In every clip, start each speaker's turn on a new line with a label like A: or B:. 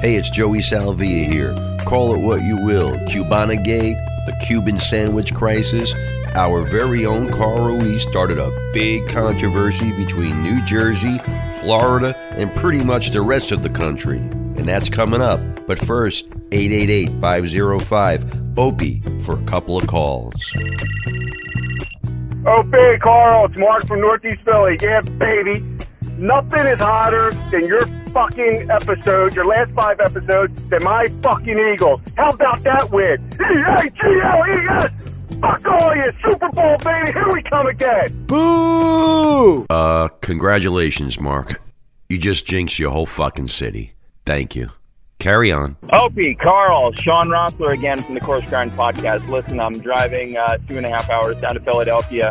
A: Hey, it's Joey Salvia here. Call it what you will Cubana Gate, the Cuban sandwich crisis. Our very own Carl Ruiz started a big controversy between New Jersey, Florida, and pretty much the rest of the country. And that's coming up. But first, 888 505 OPI oh for a couple of calls.
B: Okay, Oh, Carl, it's Mark from Northeast Philly. Yeah, baby. Nothing is hotter than your fucking episode, your last five episodes, than my fucking Eagles. How about that win? E-A-G-L-E-S! E Fuck all you! Super Bowl, baby! Here we come again!
C: Boo!
A: Uh, congratulations, Mark. You just jinxed your whole fucking city. Thank you. Carry on.
D: Opie, Carl, Sean Rossler again from the Course Grind podcast. Listen, I'm driving uh, two and a half hours down to Philadelphia,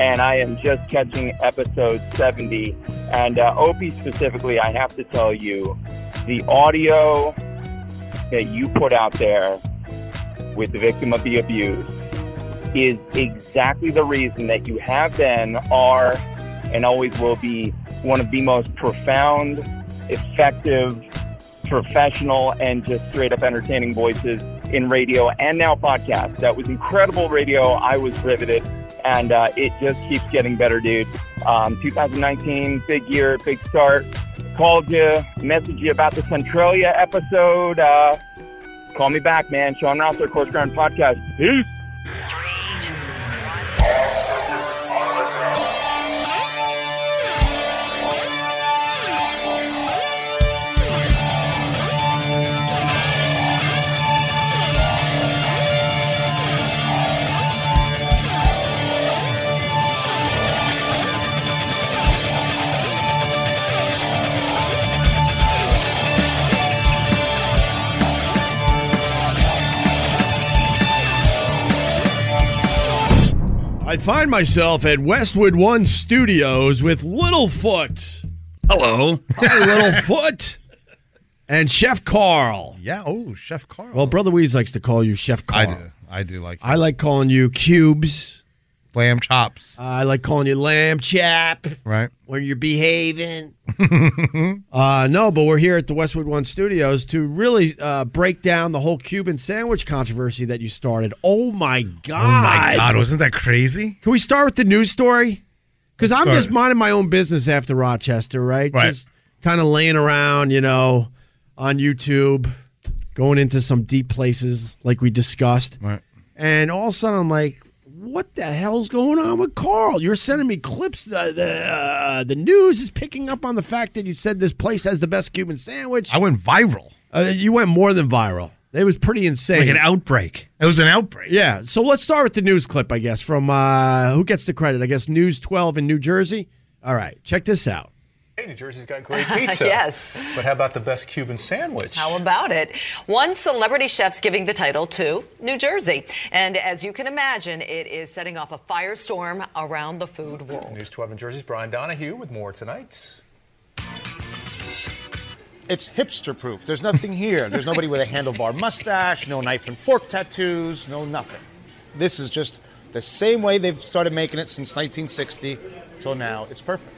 D: and I am just catching episode 70. And uh, Opie specifically, I have to tell you, the audio that you put out there with the victim of the abuse is exactly the reason that you have been, are, and always will be one of the most profound, effective, professional and just straight up entertaining voices in radio and now podcast. That was incredible radio. I was riveted, and uh, it just keeps getting better, dude. Um, 2019, big year, big start. Called you, messaged you about the Centralia episode. Uh, call me back, man. Sean Rossler, Course Ground Podcast. Peace.
C: I find myself at Westwood One Studios with Littlefoot.
E: Hello.
C: Hi, Littlefoot. And Chef Carl.
E: Yeah. Oh, Chef Carl.
C: Well, Brother Weeze likes to call you Chef Carl.
E: I do. I do like
C: I like calling you Cubes.
E: lamb chops.
C: I like calling you Lamb Chap
E: Right.
C: when you're behaving. uh, no, but we're here at the Westwood One Studios to really uh, break down the whole Cuban sandwich controversy that you started. Oh my God.
E: Oh my God, wasn't that crazy?
C: Can we start with the news story? Because I'm
E: start
C: just
E: it.
C: minding my own business after Rochester, right?
E: Right.
C: Just kind of laying around, you know, on YouTube, going into some deep places like we discussed.
E: Right.
C: And all of a sudden, I'm like, what the hell's going on with Carl? You're sending me clips. The, the, uh, the news is picking up on the fact that you said this place has the best Cuban sandwich.
E: I went viral.
C: Uh, you went more than viral. It was pretty insane.
F: like an outbreak.
E: It was an outbreak.
C: Yeah. So let's start with the news clip, I guess, from uh, who gets the credit? I guess News 12 in New Jersey. All right. Check this out.
G: Hey, New Jersey's got great pizza.
H: Yes.
G: But how about the best Cuban sandwich?
H: How about it? One celebrity chef's giving the title to New Jersey. And as you can imagine, it is setting off a firestorm around the food world.
G: News 12 in Jersey's Brian Donahue with more tonight.
I: It's hipster proof. There's nothing here. There's nobody with a handlebar mustache, no knife and fork tattoos, no nothing. This is just the same way they've started making it since 1960 till now. It's perfect.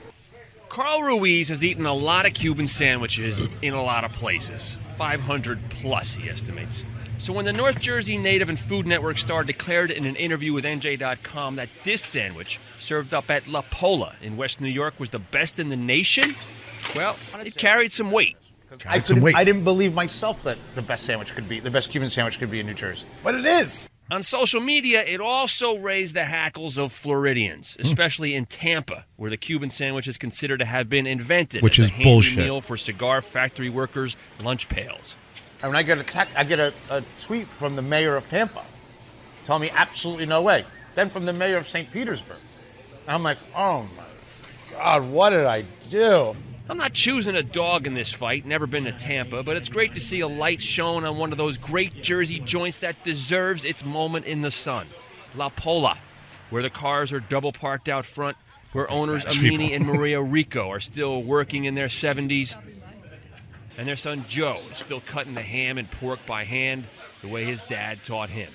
F: Carl Ruiz has eaten a lot of Cuban sandwiches in a lot of places 500 plus, he estimates. So when the North Jersey native and Food Network star declared in an interview with NJ.com that this sandwich, served up at La Pola in West New York, was the best in the nation, well, it carried some weight.
I: I,
E: some
I: couldn't-
E: weight.
I: I didn't believe myself that the best sandwich could be, the best Cuban sandwich could be in New Jersey. But it is.
F: On social media, it also raised the hackles of Floridians, especially in Tampa, where the Cuban sandwich is considered to have been invented,
E: Which
F: as
E: is
F: a handy
E: bullshit.
F: meal for cigar factory workers' lunch pails.
I: And when I get a, tech- I get a, a tweet from the mayor of Tampa telling me absolutely no way. Then from the mayor of St. Petersburg. I'm like, oh my God, what did I do?
F: I'm not choosing a dog in this fight, never been to Tampa, but it's great to see a light shone on one of those great Jersey joints that deserves its moment in the sun. La Pola, where the cars are double parked out front, where owners Amini and Maria Rico are still working in their 70s, and their son Joe is still cutting the ham and pork by hand the way his dad taught him.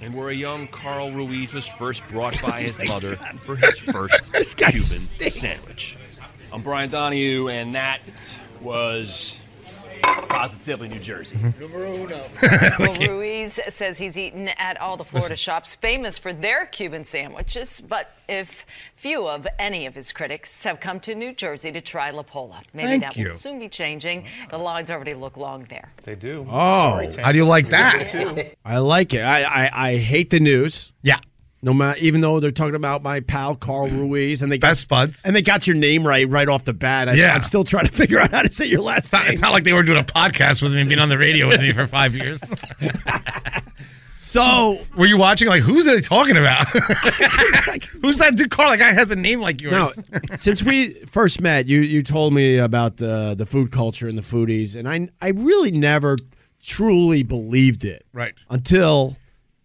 F: And where a young Carl Ruiz was first brought by his mother for his first Cuban sandwich. I'm Brian Donahue, and that was Positively New Jersey.
H: Well, Ruiz says he's eaten at all the Florida shops famous for their Cuban sandwiches, but if few of any of his critics have come to New Jersey to try La Pola, maybe
E: Thank
H: that
E: you.
H: will soon be changing. The lines already look long there.
G: They do.
C: Oh,
E: How do you like that?
C: I like it. I, I, I hate the news.
E: Yeah.
C: No matter, even though they're talking about my pal Carl Ruiz, and they
E: Best
C: got,
E: buds.
C: and they got your name right right off the bat. I,
E: Yeah.
C: I'm still trying to figure out how to say your last
E: It's not,
C: name.
E: it's not like they were doing a podcast with me and being on the radio with me for five years.
C: So
E: Were you watching? Like, who's they talking about? who's that dude? Carl, that guy has a name like yours.
C: now, since we first met, you you told me about the the food culture and the foodies, and I I really never truly believed it.
E: Right.
C: Until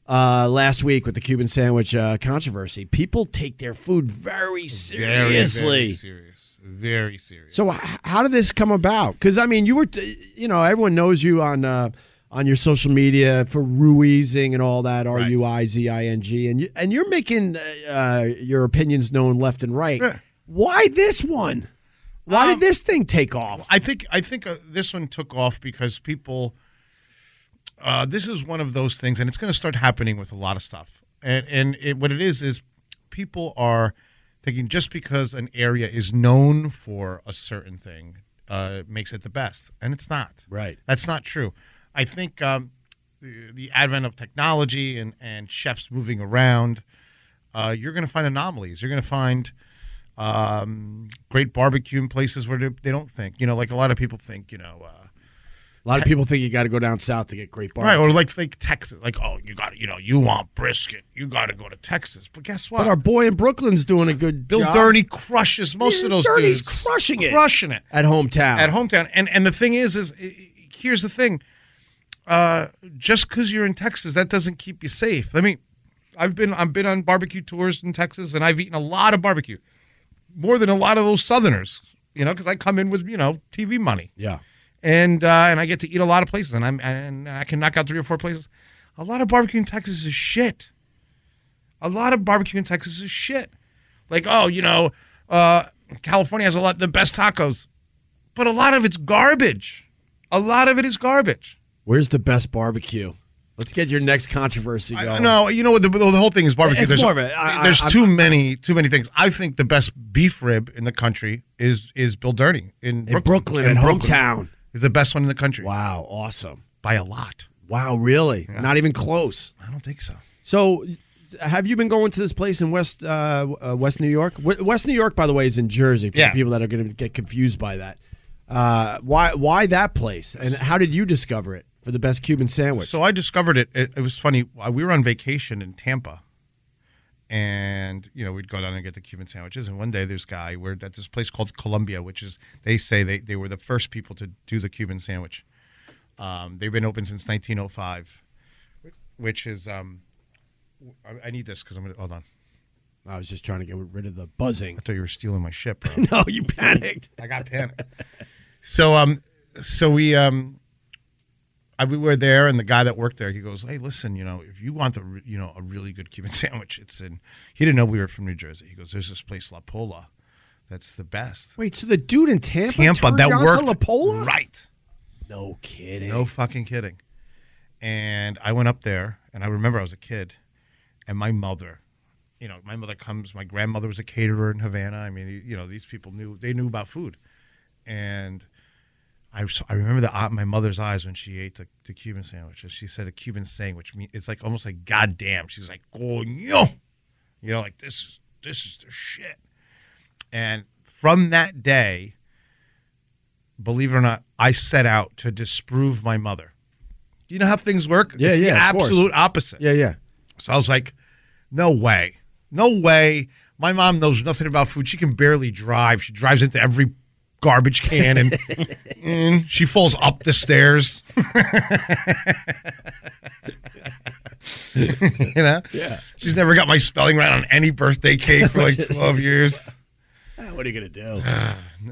C: uh, last week with the Cuban sandwich uh, controversy, people take their food very
E: Very,
C: seriously.
E: very serious. Very serious.
C: So h- how did this come about? Because I mean, you were, t- you know, everyone knows you on uh, on your social media for Ruizing and all that, R U I Z I N G, and you, and you're making uh, uh, your opinions known left and right. Why this one? Why did
E: Um,
C: this thing take off?
E: I think I think uh, this one took off because people. Uh, this is one of those things, and it's going to start happening with a lot of stuff. And and it, what it is is people are thinking just because an area is known for a certain thing uh, makes it the best, and it's not.
C: Right.
E: That's not true. I think um, the, the advent of technology and and chefs moving around, uh, you're going to find anomalies. You're going to find um, great barbecue in places where they they don't think. You know, like a lot of people think. You know, uh,
C: A lot of people think you got to go down south to get great
E: right?
C: barbecue.
E: Or like like Texas, like oh, you got to you know you want brisket, you got to go to Texas. But guess what?
C: But our boy in Brooklyn's doing a good
E: Bill
C: job
E: Dirty crushes most of those
C: Dirty's
E: dudes.
C: crushing it.
E: crushing it
C: at hometown.
E: at hometown. And and the thing is, is i- i- here's the thing. Uh, just because you're in Texas, that doesn't keep you safe. I mean, I've been I've been on barbecue tours in Texas, and I've eaten a lot of barbecue, more than a lot of those Southerners. You know, because I come in with you know TV money,
C: Yeah.
E: and uh, and I get to eat a lot of places, and I'm and I can knock out three or four places. A lot of barbecue in Texas is shit. A lot of barbecue in Texas is shit. Like oh, you know, uh, California has a lot the best tacos, but a lot of it's garbage. A lot of it is garbage.
C: Where's the best barbecue? Let's get your next controversy going.
E: I, no, you know what? The, the whole thing is barbecue.
C: It's
E: there's
C: more of a- I- I-
E: there's
C: I'm-
E: too many too many things. I think the best beef rib in the country is is Bill Dirty in,
C: in Brooklyn,
E: in
C: at
E: Brooklyn.
C: hometown.
E: It's the best one in the country
C: Wow, awesome.
E: by a lot.
C: Wow, really? Not even close.
E: I don't think so.
C: So, have you been going to this place in West uh, uh, West New York? W- West New York, by the way, is in Jersey. For
E: Yeah.
C: the people that are going to get confused by that, uh, why why that place? And how did you discover it for the best Cuban sandwich?
E: So I discovered it. It, it was funny. Uh, We were on vacation in Tampa, and you know we'd go down and get the Cuban sandwiches. And one day there's a guy we're at this place called Columbia, which is they say they, they were the first people to do the Cuban sandwich. Um, they've been open since 1905, which is um, w- I, I need this because I'm gonna hold on.
C: I was just trying to get rid of the buzzing.
E: I thought you were stealing my ship, bro.
C: No, you panicked.
E: I got panicked. so um, so we um, I, we were there, and the guy that worked there, he goes, "Hey, listen, you know, if you want the re- you know a really good Cuban sandwich, it's in." He didn't know we were from New Jersey. He goes, "There's this place La Pola, that's the best."
C: Wait, so the dude in Tampa,
E: Tampa
C: turned
E: that
C: down to
E: worked
C: La Pola?
E: right.
C: No kidding.
E: No fucking kidding. And I went up there, and I remember I was a kid, and my mother, you know, my mother comes. My grandmother was a caterer in Havana. I mean, you know, these people knew they knew about food, and I s- I remember the eye- my mother's eyes when she ate the, the Cuban sandwich. And she said a Cuban sandwich. mean- It's like almost like goddamn. She was like, coño, you know, like this is this is the shit. And from that day believe it or not, I set out to disprove my mother. You know how things work?
C: Yeah,
E: it's The
C: yeah, of course.
E: absolute opposite.
C: Yeah, yeah.
E: So I was like, no way. No way. My mom knows nothing about food. She can barely drive. She drives into every garbage can and mm, she falls up the stairs. you know?
C: Yeah.
E: She's never got my spelling right on any birthday cake for like 12 years.
C: Ah, What are you gonna do?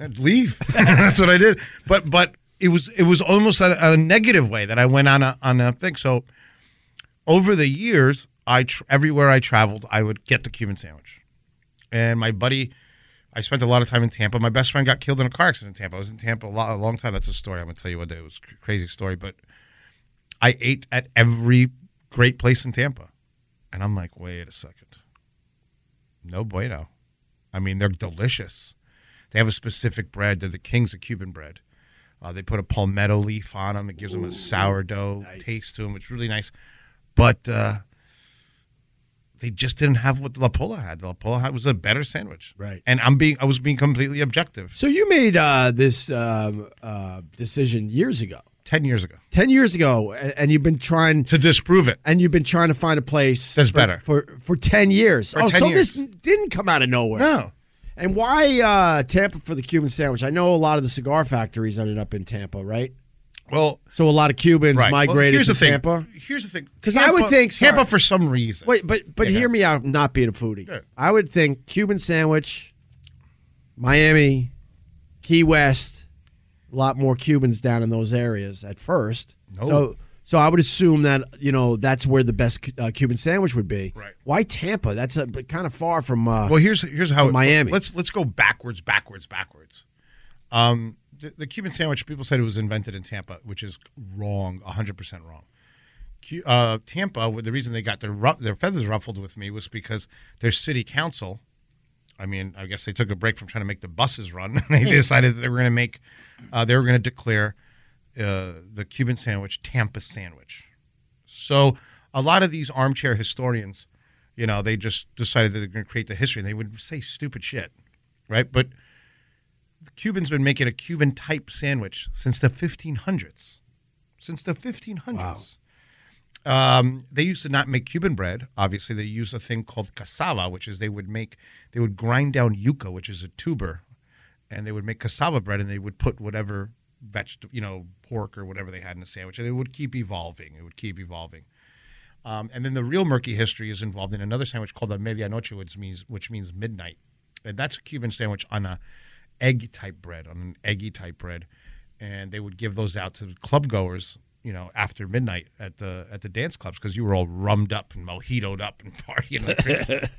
E: I'd leave. That's what I did. But but it was it was almost a, a negative way that I went on a on a thing. So over the years, I tr- everywhere I traveled, I would get the Cuban sandwich, and my buddy, I spent a lot of time in Tampa. My best friend got killed in a car accident in Tampa. I was in Tampa a, lot, a long time. That's a story I'm going to tell you one day. It was a crazy story, but I ate at every great place in Tampa. And I'm like, wait a second. No bueno. I mean, they're delicious. They have a specific bread. They're the kings of Cuban bread. Uh, they put a palmetto leaf on them. It gives them a sourdough taste to them. It's really nice. But uh, they just didn't have what La Pola had. La Pola had was a better sandwich.
C: Right.
E: And I'm being I was being completely objective.
C: So you made uh, this um, uh, decision years ago,
E: Ten years ago.
C: ten years ago, a- and you've been trying
E: To disprove it.
C: and you've been trying to find a place
E: That's
C: for,
E: better.
C: for for ten years. oh,
E: 10
C: so this
E: years.
C: didn't come out of nowhere.
E: No.
C: And why uh, Tampa for the Cuban sandwich? I know a lot of the cigar factories ended up in Tampa, right?
E: Well,
C: So a lot of Cubans
E: right. Well,
C: migrated
E: here's
C: to
E: the thing.
C: Tampa.
E: Here's the thing.
C: 'Cause I would
E: Tampa-
C: think- sorry.
E: Tampa for some reason.
C: Wait, but but
E: Yeah, go
C: hear
E: ahead.
C: me out. Not being a foodie,
E: Sure.
C: I would think Cuban sandwich, Miami, Key West, a lot more Cubans down in those areas at first.
E: No.
C: So so I would assume that you know that's where the best uh, Cuban sandwich would be.
E: Right.
C: Why Tampa? That's a, but kind of far from. Uh,
E: Well, here's here's how it-
C: Miami.
E: Let's let's go backwards, backwards, backwards. Um, the, the Cuban sandwich. People said it was invented in Tampa, which is wrong, hundred percent wrong. Cu- Uh, Tampa. The reason they got their ru- their feathers ruffled with me was because their city council. I mean, I guess they took a break from trying to make the buses run. they decided that they were going to make, uh, they were going to declare uh, the Cuban sandwich Tampa sandwich. So a lot of these armchair historians, you know, they just decided that they're going to create the history and they would say stupid shit, right? But the Cubans been making a Cuban type sandwich since the 1500s. Since the 1500s. Um, they used to not make Cuban bread. Obviously, they used a thing called cassava, which is they would make, they would grind down yuca, which is a tuber, and they would make cassava bread and they would put whatever vegetable, you know, pork or whatever they had in the sandwich. And it would keep evolving. It would keep evolving. Um, and then the real murky history is involved in another sandwich called a medianoche, which means which means midnight, and that's a Cuban sandwich on a egg type bread, on an eggy type bread, and they would give those out to club goers, you know, after midnight at the at the dance clubs because you were all rummed up and mojitoed up and partying. Like crazy.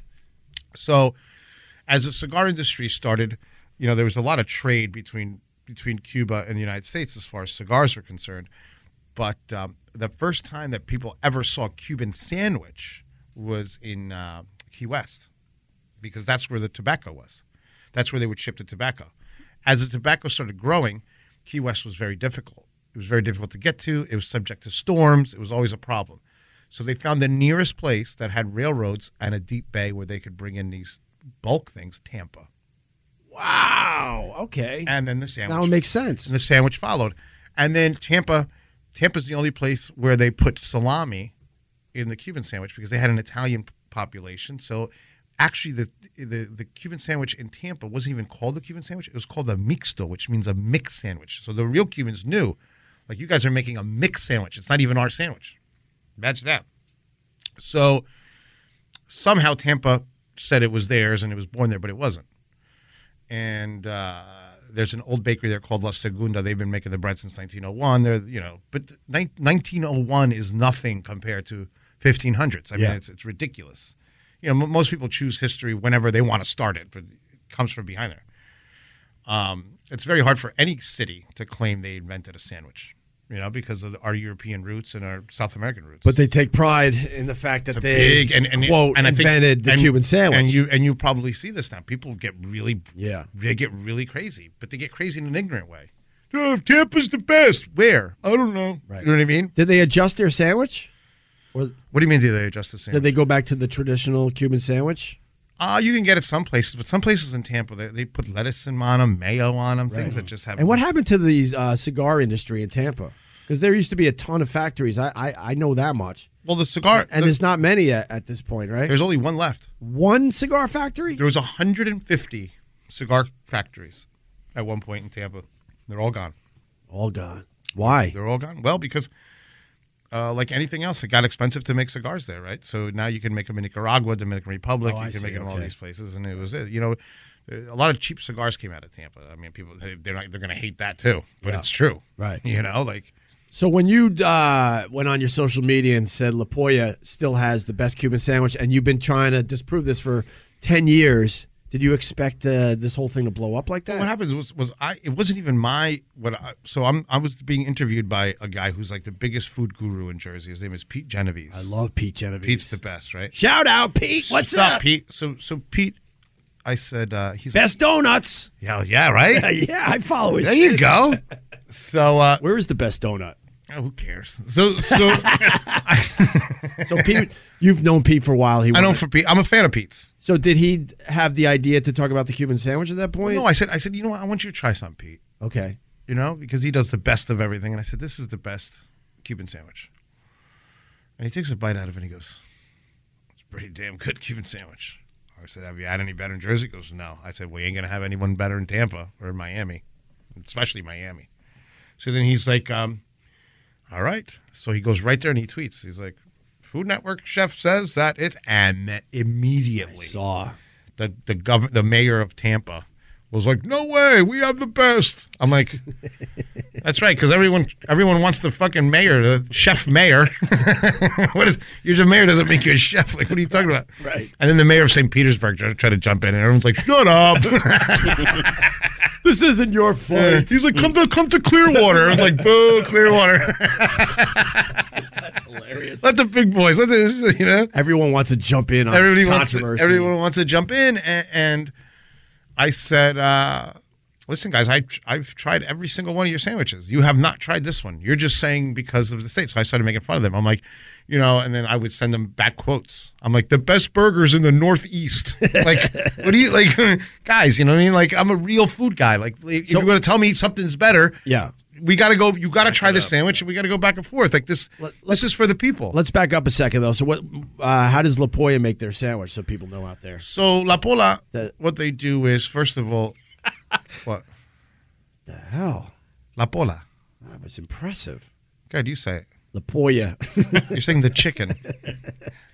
E: so, as the cigar industry started, you know, there was a lot of trade between between Cuba and the United States as far as cigars are concerned. But um, the first time that people ever saw Cuban sandwich was in uh, Key West, because that's where the tobacco was. That's where they would ship the tobacco. As the tobacco started growing, Key West was very difficult. It was very difficult to get to. It was subject to storms. It was always a problem. So they found the nearest place that had railroads and a deep bay where they could bring in these bulk things, Tampa.
C: wow. Okay.
E: And then the sandwich.
C: Now it makes sense.
E: And the sandwich followed. And then Tampa, Tampa's the only place where they put salami in the Cuban sandwich because they had an Italian p- population. So actually, the the, the Cuban sandwich in Tampa wasn't even called the Cuban sandwich. It was called a mixto, which means a mixed sandwich. So the real Cubans knew, like you guys are making a mixed sandwich. It's not even our sandwich. Imagine that. So somehow Tampa said it was theirs and it was born there, but it wasn't and uh, there's an old bakery there called La Segunda. They've been making the bread since 1901. They're you know, but nine- 1901 is nothing compared to 1500s. I mean,
C: Yeah.
E: it's it's ridiculous. You know, m- most people choose history whenever they want to start it, but it comes from behind there. Um, it's very hard for any city to claim they invented a sandwich, you know, because of our European roots and our South American roots.
C: But they take pride in the fact that
E: It's a
C: they
E: big and, and
C: quote
E: and I think-
C: invented the
E: and-
C: Cuban sandwich.
E: And you and you probably see this now. People get really
C: Yeah.
E: they get really crazy, but they get crazy in an ignorant way. Oh, Tampa's the best. Where? I don't know.
C: Right.
E: You know what I mean?
C: Did they adjust their sandwich? Or
E: What do you mean? Do they adjust the sandwich?
C: did they go back to the traditional Cuban sandwich?
E: uh, you can get it some places, but some places in Tampa they, they put lettuce in on them, mayo on them, things that just have.
C: And what happened to the uh, cigar industry in Tampa? Because there used to be a ton of factories. I I, I know that much.
E: Well, the cigar
C: And
E: the-
C: there's not many at, at this point, right?
E: there's only one left.
C: one cigar factory.
E: There was 150 cigar factories at one point in Tampa. They're all gone.
C: All gone. Why?
E: They're all gone. Well, because uh, like anything else, it got expensive to make cigars there, right? So now you can make them in Nicaragua, Dominican Republic.
C: Oh,
E: you
C: I
E: can
C: see.
E: make them in all
C: Okay.
E: these places, and it was it. You know, a lot of cheap cigars came out of Tampa. I mean, people they, they're not, they're going to hate that too, but it's true,
C: Right.
E: You know, like
C: So when you uh, went on your social media and said La Polla still has the best Cuban sandwich, and you've been trying to disprove this for ten years, Did you expect uh, this whole thing to blow up like that?
E: What happened was, was I it wasn't even my what I, so I'm I was being interviewed by a guy who's like the biggest food guru in Jersey. His name is Pete Genovese.
C: I love Pete Genovese.
E: Pete's the best, right?
C: Shout out, Pete. What's up?
E: Pete? So so Pete, I said uh, he's
C: Best donuts.
E: Like, yeah yeah right.
C: yeah, I follow his
E: there you go. So uh,
C: Where is the best donut?
E: oh, who cares? So so
C: So Pete, you've known Pete for a while. He
E: I don't
C: wanted-
E: for Pete. I'm a fan of Pete's.
C: So did he have the idea to talk about the Cuban sandwich at that point?
E: No, I said I said you know what I want you to try some Pete.
C: okay.
E: you know, because he does the best of everything. And I said, This is the best Cuban sandwich. And he takes a bite out of it and he goes, It's a pretty damn good Cuban sandwich. I said, Have you had any better in Jersey? He goes, No. I said, We ain't going to have anyone better in Tampa or in Miami, especially Miami. So then he's like, um, All right. So he goes right there and he tweets. He's like, Food Network chef says that it's and immediately
C: Saw.
E: the the gov- the mayor of Tampa was like, "No way, we have the best." I'm like, "That's right, because everyone everyone wants the fucking mayor, the chef mayor. what is you're the mayor doesn't make you a chef? Like, what are you talking about?"
C: Right.
E: And then the mayor of St. Petersburg tried, tried to jump in, and everyone's like, "Shut up!"
C: This isn't your fault.
E: He's like, "Come to come to Clearwater." I was like, "Boo, Clearwater!
C: Hilarious.
E: Let the big boys, let the you know."
C: Everyone wants to jump in on
E: everybody wants to,
C: controversy.
E: everyone wants to jump in and, and i said uh, listen guys I, i've tried every single one of your sandwiches you have not tried this one you're just saying because of the state so i started making fun of them i'm like you know and then i would send them back quotes i'm like the best burgers in the northeast like what do you like guys you know what i mean like i'm a real food guy like if
C: So-
E: you're going to tell me something's better
C: Yeah.
E: we got to go you got to try this sandwich and we got to go back and forth like this
C: Let- let's-
E: this is for the people
C: Let's back up a second though. So what? Uh, how does La Polla make their sandwich so people know out there?
E: So La Pola,
C: The-
E: what they do is first of all, what
C: The hell,
E: La Pola?
C: that was impressive.
E: God, you say it.
C: La Polla.
E: You're saying the chicken.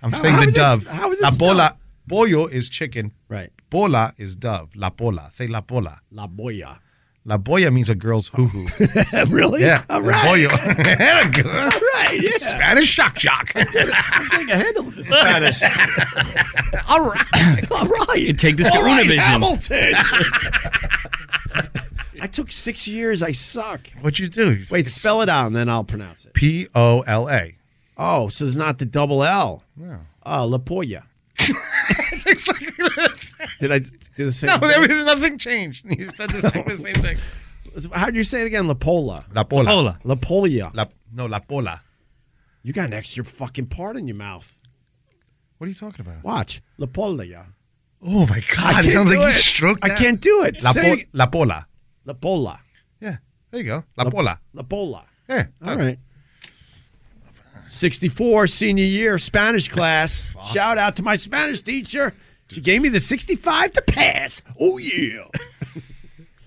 E: I'm saying
C: how
E: the
C: is it-
E: dove.
C: how is it
E: La
C: spelled?
E: Pola. Pollo is chicken.
C: right.
E: Pola is dove. La Pola. Say La Pola.
C: La Polla.
E: La Boya means a girl's hoo hoo.
C: really?
E: Yeah.
C: All
E: La
C: right.
E: Boya.
C: All right. Yeah.
E: Spanish shock shock.
C: I'm getting a handle of this Spanish. All right. All right.
J: take this to
C: All right,
J: Univision.
C: Hamilton. I took six years. I suck.
E: what you do?
C: Wait, spell it out and then I'll pronounce it.
E: P O L A.
C: Oh, so it's not the double L.
E: No.
C: Oh, La Polla.
E: It's like this.
C: Did I do the same?
E: No,
C: thing?
E: everything, nothing changed. You said the same, the same thing.
C: How do you say it again? La Polla.
E: La Pola.
J: Hola.
C: La Polla.
E: La, no, La Pola.
C: You got an extra fucking part in your mouth.
E: What are you talking about?
C: Watch. La Polla. I
E: Oh my God! It
C: can't
E: sounds
C: do
E: like you
C: it.
E: stroked.
C: I
E: out.
C: can't do it.
E: La,
C: Say
E: po-
C: it-
E: la pola.
C: La Polla.
E: Yeah, there you go. La, pola.
C: La Polla.
E: Yeah.
C: All right. 64 senior year Spanish class. Shout out to my Spanish teacher. She gave me the 65 to pass. Oh yeah.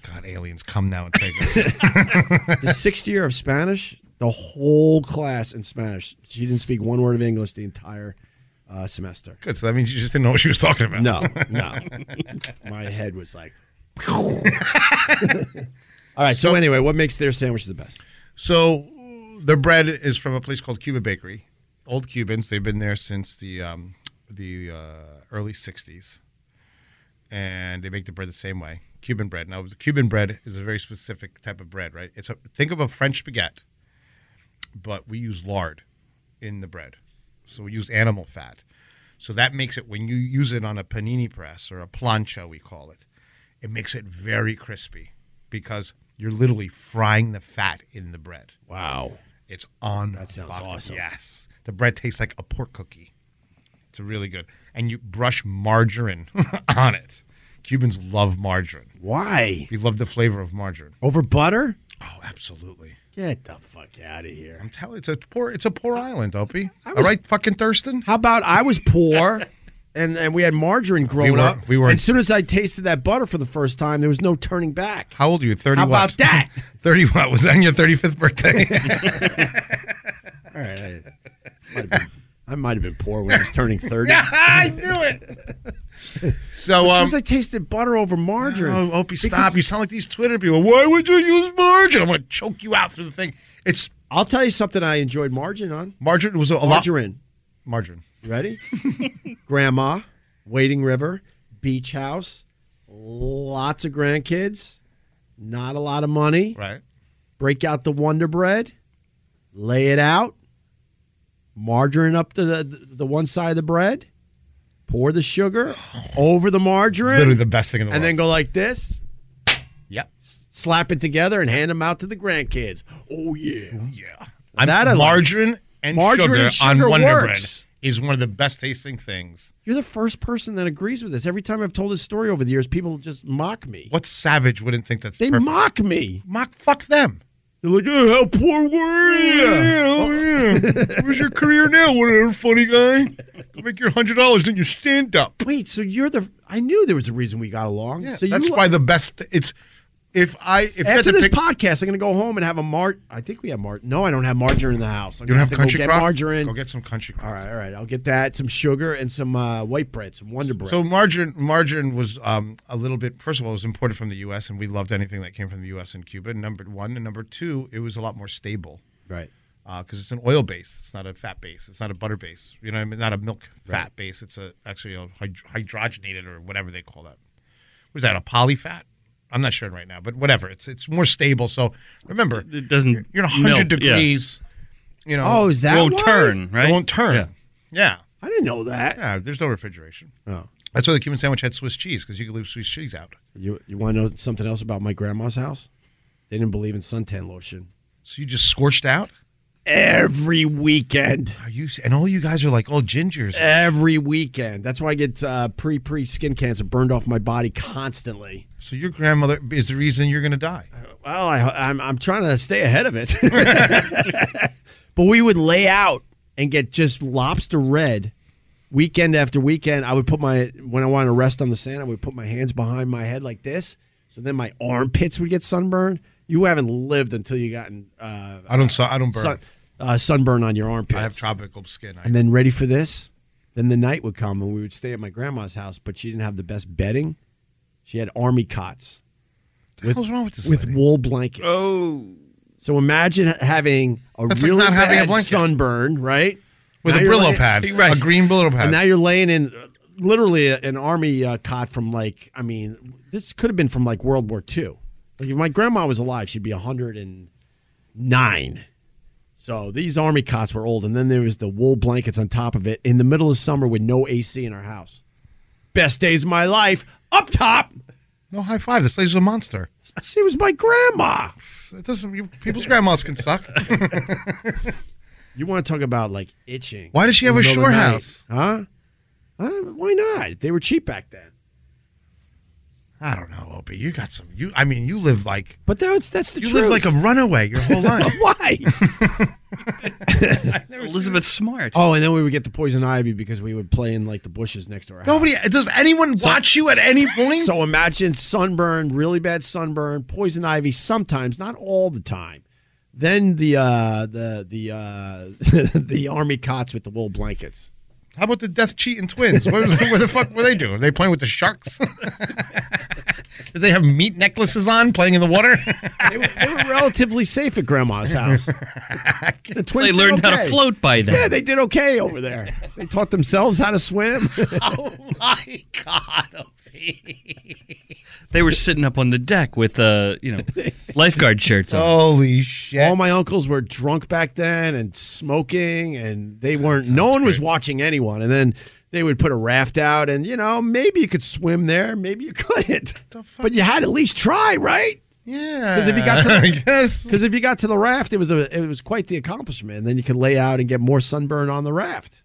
E: God, aliens come now and take us.
C: the 6th year of Spanish, the whole class in Spanish. She didn't speak one word of English the entire uh, semester.
E: Good. So that means you just didn't know what she was talking about.
C: No, no. my head was like All right, so, anyway, what makes their sandwich the best?
E: So their bread is from a place called Cuba Bakery. Old Cubans. They've been there since the um, the uh, early '60s, and they make the bread the same way. Cuban bread. Now, the Cuban bread is a very specific type of bread, right? It's a, think of a French baguette, but we use lard in the bread, so we use animal fat. So that makes it when you use it on a panini press or a plancha, we call it, it makes it very crispy because you're literally frying the fat in the bread.
C: Wow.
E: It's on. That
C: sounds awesome.
E: Yes, the bread tastes like a pork cookie. It's really good, and you brush margarine on it. Cubans love margarine.
C: Why?
E: We love the flavor of margarine.
C: Over butter?
E: Oh, absolutely.
C: Get the fuck out of here.
E: I'm telling it's a poor it's a poor island, Opie.
C: was-
E: All right, fucking Thurston.
C: How about I was poor and, and we had margarine growing
E: were-
C: up.
E: we were-
C: and as soon as I tasted that butter for the first time, there was no turning back.
E: How old are you? Thirty.
C: How
E: what?
C: about that?
E: Thirty. What was that on your thirty fifth birthday?
C: All right. I might have been, I might have been poor when I was turning 30.
E: I knew it. So
C: as soon
E: um,
C: as I tasted butter over margarine.
E: Oh, Opie, stop. You sound like these Twitter people. Why would you use margarine? I'm going to choke you out through the thing. It's
C: I'll tell you something I enjoyed margarine on.
E: margarine was a, a lot.
C: Margarine.
E: Margarine.
C: Ready? Grandma, Wading River, Beach House, lots of grandkids, not a lot of money.
E: Right.
C: Break out the Wonder Bread, lay it out, margarine up to the, the one side of the bread, pour the sugar over the margarine,
E: Literally the best thing in the
C: and
E: world.
C: then go like this,
E: yep.
C: slap it together, and hand them out to the grandkids. Oh, yeah.
E: Yeah. I'm,
C: That I like.
E: margarine and
C: Margarine
E: sugar,
C: and sugar
E: on Wonder
C: works.
E: Bread is one of the best tasting things.
C: You're the first person that agrees with this. Every time I've told this story over the years, people just mock me.
E: What savage wouldn't think that's
C: They
E: perfect?
C: mock me.
E: Mock, fuck them.
C: They're like, oh, how poor were you?
E: oh, Where's your career now, whatever funny guy? Go make your hundred dollars in your stand up.
C: Wait, so you're the? I knew there was a reason we got along.
E: Yeah,
C: so you,
E: that's why the best. It's if I if you had
C: after
E: to
C: this
E: pick,
C: podcast, I'm gonna go home and have a mart. I think we have mart. No, I don't have margarine in the house. I'm
E: you
C: gonna
E: don't have
C: to
E: country
C: go get
E: crop.
C: margarine.
E: Go get some country crop.
C: all right, all right. I'll get that. Some sugar and some uh, white bread, some Wonder Bread.
E: So margarine margarine was um, a little bit. First of all, it was imported from the U.S. and we loved anything that came from the U.S. and Cuba. Number one and number two, it was a lot more stable
C: right.
E: because it's an oil base. It's not a fat base. It's not a butter base. You know, what I mean, not a milk fat base. It's a actually a hyd- hydrogenated or whatever they call that. Was that a polyfat? I'm not sure right now, but whatever. It's it's more stable. So remember,
J: It doesn't
E: You're, you're in
J: melt,
E: 100
J: yeah.
E: degrees. You know,
C: Oh, is that
J: It won't
C: why?
J: turn, right?
E: It won't turn.
J: Yeah.
E: yeah.
C: I didn't know that.
E: Yeah, there's no refrigeration.
C: Oh,
E: That's why the Cuban sandwich had Swiss cheese because you could leave Swiss cheese out.
C: you you want to know something else about my grandma's house? They didn't believe in suntan lotion.
E: So you just scorched out.
C: Every weekend.
E: Are you and all you guys are like "Oh, all gingers.
C: Every weekend. That's why I get uh, pre pre skin cancer burned off my body constantly.
E: So your grandmother is the reason you're going to die.
C: Well, I, I'm I'm trying to stay ahead of it. but we would lay out and get just lobster red, weekend after weekend. I would put my when I wanted to rest on the sand, I would put my hands behind my head like this, so then my armpits would get sunburned. You haven't lived until you gotten uh,
E: I don't. So I don't burn.
C: sun, uh, sunburn on your armpits.
E: I have tropical skin. I,
C: and then ready for this. Then the night would come and we would stay at my grandma's house, but she didn't have the best bedding. She had army cots
E: what the hell's wrong with this?
C: with
E: lady?
C: wool blankets.
F: Oh.
C: So imagine ha- having a
E: That's like
C: really
E: not
C: bad
E: having a blanket.
C: sunburn, right?
E: with a
C: Now you're
E: Brillo
C: laying-
E: pad,
C: Right.
E: a green Brillo pad.
C: And now you're laying in uh, literally a- an army uh, cot from like, I mean, this could have been from like World War II. Like if my grandma was alive, she'd be 109. So these army cots were old. And then there was the wool blankets on top of it in the middle of summer with no AC in our house. Best days of my life up top.
E: no high five. This lady's a monster.
C: She was my grandma.
E: It doesn't. you- People's grandmas can suck.
C: You want to talk about like itching?
E: Why does she
C: in
E: have
C: the
E: a
C: middle of
E: shore
C: the night?
E: house?
C: Huh? Uh, why not? They were cheap back then.
E: I don't know, Opie. You got some. You. I mean, you live like
C: But that's that's the
E: you
C: truth.
E: live like a runaway your whole life.
C: why?
J: Elizabeth Smart.
C: oh, and then we would get the poison ivy because we would play in like the bushes next to our
E: Nobody does anyone watch you at any point.
C: house. So imagine sunburn, really bad sunburn, poison ivy. Sometimes, not all the time. Then the uh, the the uh, the army cots with the wool blankets.
E: How about the death cheating twins? What, was- what the fuck were they doing? Were they playing with the sharks? Did they have meat necklaces on playing in the water?
C: They were, they were relatively safe at grandma's house. The twins
J: They
C: did
J: learned how to
C: okay.
J: float by then.
C: Yeah, they did okay over there. They taught themselves how to swim.
E: oh my god, Opie.
J: They were sitting up on the deck with uh, you know, lifeguard shirts
E: Oh.
J: on.
E: Holy shit.
C: All my uncles were drunk back then and smoking, and they weren't. No one was
E: great.
C: watching anyone. And then they would put a raft out, and you know, maybe you could swim there, maybe you couldn't, but you had to at least try, right?
E: yeah.
C: 'Cause if you got to-
E: I guess.
C: Because if you got to the raft, it was a it was quite the accomplishment. And then you could lay out and get more sunburn on the raft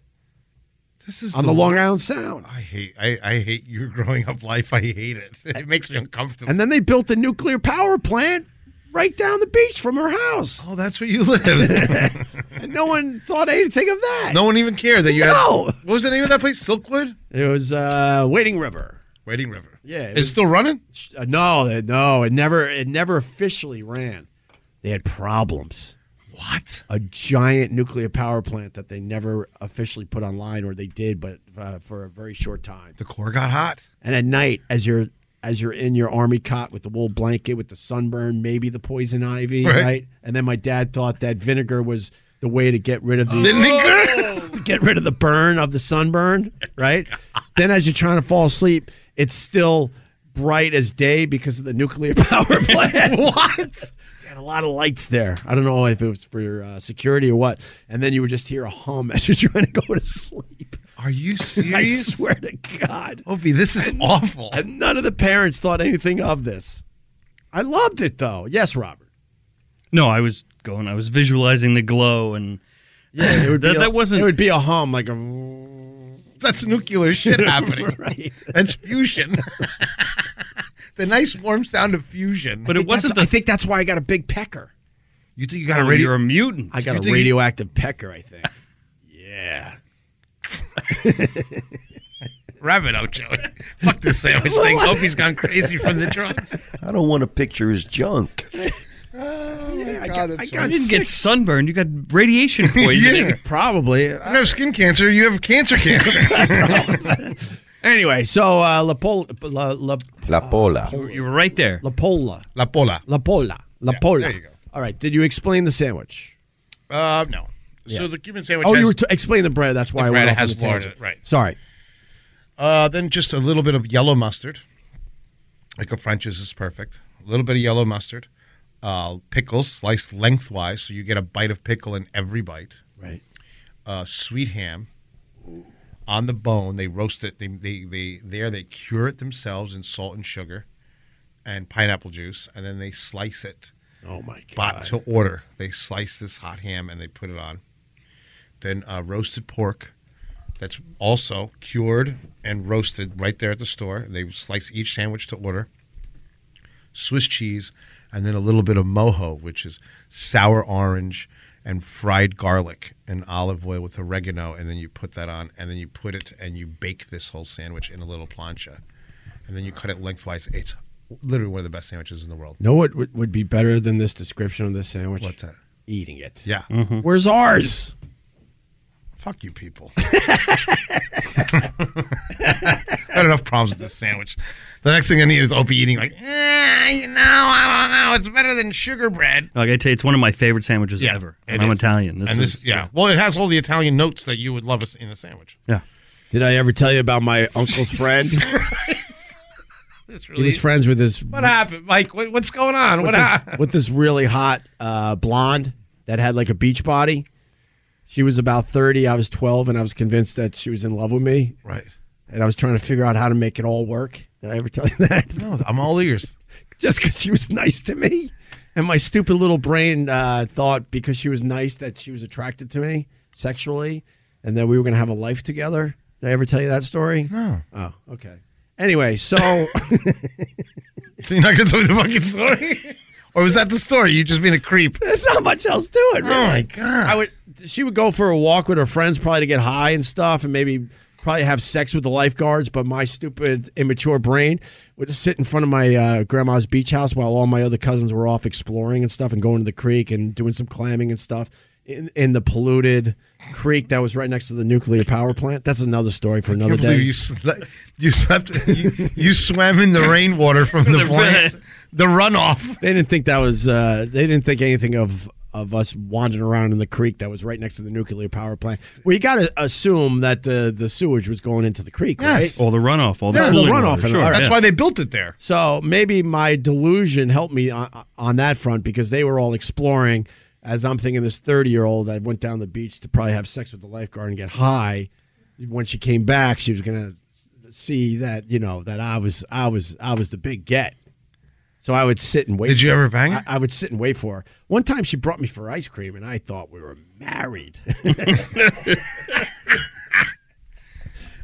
E: This is
C: on the Long Island Sound.
E: I hate I, I hate your growing up life. I hate it. It makes me uncomfortable.
C: And then they built a nuclear power plant right down the beach from her house,
E: oh, that's where you live.
C: and no one thought anything of that.
E: no one even cared that you
C: No.
E: had What was the name of that place? Silkwood?
C: It was uh, Wading River.
E: Waiting River.
C: Yeah, it
E: It's
C: was-
E: still running?
C: Uh, no, it- no, it never, it never officially ran. They had problems.
E: What?
C: A giant nuclear power plant that they never officially put online, or they did, but uh, for a very short time.
E: The core got hot.
C: And at night, as you're as you're in your army cot with the wool blanket, with the sunburn, maybe the poison ivy, right?
E: Right.
C: And then my dad thought that vinegar was the way to get rid of the
E: Vinegar?
C: to get rid of the burn of the sunburn, right? then as you're trying to fall asleep, it's still bright as day because of the nuclear power plant. what? They had a lot of lights there. I don't know if it was for your uh, security or what. And then you would just hear a hum as you're trying to go to sleep.
E: Are you
C: I
E: serious?
C: swear to God.
E: Opie, this is awful.
C: And none of the parents thought anything of this. I loved it though. Yes, Robert.
J: No, I was going. I was visualizing the glow, and
C: Yeah, it would
J: That-
C: a-
J: that wasn't-
C: It would be a hum, like a
E: That's nuclear shit happening.
C: right.
E: That's fusion. the nice warm sound of fusion.
J: but it wasn't the.
C: I think that's why I got a big pecker.
E: you think you got a
J: You're
E: radio?
J: a mutant.
C: I got
E: You
C: a
E: think-
C: radioactive pecker. I think. yeah.
E: Rabbit out, Joey. Fuck this sandwich thing. Opie's gone crazy from the drugs.
A: I don't want to picture his junk.
C: I got, I
J: you
C: got
J: didn't
C: sick.
J: get sunburned. You got radiation poisoning.
E: Yeah.
C: probably.
E: You don't have skin cancer. You have cancer cancer.
C: Anyway, so uh, La Pola, La, La,
A: La Pola.
J: You were right there.
C: La Pola,
E: La Pola.
C: La Pola, La Pola.
E: there you go.
C: All right. Did you explain the sandwich?
E: Uh, no. So the Cuban sandwich
C: oh,
E: has
C: you were t- explain the bread. That's why I
E: bread
C: went off
E: has
C: on the
E: lard
C: tangent.
E: in it, right.
C: Sorry.
E: uh, then just a little bit of yellow mustard. Like a French's is perfect. A little bit of yellow mustard. Uh, pickles sliced lengthwise, so you get a bite of pickle in every bite.
C: Right.
E: uh, sweet ham on the bone. They roast it. They, they they there they cure it themselves in salt and sugar, and pineapple juice, and then they slice it.
C: Oh my
E: Bought
C: God.
E: to order. They slice this hot ham and they put it on. Then uh, roasted pork, that's also cured and roasted right there at the store. They slice each sandwich to order. Swiss cheese, and then a little bit of mojo, which is sour orange and fried garlic and olive oil with oregano, and then you put that on, and then you put it and you bake this whole sandwich in a little plancha, and then you cut it lengthwise. It's literally one of the best sandwiches in the world.
C: Know what would, would be better than this description of this sandwich?
E: What's that?
C: Eating it. Mm.
E: Yeah.
C: Where's ours?
E: Fuck you people. Had enough problems with this sandwich. The next thing I need is Opie eating like, eh, you know, I don't know. It's better than sugar bread.
J: No, I gotta tell you, it's one of my favorite sandwiches ever. And
E: it
J: I'm
E: is.
J: Italian. This
E: and
J: is
E: this, yeah. Well, it has all the Italian notes that you would love us in a sandwich.
J: yeah.
C: Did I ever tell you about my uncle's friend?
E: It's
C: he
E: really.
C: was friends with this
E: what happened, Mike? What, what's going on? What
C: with this,
E: happened?
C: with this really hot uh, blonde that had like a beach body. She was about 30. I was 12, and I was convinced that she was in love with me.
E: Right.
C: And I was trying to figure out how to make it all work. Did I ever tell you that?
E: No, I'm all ears.
C: Just because she was nice to me. And my stupid little brain uh, thought because she was nice that she was attracted to me sexually and that we were going to have a life together. Did I ever tell you that story? No. Oh, okay. Anyway, so.
E: So you're not going to tell me the fucking story? or was that the story? You just being a creep.
C: There's not much else to it. Really.
E: Oh, my God.
C: I would. She would go for a walk with her friends, probably to get high and stuff, and maybe probably have sex with the lifeguards. But my stupid, immature brain would just sit in front of my uh, grandma's beach house while all my other cousins were off exploring and stuff, and going to the creek and doing some clamming and stuff in, in the polluted creek that was right next to the nuclear power plant. That's another story for another
E: can't believe
C: day.
E: you, sle- you slept. You, you swam in the rainwater from the
J: The
E: plant,
J: rain.
E: the runoff.
C: they didn't think that was uh, they didn't think anything of of us wandering around in the creek that was right next to the nuclear power plant. Well, you got to assume that the the sewage was going into the creek,
E: Yes.
C: right?
J: All the runoff, all the,
C: Yeah, the
J: cooling
C: runoff
J: water,
C: and-
J: sure.
C: all right.
E: That's
J: yeah.
E: why they built it there.
C: So maybe my delusion helped me on, on that front because they were all exploring. As I'm thinking, this 30 year old that went down the beach to probably have sex with the lifeguard and get high. When she came back, she was gonna see that you know that I was I was I was the big get. So I would sit and wait.
E: Did you ever bang
C: I,
E: her?
C: I would sit and wait for her. One time she brought me for ice cream and I thought we were married.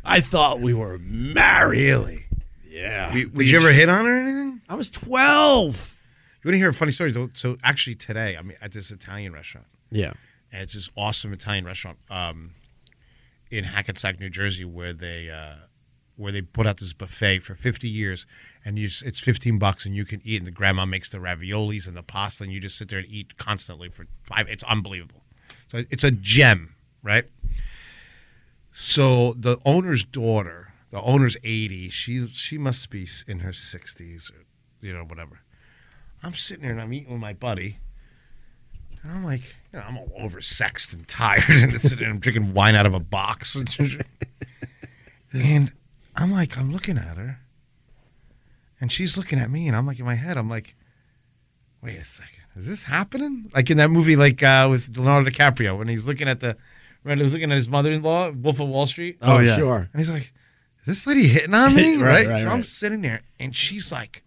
C: I thought we were married.
E: Really?
C: Yeah.
E: Did you ever hit on her or anything?
C: I was 12.
E: You want to hear a funny story? though? So actually, today I'm at this Italian restaurant.
C: Yeah.
E: and it's this awesome Italian restaurant um, in Hackensack, New Jersey, where they uh, where they put out this buffet for 50 years, and you just, it's 15 bucks, and you can eat, and the grandma makes the raviolis and the pasta, and you just sit there and eat constantly for five. It's unbelievable. So it's a gem, right? So the owner's daughter, the owner's 80, she she must be in her 60s or you know whatever. I'm sitting here and I'm eating with my buddy. And I'm like, you know, I'm all oversexed and tired and, just sitting, I'm drinking wine out of a box. and I'm like, I'm looking at her. And she's looking at me, and I'm like, in my head, I'm like, wait a second, is this happening? Like in that movie, like uh, with Leonardo DiCaprio, when he's looking at the, when he was looking at his mother-in-law, Wolf of Wall Street.
C: Oh, sure.
E: And he's like, is this lady hitting on me?
C: Right,
E: right,
C: right,
E: So I'm
C: right.
E: sitting there and she's like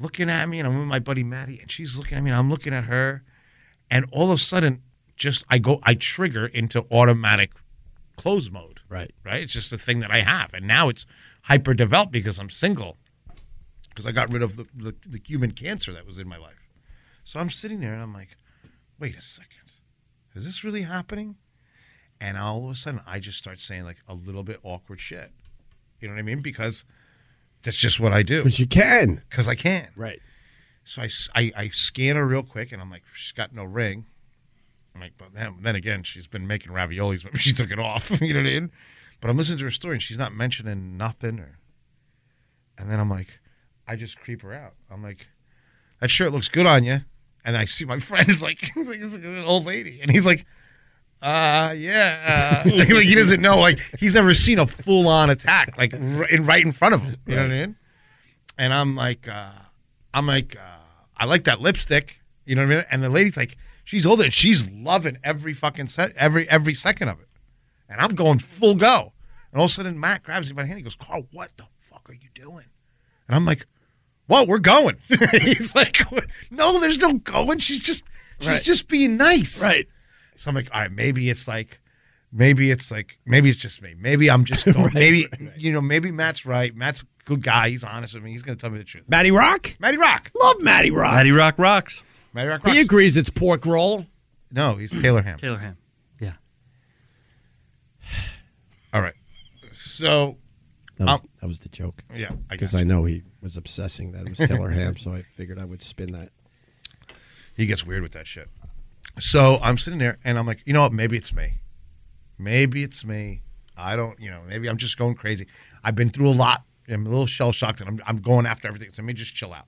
E: looking at me and I'm with my buddy Maddie and she's looking at me and I'm looking at her and all of a sudden just I go I trigger into automatic close mode.
C: Right.
E: Right? It's just a thing that I have. And now it's hyper developed because I'm single. Because I got rid of the, the, the Cuban cancer that was in my life. So I'm sitting there and I'm like, wait a second. Is this really happening? And all of a sudden, I just start saying like a little bit awkward shit. You know what I mean? Because that's just what I do.
C: But you can.
E: Because I can.
C: Right.
E: So I, s- I- I scan her real quick and I'm like, she's got no ring. I'm like, but then, then again, she's been making raviolis, but she took it off. you know what I mean? But I'm listening to her story and she's not mentioning nothing. Or, and then I'm like, I just creep her out. I'm like, that shirt looks good on you. And I see my friend is like, he's like, "This is an old lady. And he's like, uh, yeah. Uh, like he doesn't know. Like he's never seen a full on attack like r- in right in front of him. You know what I mean? And I'm like, uh, I'm like, uh, I like that lipstick. You know what I mean? And the lady's like, she's older and she's loving every fucking set, every every second of it. And I'm going full go. And all of a sudden, Matt grabs me by the hand. He goes, Carl, what the fuck are you doing? And I'm like, whoa, we're going. He's like, no, there's no going. She's just, she's just being nice. Right. So I'm like, all right, maybe it's like, maybe it's like, maybe it's just me. Maybe I'm just going. maybe you know, maybe Matt's right. Matt's a good guy. He's honest with me. He's gonna tell me the truth.
C: Matty Rock?
E: Matty Rock.
C: Love Matty Rock.
J: Matty Rock rocks.
E: Matty Rock.
C: He
E: Rocks.
C: agrees it's pork roll.
E: No, he's Taylor Ham.
J: Taylor Ham. Yeah.
E: All right. So
C: That was,
E: Um,
C: that was the joke.
E: yeah, I guess
C: Because I know he was obsessing that it was Taylor Ham, so I figured I would spin that.
E: he gets weird with that shit. So I'm sitting there and I'm like, you know what? Maybe it's me. Maybe it's me. I don't, you know, maybe I'm just going crazy. I've been through a lot. I'm a little shell shocked and I'm, I'm going after everything. So let me just chill out.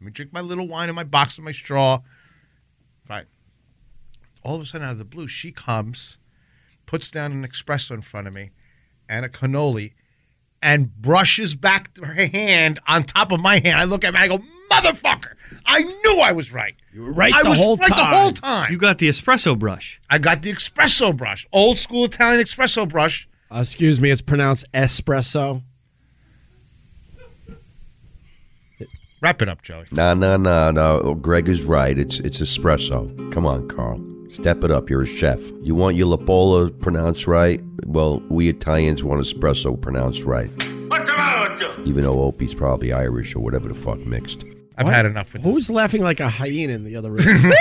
E: Let me drink my little wine in my box with my straw. Fine. All of a sudden, out of the blue, she comes, puts down an espresso in front of me and a cannoli and brushes back her hand on top of my hand. I look at him and I go, motherfucker, I knew I was right. You were
C: right
E: I
C: the
E: was
C: whole
E: right
C: time.
E: the whole time.
J: You got the espresso brush.
E: I got the espresso brush, old school Italian espresso brush.
C: Uh, excuse me, it's pronounced espresso.
E: Wrap it up, Joey.
A: Nah, nah, nah, nah. Oh, Greg is right. It's it's espresso. Come on, Carl. Step it up. You're a chef. You want your Lapola pronounced right? Well, we Italians want espresso pronounced right. Even though Opie's probably Irish or whatever the fuck mixed.
E: I've had enough with
C: Who's
E: this.
C: laughing like a hyena in the other room?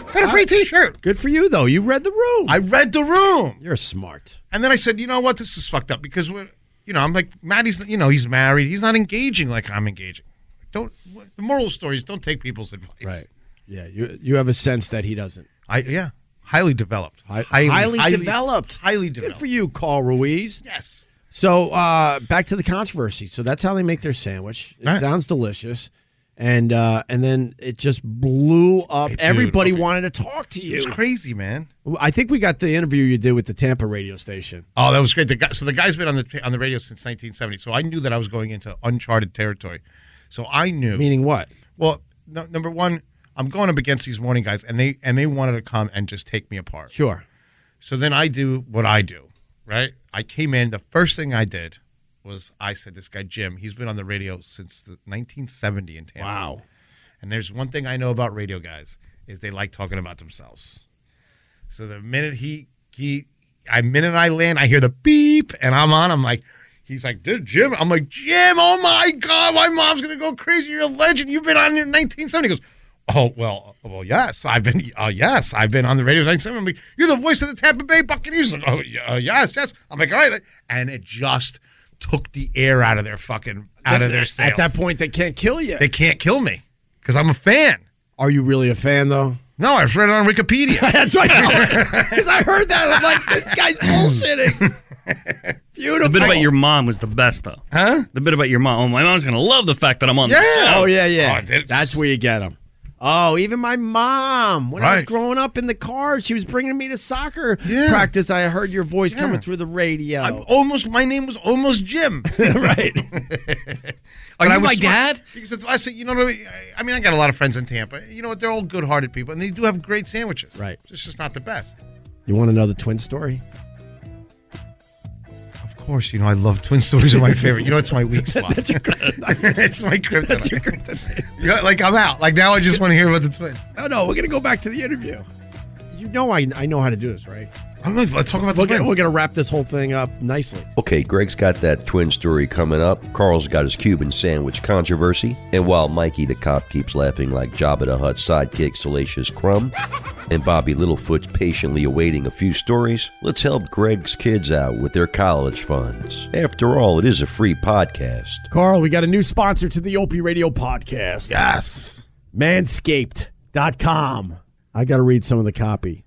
E: Got a free T-shirt.
C: Good for you, though. You read the room.
E: I read the room,
C: You're smart.
E: and then I said, you know what? This is fucked up because we're, you know, I'm like Maddie's. You know, he's married. He's not engaging like I'm engaging. Don't. The moral of the story is don't take people's advice.
C: Right. Yeah, you you have a sense that he doesn't.
E: I yeah. Highly developed.
C: Hi- developed.
E: Highly
C: Good
E: developed.
C: for you, Carl Ruiz.
E: Yes.
C: So uh, back to the controversy. So that's how they make their sandwich. It
E: Right.
C: sounds delicious, and uh, and then it just blew up.
E: dude,
C: Everybody
E: okay.
C: wanted to talk to you.
E: It's crazy, man.
C: I think we got the interview you did with the Tampa radio station.
E: Oh, that was great. The guy, so the guy's been on the on the radio since 1970. So I knew that I was going into uncharted territory. So I knew.
C: Meaning what?
E: well, no, number one, I'm going up against these morning guys, and they and they wanted to come and just take me apart.
C: Sure.
E: So then I do what I do, right? I came in. The first thing I did was I said, "This guy Jim, he's been on the radio since the 1970 in Tampa." And there's one thing I know about radio guys is they like talking about themselves. So the minute he he I minute I land, I hear the beep and I'm on. I'm like, he's like, dude, Jim. I'm like, Jim, oh my God, my mom's gonna go crazy. You're a legend. You've been on in 1970. He goes, Oh, well, well, yes, I've been uh, yes, I've been on the radio since 1970. I'm like, You're the voice of the Tampa Bay Buccaneers. Like, oh yeah, uh, yes, yes. I'm like, all right. And it just took the air out of their fucking out of their sails.
C: At that point, they can't kill you.
E: they can't kill me because I'm a fan.
C: Are you really a fan though?
E: No, I've read it on Wikipedia.
C: That's right. Because I heard that. I'm like, this guy's bullshitting.
J: The
C: Beautiful.
J: bit about your mom was the best, though.
E: huh?
J: The bit about your mom. Oh, my mom's gonna love the fact that I'm on.
E: Yeah.
J: The show.
C: Oh yeah, yeah.
E: Oh, dude.
C: That's where you get them. Oh, even my mom. When I was
E: Right.
C: growing up in the car, she was bringing me to soccer practice. I heard your voice coming through the radio.
E: I'm almost. My name was almost Jim.
C: right.
J: Are
E: But
J: you
E: I was
J: my
E: smart-
J: dad?
E: Because I said, you know what I mean? I- I mean, I got a lot of friends in Tampa. You know what? They're all good-hearted people, and they do have great sandwiches.
C: Right.
E: It's just not the best.
C: You want to know the twin story?
E: Of course, you know I love twin stories. Are my favorite. You know it's my weak spot. That's your kryptonite. it's my kryptonite. You know, like I'm out. Like now I just want to hear about the twins.
C: No, no, we're gonna go back to the interview. You know, I I know how to do this, right?
E: I'm not, let's talk about the
C: We're gonna,
E: twins.
C: we're gonna wrap this whole thing up nicely.
A: Okay, Greg's got that twin story coming up. Carl's got his Cuban sandwich controversy. And while Mikey the cop keeps laughing like Jabba the Hutt's sidekick Salacious Crumb, and Bobby Littlefoot's patiently awaiting a few stories, let's help Greg's kids out with their college funds. After all, it is a free podcast.
C: Carl, we got a new sponsor to the Opie Radio podcast. Yes. Manscaped.com. I got to read some of the copy.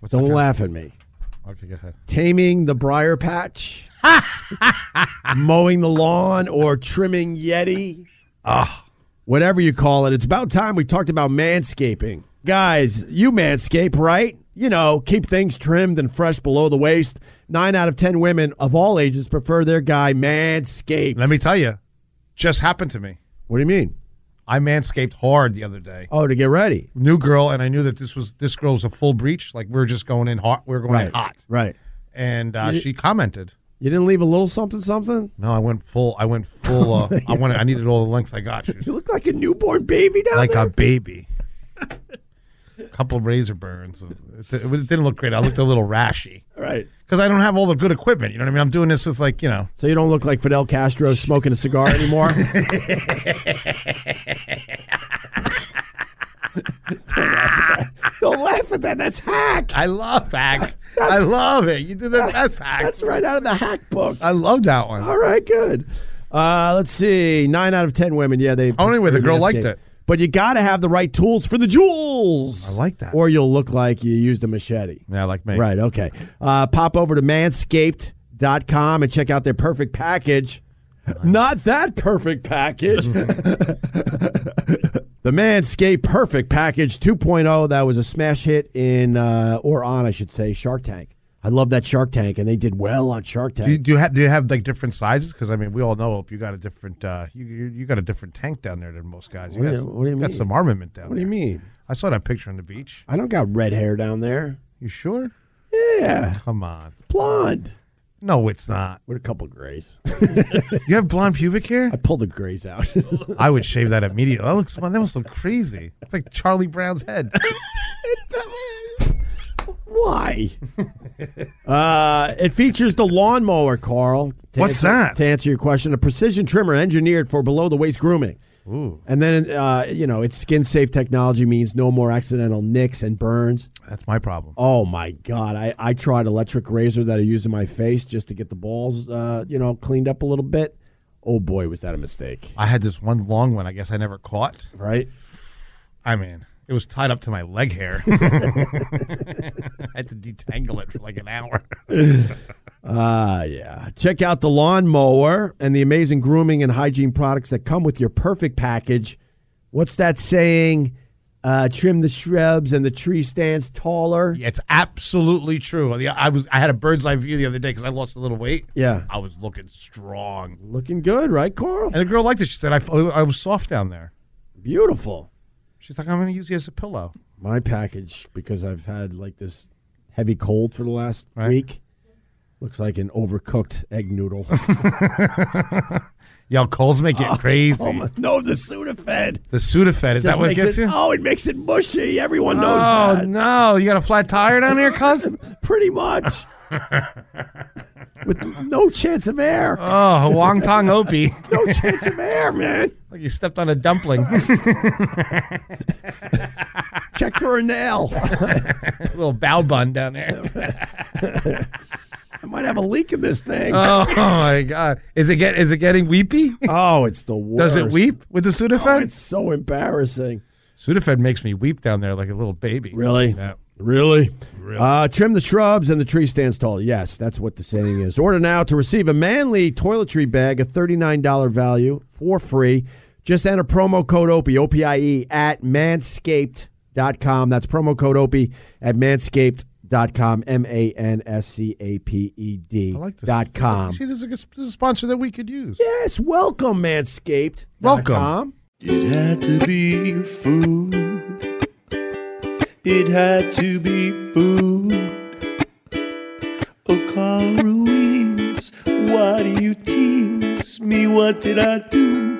E: What's
C: Don't
E: that
C: laugh at me.
E: guy? Okay, go ahead.
C: Taming the briar patch, mowing the lawn, or trimming Yeti. Ah. Whatever you call it. It's about time we talked about manscaping. Guys, you manscape, right? You know, keep things trimmed and fresh below the waist. Nine out of 10 women of all ages prefer their guy manscaped.
E: Let me tell you, just happened to me.
C: what do you mean?
E: I manscaped hard the other day.
C: Oh, to get ready.
E: New girl, and I knew that this was this girl was a full breach. Like we were just going in hot. We were going in hot.
C: Right.
E: And uh, she commented.
C: You didn't leave a little something something?
E: No, I went full. I went full. Uh, I wanted. I needed all the length I got. She was
C: You look like a newborn baby down
E: like
C: there.
E: a baby. couple razor burns. It it didn't look great. I looked a little rashy
C: right.
E: because I don't have all the good equipment. You know what I mean? I'm doing this with like you know.
C: So you don't look like Fidel Castro smoking a cigar anymore? don't laugh at that. That's hack.
E: I love hack. I love it. You did the best hack.
C: That's right out of the hack book.
E: I love that one.
C: All right, good. Uh, let's see. Nine out of ten women. Yeah, they.
E: Only way the girl liked
C: Manscaped.
E: it.
C: But you got to have the right tools for the jewels.
E: I like that.
C: Or you'll look like you used a machete.
E: Yeah, like me.
C: Right, okay. Uh, pop over to manscaped.com and check out their perfect package. Not that perfect package. the Manscaped Perfect Package 2.0. That was a smash hit in, uh, or on, I should say, Shark Tank. I love that Shark Tank, and they did well on Shark Tank.
E: Do you, do you have do you have like different sizes? Because I mean, we all know if you got a different uh, you you you got a different tank down there than most guys. You
C: What do
E: got,
C: you- what do you
E: got
C: mean?
E: some armament down.
C: what do you
E: there.
C: mean?
E: I saw that picture on the beach.
C: I don't got red hair down there.
E: You sure?
C: Yeah,
E: Come on.
C: blonde
E: No, it's not.
C: with a couple grays.
E: You have blonde pubic hair.
C: I pulled the grays out.
E: I would shave that immediately. That looks that must look crazy. It's like Charlie Brown's head.
C: Why? uh, it features the lawnmower, Carl. to
E: What's
C: answer-
E: that?
C: To answer your question, a precision trimmer engineered for below the waist grooming.
E: Ooh,
C: And then, uh, you know, its skin safe technology means no more accidental nicks and burns.
E: that's my problem.
C: Oh my God. I, I tried electric razor that I use in my face just to get the balls, uh, you know, cleaned up a little bit. Oh boy, was that a mistake,
E: I had this one long one. I guess I never caught.
C: right?
E: I mean, it was tied up to my leg hair. I had to detangle it for like an hour.
C: Ah, yeah. Check out the lawnmower and the amazing grooming and hygiene products that come with your perfect package. What's that saying? Uh, trim the shrubs and the tree stands taller.
E: Yeah, It's absolutely true. The- I was I had a bird's eye view the other day because I lost a little weight.
C: Yeah.
E: I was looking strong,
C: Looking good, right, Carl?
E: and the girl liked it. She said I, I was soft down there.
C: Beautiful.
E: She's like, I'm going to use you as a pillow.
C: My package, because I've had like this heavy cold for the last
E: Right.
C: week, looks like an overcooked egg noodle.
E: Y'all colds make it crazy.
C: Oh, my- no, the Sudafed.
E: The Sudafed is that
C: Just
E: what
C: makes
E: gets
C: it,
E: you?
C: Oh, it makes it mushy. Everyone knows
E: Oh
C: that.
E: no! You got a flat tire down here, cousin?
C: Pretty much. Oh. With no chance of air.
E: Oh, Wong Tong Opie!
C: No chance of air, man.
E: like you stepped on a dumpling.
C: Check for a nail.
E: little bow bun down there.
C: I might have a leak in this thing.
E: Oh, my God! Is it get? Is it getting weepy?
C: oh, it's the worst.
E: Does it weep with the
C: Oh,
E: Sudafed?
C: it's so embarrassing.
E: Sudafed makes me weep down there like a little baby.
C: Really?
E: Yeah.
C: Really? Uh, trim the shrubs and the tree stands tall. Yes, that's what the saying is. Order now to receive a manly toiletry bag, a $39 value for free. Just enter promo code OPIE, O-P-I-E, E at manscaped.com. That's promo code OPIE E at manscaped.com, M-A-N-S-C-A-P-E-D
E: I like this.
C: E dot com.
E: See, this is, a, good- this is a sponsor that we could use.
C: Yes, welcome, Manscaped.
E: Welcome.
A: It had to be food. It had to be food. Oh, Carl Ruiz, why do you tease me? What did I do?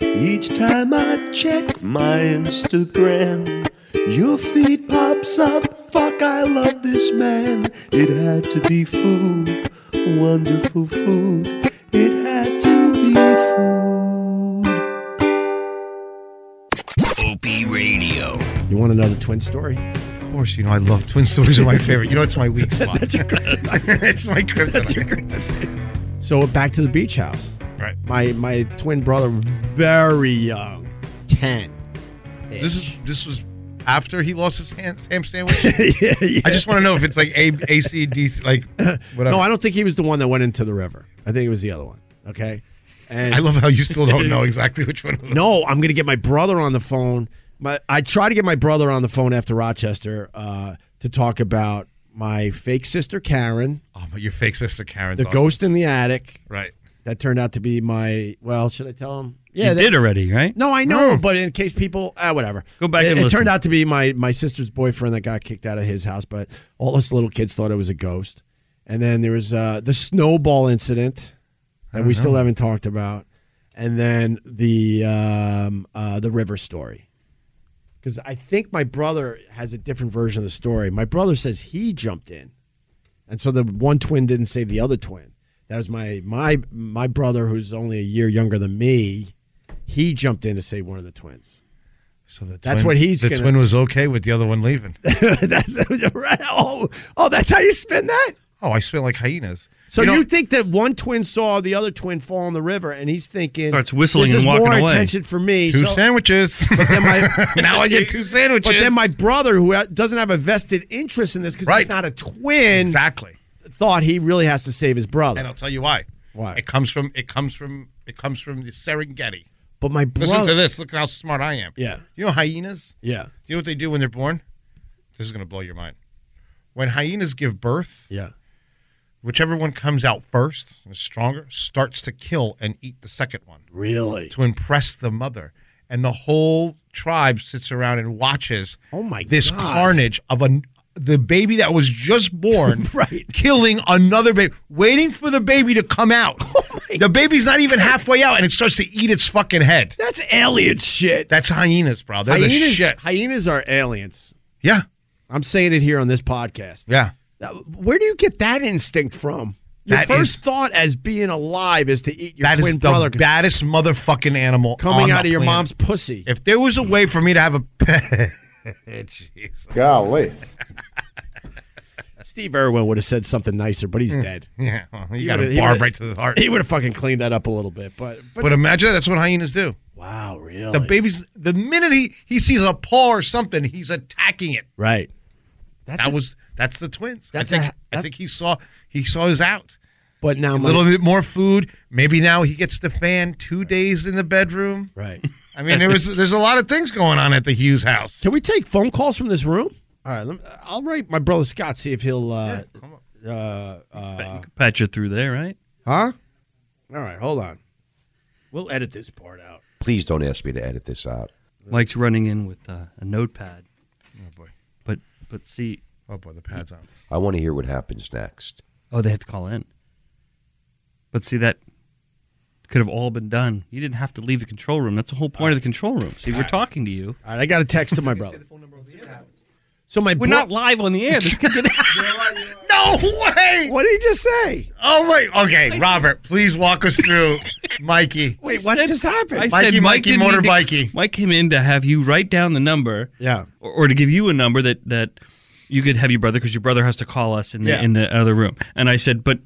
A: Each time I check my Instagram, your feed pops up. Fuck, I love this man. It had to be food, wonderful food. It had to be food.
K: Opie Radio.
C: You want another twin story?
E: Of course, you know I love twin stories are my favorite. You know it's my weak spot. it's my kryptonite.
C: So back to the beach house.
E: Right.
C: My my twin brother, very young, ten.
E: This is this was after he lost his ham, ham sandwich.
C: yeah, yeah.
E: I just want to know if it's like A A C D like whatever.
C: no, I don't think he was the one that went into the river. I think it was the other one. Okay. And
E: I love how you still don't know exactly which one. Of those.
C: No, I'm gonna get my brother on the phone. My I tried to get my brother on the phone after Rochester uh, to talk about my fake sister Karen,
E: Oh, but your fake sister Karen's
C: the
E: awesome.
C: ghost in the attic.
E: Right.
C: That turned out to be my. Well, should I tell him? Yeah,
J: you
C: that-
J: did already, right?
C: No, I know, but in case people, ah, whatever.
J: Go back
C: It,
J: and
C: it
J: listen.
C: turned out to be my my sister's boyfriend that got kicked out of his house, but all us little kids thought it was a ghost. And then there was uh, the snowball incident that we
J: Uh-huh.
C: still haven't talked about, and then the um, uh, the river story. Because I think my brother has a different version of the story. My brother says he jumped in, and so the one twin didn't save the other twin. That was my my my brother, who's only a year younger than me he jumped in to save one of the twins.
E: So the
C: That's
E: twin-
C: what he's
E: The
C: gonna-
E: twin was okay with the other one leaving.
C: that's right. Oh, oh, that's how you spin that.
E: Oh, I spit like hyenas.
C: So you,
E: you, know,
C: think that one twin saw the other twin fall in the river, and he's thinking
J: Starts whistling
C: this
J: and
C: is
J: walking
C: more
J: away.
C: attention for me.
E: two
C: so-
E: sandwiches.
C: then my-
E: now I get two sandwiches.
C: but then my brother, who ha- doesn't have a vested interest in this because
E: Right.
C: he's not a twin,
E: exactly.
C: thought he really has to save his
E: And I'll
C: brother.
E: tell you why.
C: Why?
E: It comes from it comes from it comes from the Serengeti.
C: But my
E: Listen to
C: brother,
E: this. Look how smart I am.
C: Yeah.
E: You know hyenas?
C: yeah,
E: You know what they do when they're born? This is gonna blow your mind. When hyenas give birth,
C: yeah,
E: whichever one comes out first and is stronger starts to kill and eat the second one
C: really.
E: to impress the mother. And the whole tribe sits around and watches
C: Oh my
E: this
C: God.
E: carnage of a the baby that was just born
C: Right.
E: killing another baby, waiting for the baby to come out.
C: Oh my
E: the baby's not even halfway out and it starts to eat its fucking head.
C: That's alien shit.
E: That's hyenas, bro. They're the
C: hyenas,
E: shit.
C: hyenas are aliens.
E: Yeah.
C: I'm saying it here on this podcast.
E: Yeah.
C: Now, Where do you get that instinct from? Your
E: That
C: first
E: is-
C: thought as being alive is to eat your
E: That is
C: twin
E: the
C: brother
E: baddest motherfucking animal on
C: coming
E: the
C: out of your
E: planet.
C: mom's pussy.
E: If there was a way for me to have a pet, jeez.
I: Golly.
C: Steve Irwin would have said something nicer, but he's dead.
E: Yeah, well, you
C: He
E: got
C: would've-
E: a
C: he
E: barb
C: would've-
E: right to the heart.
C: He would have fucking cleaned that up a little bit, but but,
E: But imagine that's what hyenas do.
C: wow, really?
E: The baby's the minute he, he sees a paw or something, he's attacking it.
C: right. That's
E: That
C: a-
E: was that's the twins.
C: That's
E: I
C: a-
E: think I
C: that-
E: think he saw he saw his out.
C: but now
E: A
C: my,
E: little bit more food. Maybe now he gets the fan two days in the bedroom.
C: right.
E: I mean, there was there's a lot of things going on at the Hughes house.
C: Can we take phone calls from this room? All right, let me, I'll write my brother Scott see if he'll uh, uh, uh
J: Pat you through there, right?
C: huh? uh, All right, hold on. We'll edit this part out.
A: Please don't ask me to edit this out.
J: Mike's Mm. running in with uh, a notepad,
E: oh boy,
J: but but see,
E: oh boy, the pad's on.
A: I want to hear what happens next.
J: oh, they have to call in. But see, that could have all been done. You didn't have to leave the control room. That's the whole point of the control room. See, we're talking to you.
C: All right, I got a text to my brother. So my
J: We're
C: bro-
J: not live on the air. This could get
E: No way!
C: What did he just say?
E: Oh wait, okay, Robert, please walk us through Mikey.
C: Wait, what just happened?
J: I
E: Mikey,
J: said Mike
E: Mikey,
J: didn't need to-
E: motorbikey.
J: Mike came in to have you write down the number,
C: yeah.
J: or, or to give you a number that that you could have your brother because your brother has to call us in the
C: Yeah.
J: in the other room. And I said, but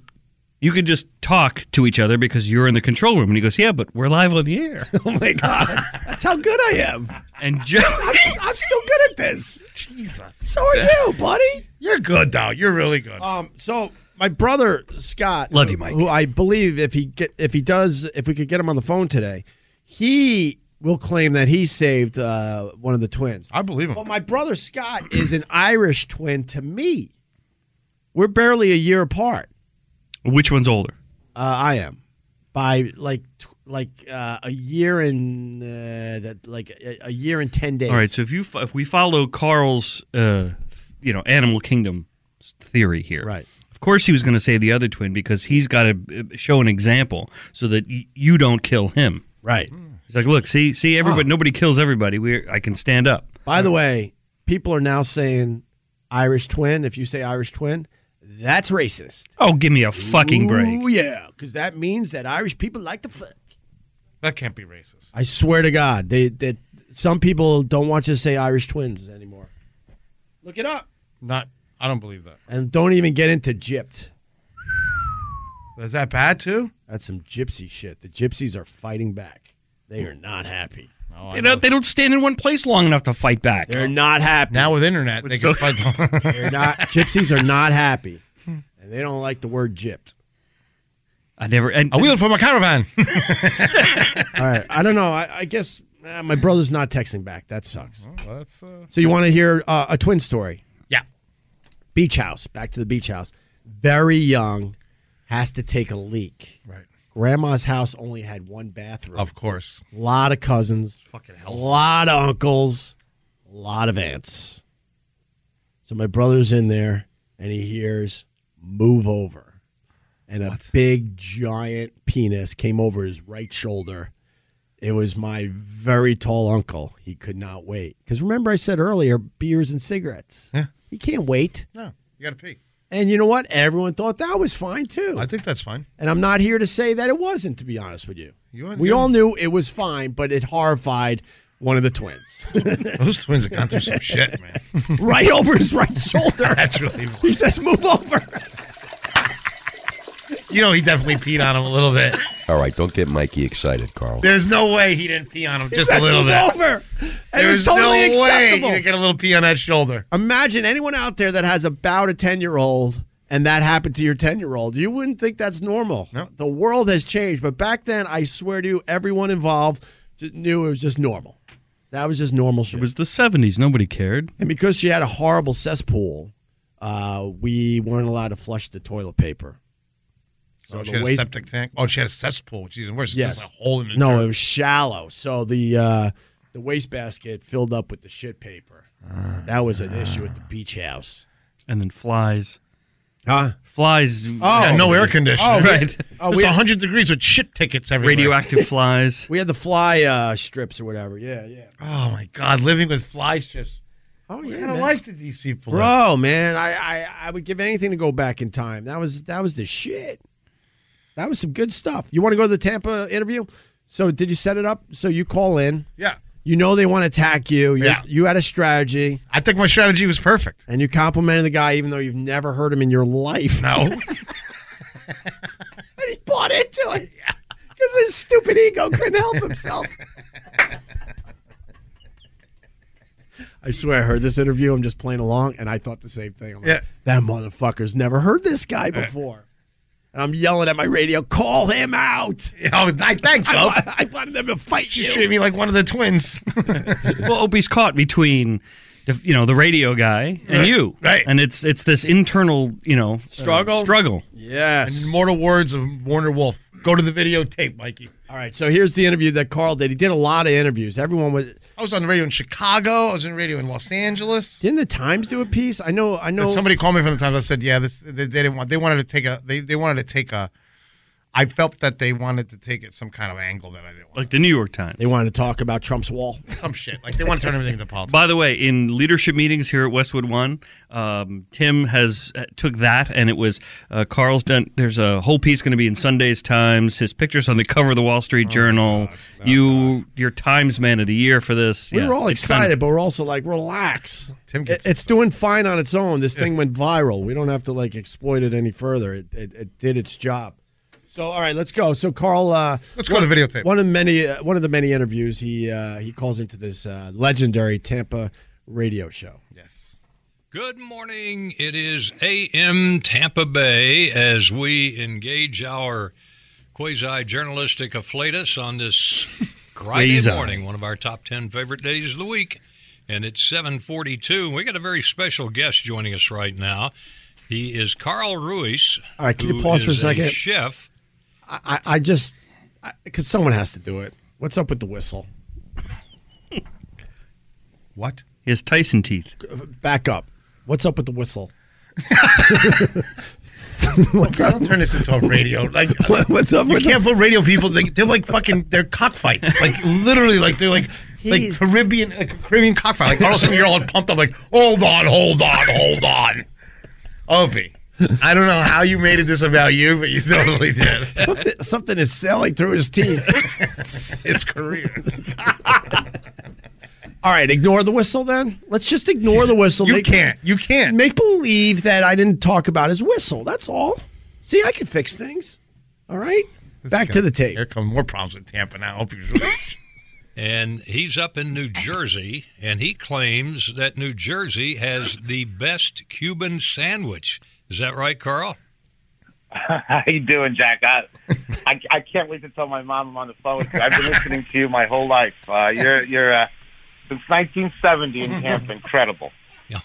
J: you could just talk to each other because you're in the control room. And he goes, yeah, but we're live on the air.
C: Oh my god, that's how good I am.
J: and Joe,
C: I'm, I'm still good at this. Jesus. So are you, buddy?
E: You're good though. You're really good.
C: Um. So my brother Scott,
J: Love you, Mike.
C: who I believe if he get if he does if we could get him on the phone today, he will claim that he saved uh, one of the twins.
E: I believe him.
C: But my brother Scott is an Irish twin to me. We're barely a year apart.
J: Which one's older?
C: Uh, I am by like tw- like uh, a year and uh, that like a, a year and ten days.
J: All right. So if you fo- if we follow Carl's uh, you know animal kingdom theory here,
C: Right.
J: Of course, he was going to say the other twin because he's got to show an example so that y- you don't kill him.
C: right. Oh.
J: He's like, look, see, see, everybody, nobody kills everybody. We, I can stand up.
C: By the way, people are now saying Irish twin. If you say Irish twin, that's racist.
J: Oh, give me a fucking break.
C: Ooh, Oh, yeah, because that means that Irish people like to fuck.
E: That can't be racist.
C: I swear to God, they that some people don't want you to say Irish twins anymore. Look it up,
E: Not. I don't believe that.
C: and don't even get into gypped.
E: Is that bad too?
C: That's some gypsy shit. The gypsies are fighting back. They are not happy.
E: No,
J: They don't, they don't stand in one place long enough to fight back.
C: They're not happy.
E: Now with internet, they
J: so-
E: can find.
C: They're not. gypsies are not happy, and they don't like the word gypped.
J: I never. And,
E: I wheel for my caravan.
C: All right, I don't know. I, I guess eh, my brother's not texting back. That sucks.
E: That's uh,
C: So you want to hear uh, a twin story?
E: yeah.
C: beach house. Back to the beach house. Very young, has to take a leak.
E: Right.
C: Grandma's house only had one bathroom.
E: Of course.
C: A lot of cousins.
E: Fucking
C: A lot of uncles. A lot of aunts. So my brother's in there and he hears move over. And a big giant penis came over his right shoulder. It was my very tall uncle. He could not wait. Because remember, I said earlier beers and cigarettes.
E: Yeah.
C: He can't wait.
E: No, you gotta pee.
C: And you know what? Everyone thought that was fine too.
E: I think that's fine.
C: and I'm not here to say that it wasn't, to be honest with you.
E: You are-
C: we
E: you-
C: all knew it was fine, but it horrified one of the twins.
E: Those twins have gone through some shit, man.
C: right over his right shoulder.
E: That's really.
C: He says, move over.
E: You know, he definitely peed on him a little bit.
A: All right, don't get Mikey excited, Carl.
E: There's no way he didn't pee on him just a little
C: move
E: bit.
C: over. And it
E: There's
C: was totally
E: no way
C: acceptable.
E: you didn't get a little pee on that shoulder.
C: Imagine anyone out there that has about a 10 year old and that happened to your 10 year old. You wouldn't think that's normal.
E: No.
C: The world has changed. But back then, I swear to you, everyone involved j- knew it was just normal. That was just normal shit.
J: it was the 70s. Nobody cared.
C: And because she had a horrible cesspool, uh, we weren't allowed to flush the toilet paper. So
E: Oh, she
C: the
E: had a
C: waste.
E: septic tank. Oh, she had a cesspool, which is even worse. It's
C: Yes.
E: just a hole in the
C: no,
E: dirt.
C: it was shallow. So the uh, the wastebasket filled up with the shit paper.
E: Ah.
C: that was an issue at the beach house.
J: And then flies.
C: Huh?
J: Flies.
E: Yeah, no air conditioner.
C: Oh,
J: right.
C: Oh,
E: it's
C: we, had,
E: 100 degrees with shit tickets everywhere.
J: Radioactive flies.
C: we had the fly uh, strips or whatever. Yeah, yeah.
E: Oh my God, living with flies just.
C: Oh
E: What
C: yeah,
E: kind of
C: man.
E: life did these people? live?
C: bro, man. I, I I would give anything to go back in time. That was that was the shit. That was some good stuff. You want to go to the Tampa interview? So did you set it up? So you call in.
E: Yeah,
C: You know they want to attack you. you
E: Yeah.
C: You had a strategy,
E: I think my strategy was perfect.
C: and you complimented the guy even though you've never heard him in your life.
E: No,
C: And he bought into it because his stupid ego couldn't help himself. I swear, I heard this interview. I'm just playing along, and I thought the same thing. I'm like,
E: Yeah.
C: that motherfucker's never heard this guy before. And I'm yelling at my radio, call him out.
E: you know, Oh, I think
C: I,
E: so.
C: wa- I wanted them to fight
E: She
C: you.
E: treated me like one of the twins.
J: well, Opie's caught between, the, you know, the radio guy and
E: Right,
J: you.
E: right.
J: And it's it's this internal, you know, uh,
C: Struggle?
J: struggle.
C: Yes.
E: Immortal words of Warner Wolf. Go to the videotape, Mikey.
C: All right, so here's the interview that Carl did. He did a lot of interviews. Everyone was
E: I was on the radio in Chicago. I was on the radio in Los Angeles.
C: Didn't the Times do a piece? I know. I know.
E: And somebody called me from the Times. I said, "Yeah, this, they, they didn't want. They wanted to take a. They, they wanted to take a. I felt that they wanted to take it some kind of angle that I didn't want.
J: Like the New York Times.
C: they wanted to talk about Trump's wall.
E: Some shit. Like they want to turn everything into politics.
J: By the way, in leadership meetings here at Westwood One, um, Tim has uh, took that, and it was uh, Carl's done. There's a whole piece going to be in Sunday's Times. His pictures on the cover of the Wall
C: Oh
J: Street Journal. you, your Times Man of the Year for this.
C: We
J: Yeah,
C: were all
J: it's
C: excited,
J: kind of-
C: but we're also like, relax.
E: Tim
C: It-
E: gets
C: it's doing fine on its own. This thing went viral. We don't have to like exploit it any further. It, it, it did its job. So all right, let's go. So Carl, uh,
E: Let's go to the videotape.
C: one of the many uh, one of the many interviews he uh, he calls into this uh, legendary Tampa radio show.
E: yes.
K: Good morning. It is AM Tampa Bay as we engage our quasi journalistic afflatus on this Friday
J: Quasi.
K: morning, one of our top 10 favorite days of the week. And it's 742. We got a very special guest joining us right now. He is Carl Ruiz.
C: All right, can you
K: who
C: pause for a
K: is
C: second?
K: chef.
C: I, I, I just because someone has to do it. What's up with the whistle?
E: What?
J: He has Tyson teeth.
C: uh, Back up. What's up with the whistle?
L: What's up? Don't turn this into a radio. Like,
C: What- what's up
L: You
C: with
L: can't put radio people. They, they're like fucking. They're cockfights. Like literally, like they're like like
M: He's-
L: Caribbean like Caribbean cockfight. Like all of a sudden you're all pumped up. Like hold on, hold on, hold on. Opie, I don't know how you made it this about you, but you totally did.
C: something, something is sailing through his teeth.
L: His career.
C: All right, ignore the whistle then. Let's just ignore the whistle.
L: You can't. You can't.
C: Make believe that I didn't talk about his whistle. That's all. See, I can fix things. All right. Back to the tape.
L: Here come more problems with Tampa now. Opie.
K: And he's up in New Jersey, and he claims that New Jersey has the best Cuban sandwich. Is that right, Carl?
N: How you doing, Jack? I, I I can't wait to tell my mom I'm on the phone. I've been listening to you my whole life. Uh, you're you're uh, since 1970 in Tampa. Incredible.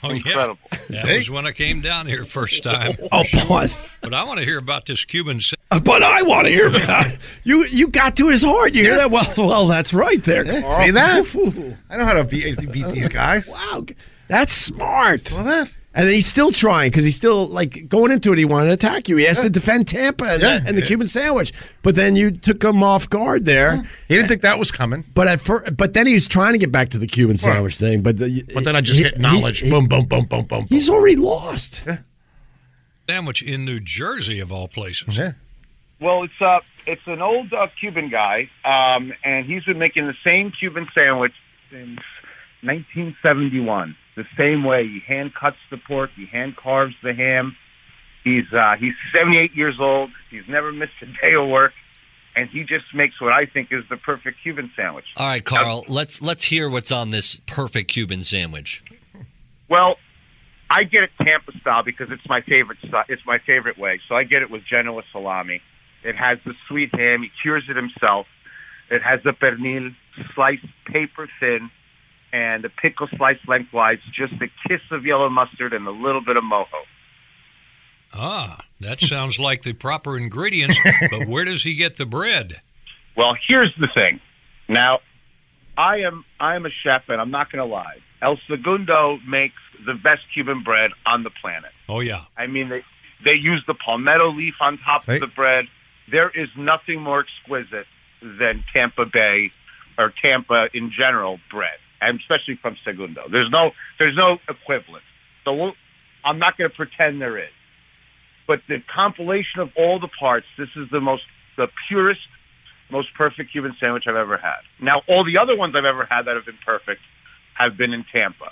K: Oh,
N: Incredible.
K: Yeah. That was when I came down here first time.
C: Oh, pause.
K: But I want to hear about this Cuban sa-
C: But I want to hear about it. You you got to his heart. You hear that? Well, well, that's right there. Carl.
L: see that?
C: Ooh.
L: I know how to beat, beat these guys.
C: Wow, that's smart.
L: Saw that.
C: And then he's still trying because he's still like going into it. He wanted to attack you. He has to defend Tampa and,
L: Yeah.
C: the, and the Cuban sandwich, but then you took him off guard there.
L: He didn't think that was coming.
C: But at first, but then he's trying to get back to the Cuban sandwich thing. But the,
L: But then I just
C: he-
L: hit knowledge.
C: he-
L: boom, boom, boom, boom, boom.
C: he's already lost.
K: sandwich in New Jersey, of all places?
L: Yeah.
N: Well, it's uh, it's an old uh, Cuban guy, um, and he's been making the same Cuban sandwich since 1971. The same way he hand cuts the pork, he hand carves the ham. He's uh, he's 78 years old. He's never missed a day of work, and he just makes what I think is the perfect Cuban sandwich.
O: All right, Carl. Let's let's hear what's on this perfect Cuban sandwich.
N: Well, I get it Tampa style because it's my favorite. sti- It's my favorite way. So I get it with Genoa salami. It has the sweet ham. He cures it himself. It has the pernil sliced paper thin, and the pickle sliced lengthwise. Just a kiss of yellow mustard and a little bit of mojo.
K: Ah, that sounds like the proper ingredients. But where does he get the bread?
N: Well, here's the thing. Now, I am I am a chef, and I'm not going to lie. El Segundo makes the best Cuban bread on the planet.
K: Oh yeah.
N: I mean, they they use the palmetto leaf on top
K: Say-
N: of the bread. There is nothing more exquisite than Tampa Bay or Tampa in general bread, and especially from Segundo. There's no there's no equivalent. So we'll, I'm not going to pretend there is. But the compilation of all the parts, this is the most the purest, most perfect Cuban sandwich I've ever had. Now, all the other ones I've ever had that have been perfect have been in Tampa.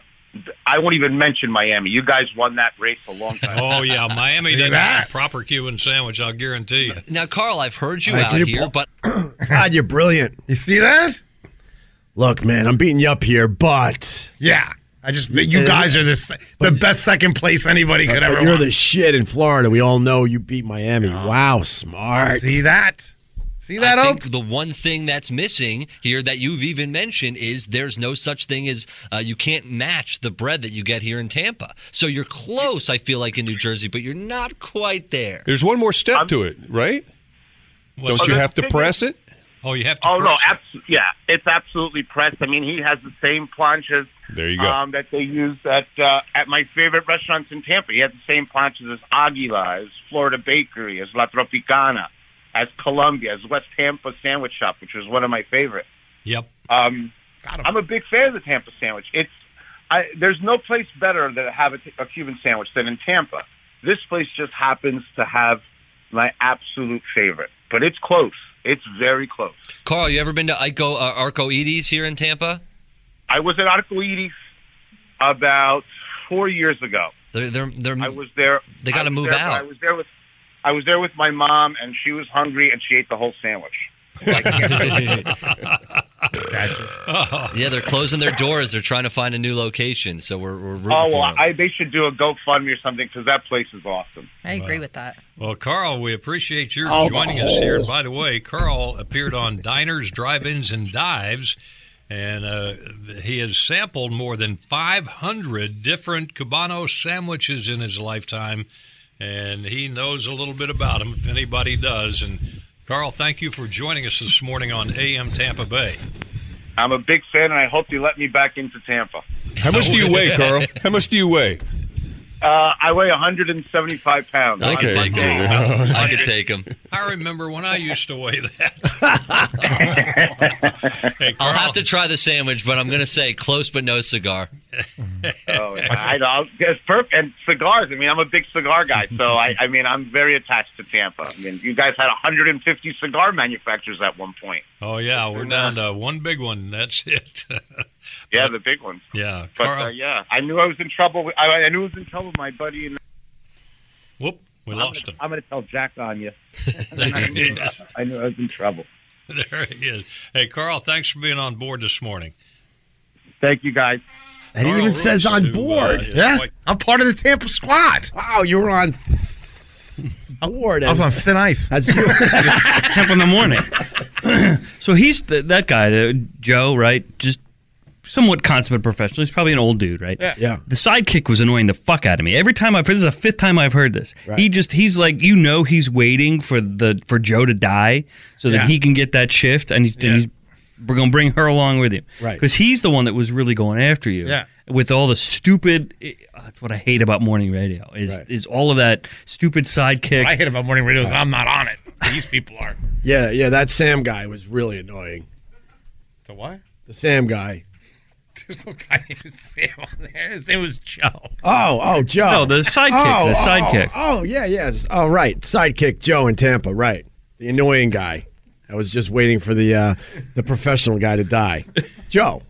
N: I won't even mention Miami. You guys won that race a long time.
K: Oh yeah, Miami doesn't have a proper Cuban sandwich. I'll guarantee you.
O: Now, Carl, I've heard
K: you
C: All right,
K: out
C: can you
K: here,
C: pull-
O: but
C: God, you're brilliant.
L: You see that?
C: Look, man, I'm beating you up here, but
L: Yeah. I just you guys are this the best second place anybody
C: but
L: could ever.
C: you're
L: want.
C: the shit in Florida. We all know you beat Miami. Wow, smart.
L: See that? See
O: I think the one thing that's missing here that you've even mentioned is there's no such thing as uh, you can't match the bread that you get here in Tampa. So you're close, I feel like, in New Jersey, but you're not quite there.
P: There's one more step to it, right?
N: Oh,
P: Don't you
N: the
P: have to
N: thing
P: press it?
K: Oh, you have
N: Oh no, abso- yeah, it's absolutely pressed. I mean, he has the same planches
P: There you go.
N: um, that they use at uh, at my favorite restaurants in Tampa. He has the same planches as Aguila, as Florida Bakery, as La Tropicana, as Columbia, as West Tampa Sandwich Shop, which was one of my favorite.
K: Yep.
N: Um, I'm a big fan of the Tampa sandwich. It's I, there's no place better that have a, a Cuban sandwich than in Tampa. This place just happens to have my absolute favorite, but it's close. It's very close.
O: Carl, you ever been to Ico uh, Arcoides here in Tampa?
N: I was at Arcoides about four years ago.
O: They're, they're, they're,
N: I was there.
O: They gotta
N: I was
O: move
N: there-
O: out.
N: I was there with, I was there with my mom, and she was hungry, and she ate the whole sandwich.
O: yeah, they're closing their doors. They're trying to find a new location. So we're, we're rooting
N: Oh
O: for
N: well,
O: 'em.
N: I, they should do a GoFundMe or something because that place is awesome.
M: I agree with that.
K: Well, Carl, we appreciate your
N: Oh, the
K: joining us here.
N: hole.
K: And by the way, Carl appeared on Diners, Drive-Ins, and Dives, and uh, he has sampled more than 500 different Cubano sandwiches in his lifetime, and he knows a little bit about them if anybody does. And Carl, thank you for joining us this morning on AM Tampa Bay.
N: I'm a big fan, and I hope you let me back into Tampa.
P: How much do you weigh, Carl? How much do you weigh?
N: Uh, I weigh 175 pounds.
P: I could take it. I
O: could take him.
K: I remember when I used to weigh that.
O: I'll have to try the sandwich, but I'm going to say close but no cigar.
N: Oh, yeah. I, know. It's perfect. And cigars. I mean, I'm a big cigar guy, so I, I mean, I'm very attached to Tampa. I mean, you guys had 150 cigar manufacturers at one point.
K: Oh yeah, we're down to one big one. That's it.
N: Yeah, the big ones.
K: Yeah,
N: But
K: Carl.
N: uh, yeah, I knew I was in trouble. With, I, I knew I was in trouble with my buddy. And
K: Whoop, we lost him.
N: I'm going to tell Jack on you.
K: There he is.
N: I knew I was in trouble.
K: There he is. Hey, Carl, thanks for being on board this morning.
N: Thank you, guys.
C: And he even says on board.
K: yeah,
C: I'm part of the Tampa squad. Wow, you were on board.
J: I was on
C: thin ice. That's
J: up in the morning. so he's th- that guy, the, Joe, right? Just somewhat consummate professional. He's probably an old dude, right?
C: Yeah. Yeah.
J: The sidekick was annoying the fuck out of me. Every time I've this is the fifth time I've heard this.
C: Right.
J: He just he's like, you know, he's waiting for the for Joe to die so that
C: Yeah.
J: he can get that shift, and, he, and he's we're gonna bring her along with him,
C: Right.
J: Because he's the one that was really going after you,
C: Yeah.
J: With all the stupid, it, uh, that's what I hate about morning radio is is all of that stupid sidekick.
E: I hate about morning radio is I'm not on it. These people are.
C: Yeah, yeah, that Sam guy was really annoying.
E: The what?
C: The Sam guy.
E: There's no guy named Sam on there. His name was Joe.
C: Oh, oh, Joe.
J: No, the sidekick, the sidekick.
C: Oh, oh, yeah, yes. Oh, right. Sidekick Joe in Tampa, right. The annoying guy. I was just waiting for the uh, the professional guy to die. Joe.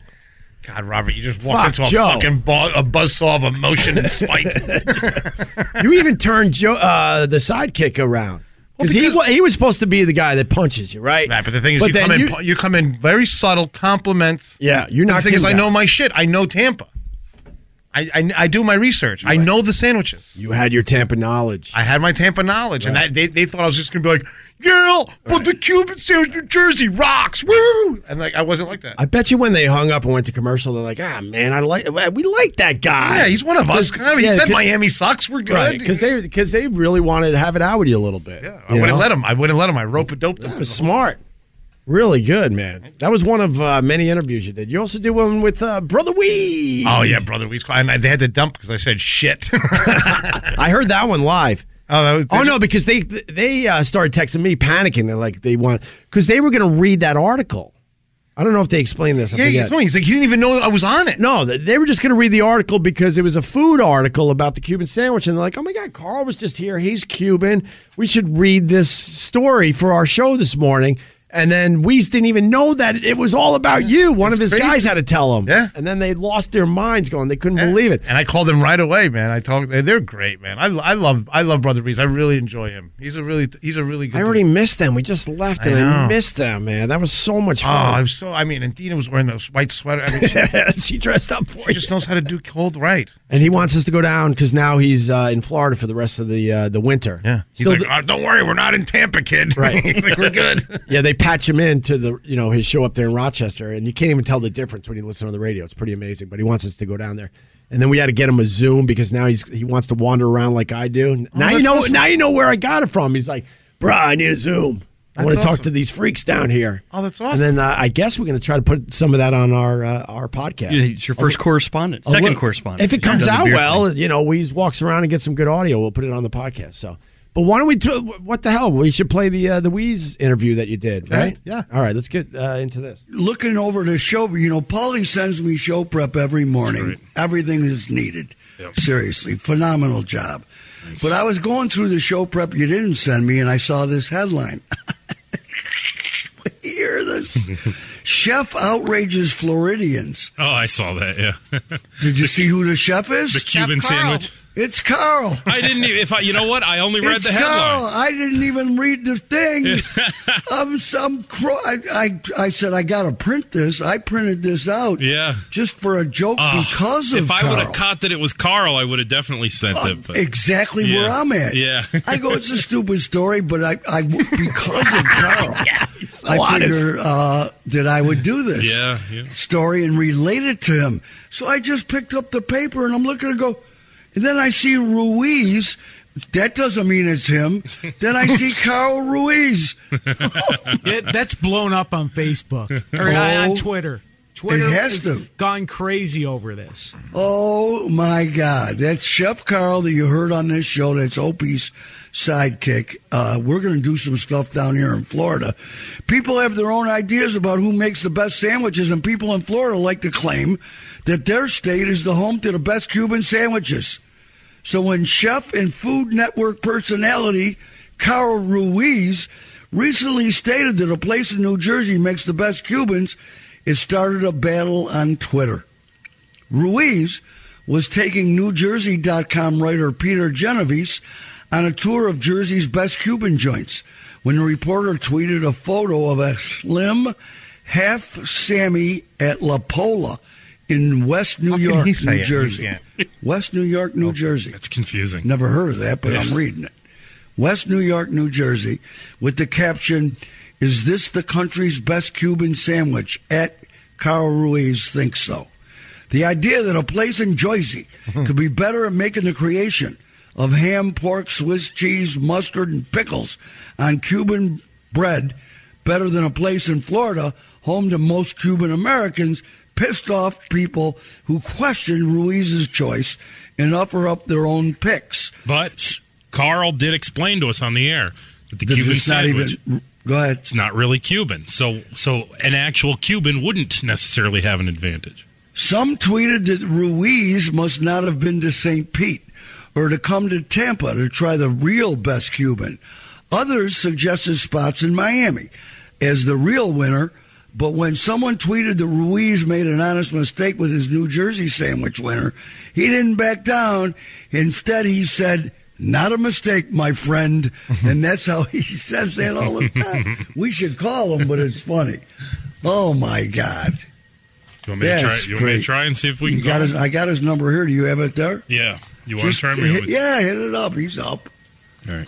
E: God, Robert, you just walked
C: Fuck
E: into a
C: Joe.
E: fucking bu- a buzzsaw of emotion and spite.
C: You even turned Joe uh, the sidekick around. Cause he wa- he, was supposed to be the guy that punches you, right?
E: Right, but the thing is, you
C: then
E: come in, you come in very subtle compliments.
C: Yeah, you're
E: But
C: not
E: The thing is,
C: King
E: I
C: Guy.
E: know my shit. I know Tampa. I I, I do my research. I know the sandwiches.
C: You had your Tampa knowledge.
E: I had my Tampa knowledge, and
C: Right.
E: that, they they thought I was just gonna be like, girl, but the Cuban sandwich, New Jersey rocks, woo! And like I wasn't like that.
C: I bet you when they hung up and went to commercial, they're like, ah, man, I like we like that guy.
E: Yeah, he's one of us. Kind of. He said Miami sucks. We're good.
C: because they because they really wanted to have it out with you a little bit. Yeah,
E: I wouldn't let him. I wouldn't let him. I rope a dope. That
C: was smart. Really good, man. That was one of uh, many interviews you did. You also did one with uh, Brother Wee.
E: Oh yeah, brother, we and I, they had to dump because I said shit.
C: I heard that one live.
E: Oh, that was,
C: oh no, because they they uh, started texting me, panicking. They're like, they want because they were going to read that article. I don't know if they explained this. I
E: Yeah, you
C: forget.
E: told me. He's like, you didn't even know I was on it.
C: No, th- they were just going to read the article because it was a food article about the Cuban sandwich, and they're like, "Oh my God, Carl was just here. He's Cuban. We should read this story for our show this morning." And then we didn't even know that it was all about you. One of his guys had to tell him. Yeah. And then they lost their minds going. They couldn't believe it.
E: And I called him right away, man. I talked. they- They're great, man. I, I love I love Brother Reese. I really enjoy him. He's a really he's a really good.
C: I already missed them. We just left
E: I
C: and I,
E: know.
C: missed them, man. That was so much
E: Oh,
C: fun.
E: I was so. I mean, and Dina was wearing those white sweater. I mean, she,
C: she dressed up for
E: She just knows how to do cold right.
C: and he wants us to go down because now he's uh, in Florida for the rest of the uh, the winter. Yeah.
E: He's like, "Oh, don't worry, we're not in Tampa, kid.
C: Right.
E: he's like, we're good.
C: yeah, they patch him into the you know his show up there in Rochester, and you can't even tell the difference when you listen on the radio. It's pretty amazing. But he wants us to go down there, and then we had to get him a Zoom because now he's he wants to wander around like I do.
E: Oh,
C: Now you
E: that's
C: know
E: awesome.
C: now you know where I got it from. He's like, "Bruh, I need a Zoom. I
E: That's
C: want to talk
E: awesome.
C: to these freaks down here."
E: Oh, that's
C: And then uh, I guess we're going to try to put some of that on our uh, our podcast.
J: It's your first correspondent,
C: Oh,
J: second
C: look,
J: correspondent.
C: If it
J: You've
C: comes
J: done the
C: out
J: beer
C: well, you know, Weeze walks around and gets some good audio. We'll put it on the podcast. So, but why don't we? Do, what the hell? We should play the uh, the Weeze interview that you did, right?
Q: yeah.
C: All right, let's get uh, into this.
Q: looking over the show, you know, Paulie sends me show prep every morning. Everything is needed. Seriously, phenomenal job. But I was going through the show prep you didn't send me, and I saw this headline. Hear this? chef outrages Floridians.
R: Oh, I saw that. Yeah,
Q: Did you see who the chef is?
R: the Cuban sandwich.
Q: It's Carl.
M: I didn't even. If I, you know what? I only read
Q: it's
M: the headline.
Q: Carl. I didn't even read the thing. I'm some. Cro- I, I I said I gotta print this. I printed this out.
M: Yeah.
Q: Just for a joke
M: Ah,
Q: because of
M: if I would
Q: Carl.
M: have caught that it was Carl, I would have definitely sent it. But
Q: Exactly where
M: Yeah.
Q: I'm at.
M: Yeah.
Q: I go, it's a stupid story, but I, I because of Carl, I
M: honest.
Q: figure uh, that I would do this
M: Yeah, yeah.
Q: story and relate it to him. So I just picked up the paper and I'm looking to go, and then I see Ruiz. That doesn't mean it's him. Then I see Carl Ruiz.
R: It- that's blown up on Facebook or uh, on
Q: Oh.
R: Twitter. Twitter
Q: has
R: has gone crazy over this.
Q: Oh my God! That's Chef Carl that you heard on this show. That's Opie's sidekick. Uh, we're going to do some stuff down here in Florida. People have their own ideas about who makes the best sandwiches, and people in Florida like to claim that their state is the home to the best Cuban sandwiches. So when chef and Food Network personality Carl Ruiz recently stated that a place in New Jersey makes the best Cubans, it started a battle on Twitter. Ruiz was taking NewJersey.com writer Peter Genovese on a tour of Jersey's best Cuban joints when the reporter tweeted a photo of a slim half Sammy at La Pola in West New
L: can
Q: York,
L: he say
Q: New
L: it?
Q: Jersey.
L: Yeah.
Q: West New York, New Jersey. That's confusing. Never heard of that, but I'm reading it. West New York, New Jersey, with the caption, Is this the country's best Cuban sandwich? At Carl Ruiz thinks so. The idea that a place in Jersey could be better at making the creation of ham, pork, Swiss cheese, mustard, and pickles on Cuban bread better than a place in Florida, home to most Cuban Americans, pissed off people who question Ruiz's choice and offer up their own picks.
M: But Carl did explain to us on the air that the
Q: That
M: Cuban
Q: it's not
M: sandwich.
Q: even- go ahead.
M: It's not really Cuban, so so an actual Cuban wouldn't necessarily have an advantage.
Q: Some tweeted that Ruiz must not have been to St. Pete or to come to Tampa to try the real best Cuban. Others suggested spots in Miami as the real winner. But when someone tweeted that Ruiz made an honest mistake with his New Jersey sandwich winner, he didn't back down. Instead, he said, Not a mistake, my friend. And that's how he says that all the time. We should call him, but it's funny. Oh, my God.
M: You want me, to, try,
Q: That's
M: you want me to
Q: great.
M: try and see if we
Q: You
M: can
Q: got
M: call
Q: his,
M: him?
Q: I got his number here. Do you have it there?
M: Yeah. You want to
Q: Just
M: try me?
Q: hit- yeah, hit it up. He's up.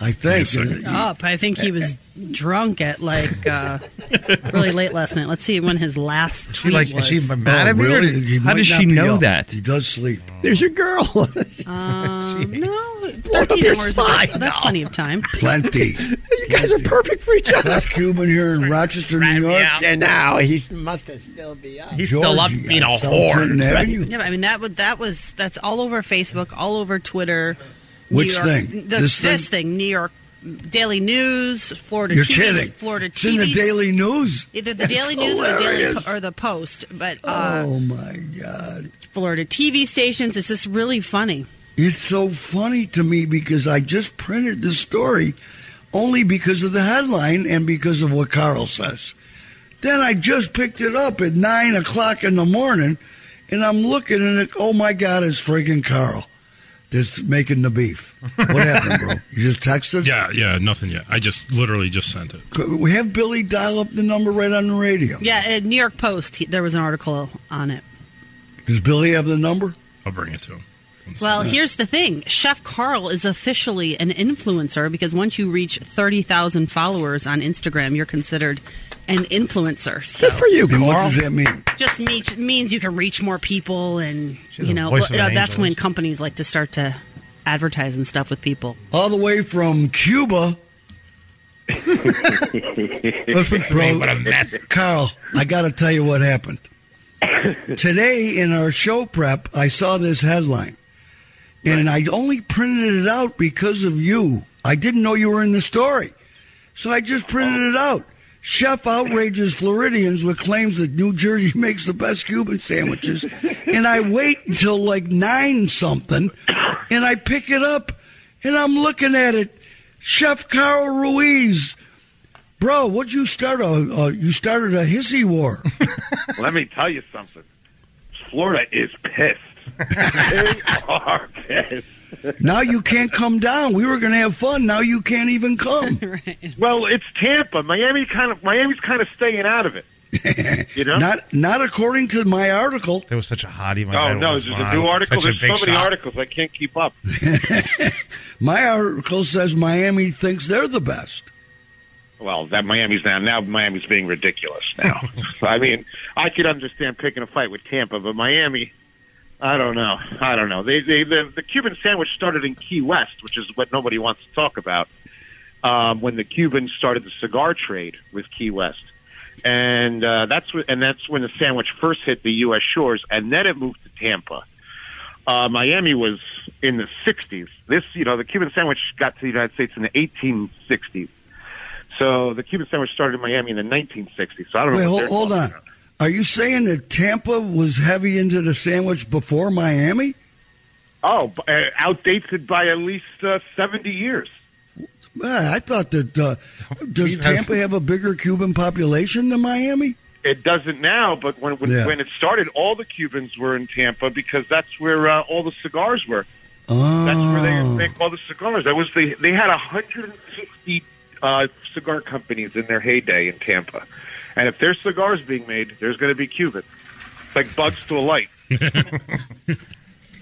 Q: I think.
S: Up. I think he was drunk at like uh, really late last night. Let's see when his last tweet was.
Q: Oh, really? He might not be up.
J: that?
Q: He does sleep.
C: There's your girl.
S: Um, no,
C: up
S: thirteen
C: your
S: hours. ago,
C: spine.
S: so that's plenty of time.
Q: Plenty.
C: you guys are perfect for each other.
Q: That's Cuban here in Rochester, New York.
C: And now he must have still be up.
Q: He's still up Georgie, being a South whore. Clinton Avenue.
S: Yeah, but I mean that. would that was that's all over Facebook, all over Twitter.
Q: Which
S: New York,
Q: thing?
S: The,
Q: This
S: this,
Q: thing?
S: thing? New York Daily News, Florida.
Q: You're
S: TV,
Q: kidding.
S: Florida
Q: It's in the
S: TV.
Q: Daily News.
S: Either the
Q: That's
S: Daily News or the Daily
Q: hilarious.
S: Po- or the Post, but uh,
Q: Oh my God!
S: Florida TV stations. It's just really funny.
Q: It's so funny to me because I just printed the story only because of the headline and because of what Carl says. Then I just picked it up at nine o'clock in the morning, and I'm looking at it. Oh my God! It's friggin' Carl that's making the beef. What happened, bro? You just texted?
M: Yeah, yeah, nothing yet. I just literally just sent it.
Q: We have Billy dial up the number right on the radio.
S: Yeah, uh, New York Post. He, there was an article on it.
Q: Does Billy have the number?
M: I'll bring it to him.
S: Well, here's the thing. Chef Carl is officially an influencer because once you reach 30,000 followers on Instagram, you're considered an influencer. So
Q: for you, And what Carl. does that mean?
S: Just me- means you can reach more people and,
Q: has
S: you
Q: a
S: know,
Q: voice
S: well,
Q: of an
S: that's
Q: angel,
S: when
Q: isn't
S: companies like to start to advertise and stuff with people.
Q: All the way from Cuba.
M: Listen to me, what a mess.
Q: Carl, I got to tell you what happened. Today in our show prep, I saw this headline. And I only printed it out because of you. I didn't know you were in the story. So I just printed it out. Chef outrages Floridians with claims that New Jersey makes the best Cuban sandwiches. and I wait until like nine something and I pick it up and I'm looking at it. Chef Carl Ruiz. Bro, what'd you start a, uh, you started a hissy war.
N: Let me tell you something. Florida is pissed. they are pissed.
Q: now you can't come down. We were going to have fun. Now you can't even come.
N: Well, it's Tampa. Miami kind of Miami's kind of staying out of it. You know,
Q: Not not according to my article.
E: There was such a hottie. My
N: Oh no, there's a new article. There's so many articles I can't keep up.
Q: My article says Miami thinks they're the best.
N: Well, that Miami's now now Miami's being ridiculous now. I mean, I could understand picking a fight with Tampa, but Miami, I don't know. I don't know. They, they the, the Cuban sandwich started in Key West, which is what nobody wants to talk about. Um, when the Cubans started the cigar trade with Key West, and uh, that's wh- and that's when the sandwich first hit the U.S. shores, and then it moved to Tampa. Uh, Miami was in the '60s. This, you know, the Cuban sandwich got to the United States in the 1860s. So the Cuban sandwich started in Miami in the 1960s. So I don't
Q: Wait,
N: know. what
Q: hold,
N: they're
Q: hold
N: talking
Q: on. Are you saying that Tampa was heavy into the sandwich before Miami?
N: Oh, b- uh, outdated by at least uh, 70 years.
Q: Man, I thought that. Uh, does
N: Jesus.
Q: Tampa have a bigger Cuban population than Miami?
N: It doesn't now, but when when,
Q: Yeah.
N: when it started, all the Cubans were in Tampa because that's where uh, all the cigars were.
Q: Oh.
N: That's where they make all the cigars. That was the they had 150 uh, cigar companies in their heyday in Tampa, and if there's cigars being made, there's going to be Cubans. It's like bugs to a light.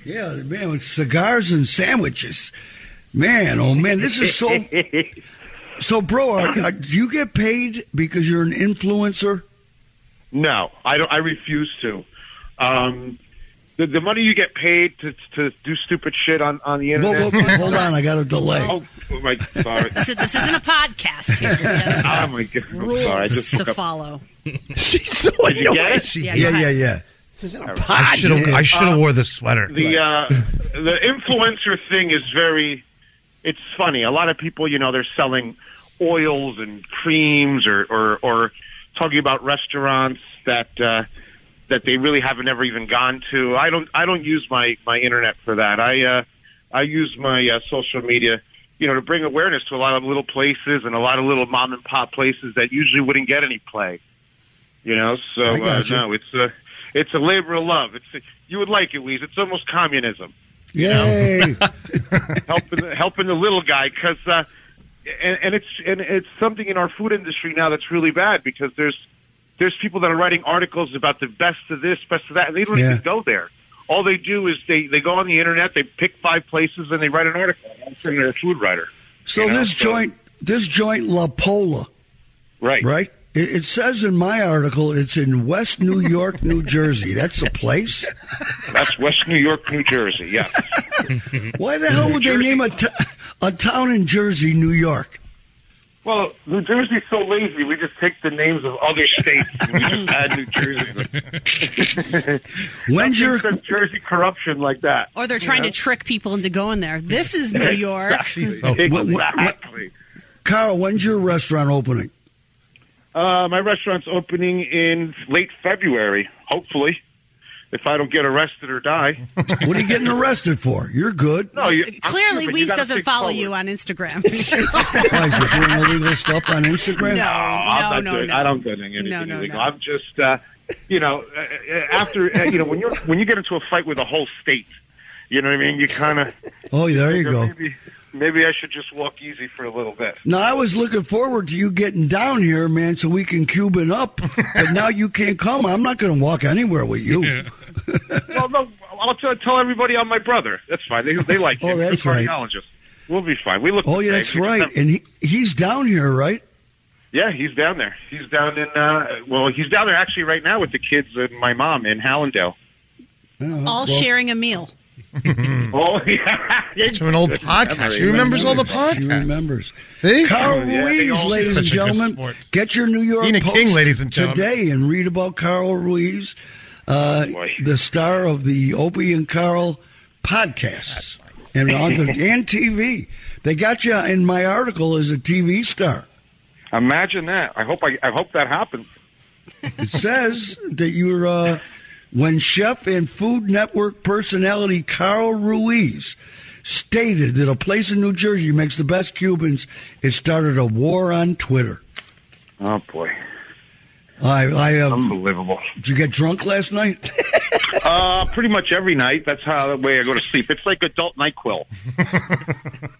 Q: Yeah, man, with cigars and sandwiches. Man, oh man, this is so. so, bro, are, are, do you get paid because you're an influencer?
N: No, I don't. I refuse to. Um, the, the money you get paid to to do stupid shit on on the
Q: Whoa,
N: internet.
Q: whoa, whoa, hold on, I got a delay.
N: Oh, oh my, sorry.
S: This, is- this isn't a podcast here. There's
N: oh my god, I'm
S: rules
N: sorry. I just
S: to
N: woke up.
S: follow.
C: She's so
N: Did you get it?
S: Yeah,
Q: yeah, yeah, yeah.
C: This isn't
N: a
E: I should have. I should have
N: Uh,
E: wore the sweater.
N: The uh, the influencer thing is very. It's funny. A lot of people, you know, they're selling oils and creams, or or, or talking about restaurants that uh, that they really haven't ever even gone to. I don't I don't use my my internet for that. I uh, I use my uh, social media. You know, to bring awareness to a lot of little places and a lot of little mom and pop places that usually wouldn't get any play. You know, so
Q: I
N: uh,
Q: gotcha.
N: no, it's a it's a labor of love. It's you would like it, Weez. It's almost communism,
Q: Yay!
N: helping the, helping the little guy because uh, and, and it's and it's something in our food industry now that's really bad because there's there's people that are writing articles about the best of this, best of that, and they don't
Q: Yeah.
N: even go there. All they do is they they go on the internet, they pick five places, and they write an article. I'm saying they're a food writer,
Q: So this joint, this joint La Pola,
N: right?
Q: right? It, it says in my article it's in West New York, New Jersey. That's the place.
N: That's West New York, New Jersey. Yeah.
Q: Why the hell would they name a, t- a town in Jersey, New York?
N: Well, New Jersey's so lazy. We just take the names of other states and we just add New Jersey.
Q: When's your
N: Jersey corruption like that?
S: Or they're trying to trick people into going there. This is New York.
N: Exactly.
Q: What- what- what-
N: Exactly.
Q: Carl, when's your restaurant opening?
N: Uh, my restaurant's opening in late February, hopefully, if I don't get arrested or die.
Q: What are you getting arrested for? You're good.
N: No, you, I'm
S: Clearly,
N: Cuban. You
S: Weez
N: gotta
S: doesn't
N: think
S: follow
N: forward.
S: you on Instagram.
Q: Why is it doing illegal stuff on Instagram?
N: No, I'm
S: oh, no,
N: not
S: no,
N: doing.
S: no.
N: I don't doing anything
S: No, no,
N: illegal.
S: no.
N: I'm just, uh, you know, uh, uh, after uh, you know when you're when you get into a fight with a whole state, you know what I mean. You kind of
Q: Oh, there you go.
N: Maybe, maybe I should just walk easy for a little bit.
Q: Now I was looking forward to you getting down here, man, so we can Cuban up. But now you can't come. I'm not going to walk anywhere with you.
N: well, no, I'll t- tell everybody I'm my brother. That's fine. They, they like him.
Q: Oh, that's
N: He's a
Q: right.
N: cardiologist. We'll be fine. We look.
Q: Oh
N: the same.
Q: yeah, that's
N: We just
Q: right.
N: have-
Q: And he, he's down here, right?
N: yeah, he's down there. He's down in. Uh, well, he's down there actually right now with the kids and my mom in Hallandale.
S: All sharing a meal.
N: oh yeah,
E: to an old podcast. She remembers all the
Q: He
E: podcasts.
Q: remembers.
E: See, Oh,
Q: Carl Ruiz, ladies and gentlemen, get your New York
E: Nina
Q: Post
E: King, ladies and gentlemen. Oh,
Q: today and read about Carl Ruiz, uh, the star of the Opie and Carl podcasts and on the, and TV. They got you in my article as a TV star.
N: Imagine that. I hope. I, I hope that happens.
Q: It says that you're uh, when chef and Food Network personality Carl Ruiz stated that a place in New Jersey makes the best Cubans. It started a war on Twitter.
N: Oh boy,
Q: I, I uh,
N: unbelievable.
Q: um, did you get drunk last night?
N: uh, pretty much every night. That's how the way I go to sleep. It's like adult Nyquil.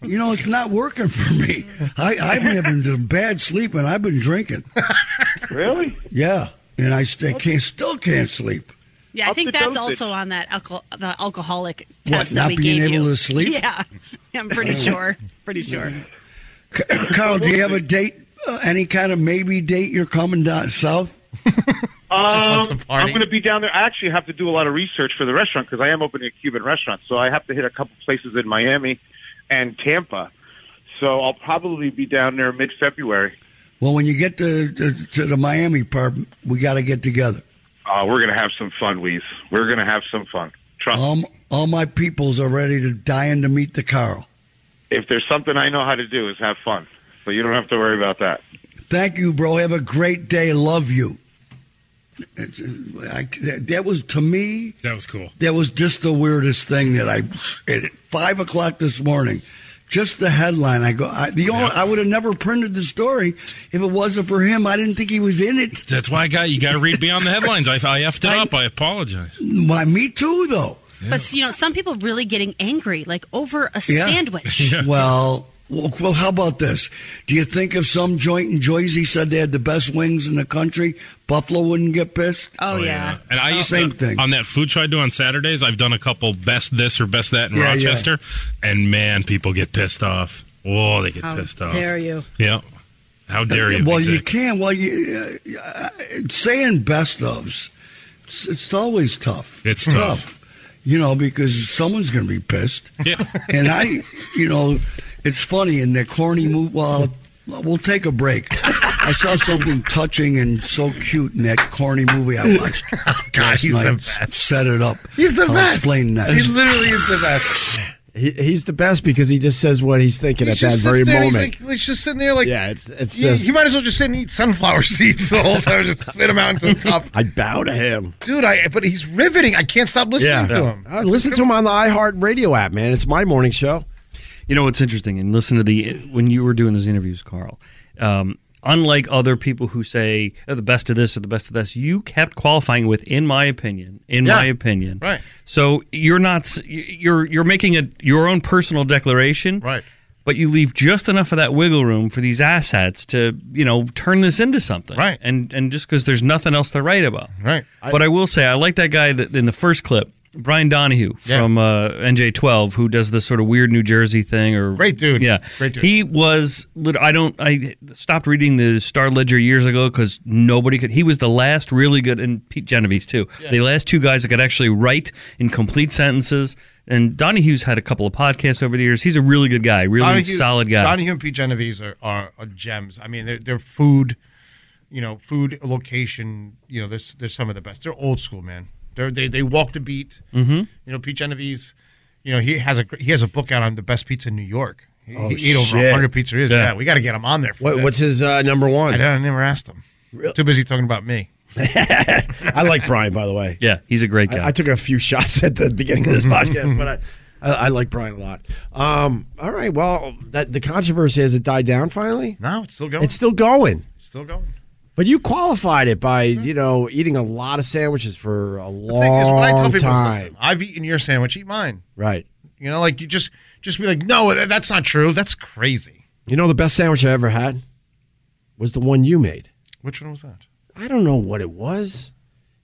Q: You know, it's not working for me. I, I've been having some bad sleep and I've been drinking.
N: Really?
Q: Yeah, and I st- can't, still can't sleep.
S: Yeah, I
Q: Up
S: think
Q: the
S: that's
Q: dosage.
S: also on that alco- the alcoholic
Q: What,
S: test that
Q: not
S: we
Q: being
S: gave
Q: able
S: you.
Q: to sleep? Oh.
S: Yeah, I'm pretty sure. Pretty sure.
Q: C- Carl, do you have a date? Uh, any kind of maybe date you're coming down south? wants to
N: Um, I'm
Q: party.
N: going to be down there. I actually have to do a lot of research for the restaurant because I am opening a Cuban restaurant. So I have to hit a couple places in Miami and Tampa. So I'll probably be down there mid February.
Q: Well, when you get to, to, to the Miami part, we got to get together.
N: Uh, we're going to have some fun, Weez. We're going to have some fun. Trust.
Q: All,
N: me.
Q: m- all my peoples are ready to dying to meet the Carl.
N: if there's something I know how to do is have fun. So you don't have to worry about that.
Q: Thank you, bro. Have a great day. Love you. It's- uh, I- that that was to me.
M: That was cool.
Q: That was just the weirdest thing that I at five o'clock this morning. Just the headline. I go. I, the only, I would have never printed the story if it wasn't for him. I didn't think he was in it.
M: That's why I got you. Got to read beyond the headlines. I, I effed it up. I apologize.
Q: Why me too though.
S: But you know, some people really getting angry, like over a sandwich.
Q: Well, well, well, how about this? Do you think if some joint in Jersey said they had the best wings in the country, Buffalo wouldn't get pissed?
S: Oh, yeah.
M: And I used
Q: Same
M: to
Q: thing.
M: on that food show I do on Saturdays. I've done a couple best this or best that in
Q: Yeah, yeah.
M: Rochester, and man, people get pissed off. Oh, they get
Q: How
M: pissed off.
Q: dare you.
M: Yeah. How dare you?
Q: Well, you
M: exactly.
Q: can. Well, you, uh, saying best ofs, it's, it's always tough.
M: It's tough.
Q: You know, because someone's going to be pissed.
M: Yeah.
Q: And I, you know, it's funny in the corny move. Well, we'll take a break. I saw something touching and so cute in that corny movie I watched.
L: God,
Q: last
L: he's the
Q: night. Set it up.
L: He's the
Q: I'll
L: best.
Q: Explain that.
L: He literally is the best.
C: He, he's the best because he just says what he's thinking
L: He's
C: at that
L: just
C: very
L: sits there,
C: moment.
L: He's, like, he's just sitting there like
C: yeah, it's it's
L: you,
C: just.
L: you might as well just sit and eat sunflower seeds the whole time. just spit them out into a cup.
C: I bow to him.
L: Dude, I but he's riveting. I can't stop listening
C: yeah,
L: to him.
C: Uh, listen to him on the iHeart Radio app, man. It's my morning show.
J: You know what's interesting, and listen to the when you were doing those interviews, Carl. Um, unlike other people who say oh, the best of this or the best of this, you kept qualifying with, in my opinion, in
E: Yeah.
J: my opinion,
E: Right.
J: So you're not s- you're you're making a your own personal declaration, right? But you leave just enough of that wiggle room for these asshats to you know turn this into something, right? And and just because there's nothing else to write about,
E: Right.
J: but I will say I like that guy that in the first clip, Brian Donahue
E: Yeah.
J: from uh, NJ12, who does this sort of weird New Jersey thing. Or great
E: dude.
J: yeah,
E: Great dude.
J: He was. lit- I don't. I stopped reading the Star Ledger years ago because nobody could. He was the last really good, and Pete Genovese too.
E: Yeah.
J: The last two guys that could actually write in complete sentences. And Donahue's had a couple of podcasts over the years. He's a really good guy, really solid guy.
E: Donahue and Pete Genovese are, are, are gems. I mean, they're, they're food, you know, food location. You know, they're, they're some of the best. They're old school, man. They're, they they walk the beat.
J: Mhm.
E: You know, Pete Genovese. You know, he has a gr- he has a book out on the best pizza in New York. He,
C: Oh,
E: he ate over
C: shit.
E: hundred pizzerias.
C: Yeah.
E: Yeah, we got to get him on there. For
C: What-
E: that.
C: what's his uh, number one?
E: I, don't- I never asked him. Too busy talking about me.
C: I like Brian, by the way.
J: Yeah, he's a great guy.
C: I, I took a few shots at the beginning of this podcast, but I, I, I like Brian a lot. Um, all right, well, that the controversy has it died down finally?
E: No, it's still going.
C: It's still going.
E: Still going.
C: But you qualified it by you know eating a lot of sandwiches for a long
E: thing is, when I tell people, is,
C: time,
E: listen, I've eaten your sandwich, eat mine.
C: right?
E: You know, like you just just be like, no, that- that's not true. That's crazy.
C: You know the best sandwich I ever had was the one you made.
E: Which one was that?
C: I don't know what it was.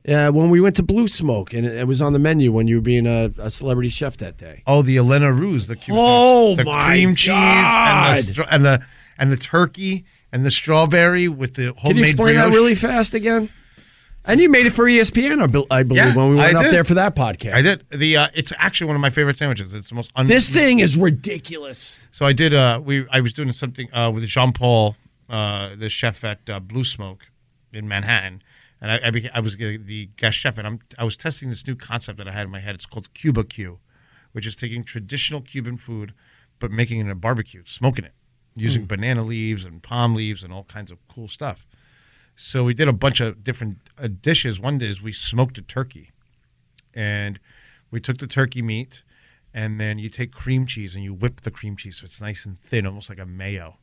C: Yeah, when we went to Blue Smoke, and it, it was on the menu when you were being a, a celebrity chef that day.
E: Oh, the Elena Ruse, the Cuban
C: Oh,
E: sandwich. the
C: my
E: cream cheese and the,
C: God.
E: stra- and the and the turkey and the strawberry with the homemade.
C: Can you explain
E: brioche.
C: that really fast again? And you made it for E ESPN, I bel- I believe,
E: Yeah,
C: when we went
E: I
C: up
E: did.
C: there for that podcast.
E: I did the. Uh, it's actually one of my favorite sandwiches. It's the most. Un-
C: This thing is ridiculous.
E: So I did. Uh, we I was doing something uh, with Jean Paul, uh, the chef at uh, Blue Smoke in Manhattan, and I I, beca- I was the the guest chef, and I'm I was testing this new concept that I had in my head. It's called Cuba Q, which is taking traditional Cuban food, but making it a barbecue, smoking it, using
L: Mm.
E: banana leaves and palm leaves and all kinds of cool stuff. So we did a bunch of different uh, dishes. One is we smoked a turkey, and we took the turkey meat, and then you take cream cheese and you whip the cream cheese so it's nice and thin, almost like a mayo.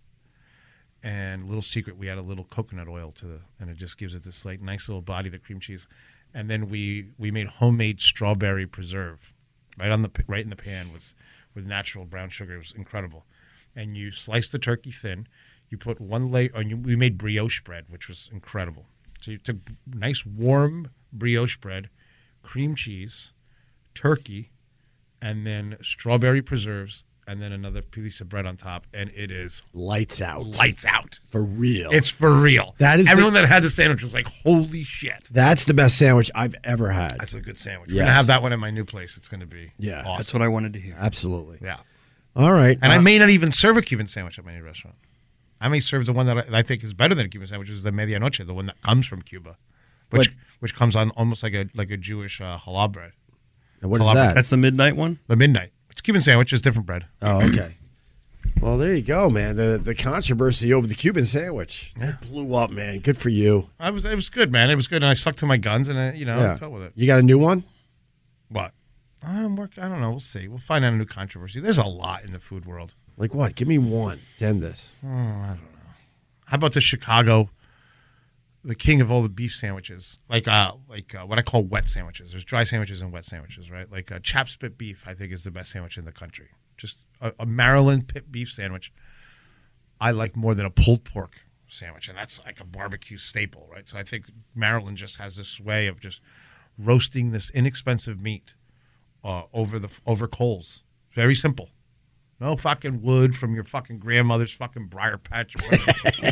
E: And little secret, we add a little coconut oil to the, and it just gives it this like nice little body. The cream cheese, and then we we made homemade strawberry preserve, right on the p- right in the pan with with natural brown sugar. It was incredible. And you slice the turkey thin. You put one layer, and you, we made brioche bread, which was incredible. So you took nice warm brioche bread, cream cheese, turkey, and then strawberry preserves, and then another piece of bread on top, and it is
C: lights out.
E: Lights out.
C: For real.
E: It's for real.
C: That is the-
E: everyone that had the sandwich was like, "Holy shit!"
C: That's the best sandwich I've ever had.
E: That's a good sandwich. We're
C: Yes.
E: gonna have that one at my new place. It's gonna be
C: Yeah.
E: awesome.
C: That's
J: what I wanted to hear.
C: Absolutely.
E: Yeah.
C: All right.
E: And I
C: Uh,
E: may not even serve a Cuban sandwich at my new restaurant. I may serve the one that I, that I think is better than a Cuban sandwich, which is the medianoche, the one that comes from Cuba, which which comes on almost like a like a Jewish uh, halal bread.
C: And what is that? That's
J: the midnight one.
E: The midnight. It's Cuban sandwich, it's different bread.
C: Oh, okay. Well, there you go, man. The the controversy over the Cuban sandwich It blew up, man. Good for you.
E: I was it was good, man. It was good, and I stuck to my guns, and I, you know, I
C: Yeah.
E: dealt with it.
C: You got a new one?
E: What? I'm work. I don't know. We'll see. We'll find out a new controversy. There's a lot in the food world.
C: Like what? Give me one to end this.
E: Oh, I don't know. How about the Chicago, the king of all the beef sandwiches? Like uh, like uh, what I call wet sandwiches. There's dry sandwiches and wet sandwiches, right? Like uh, chap spit beef, I think is the best sandwich in the country. Just a, a Maryland pit beef sandwich. I like more than a pulled pork sandwich, and that's like a barbecue staple, right? So I think Maryland just has this way of just roasting this inexpensive meat uh, over the over coals. Very simple. No fucking wood from your fucking grandmother's fucking briar patch.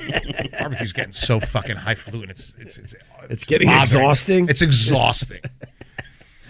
E: Barbecue's getting so fucking highfalutin. It's it's it's,
C: It's getting
E: bothering.
C: exhausting.
E: It's exhausting.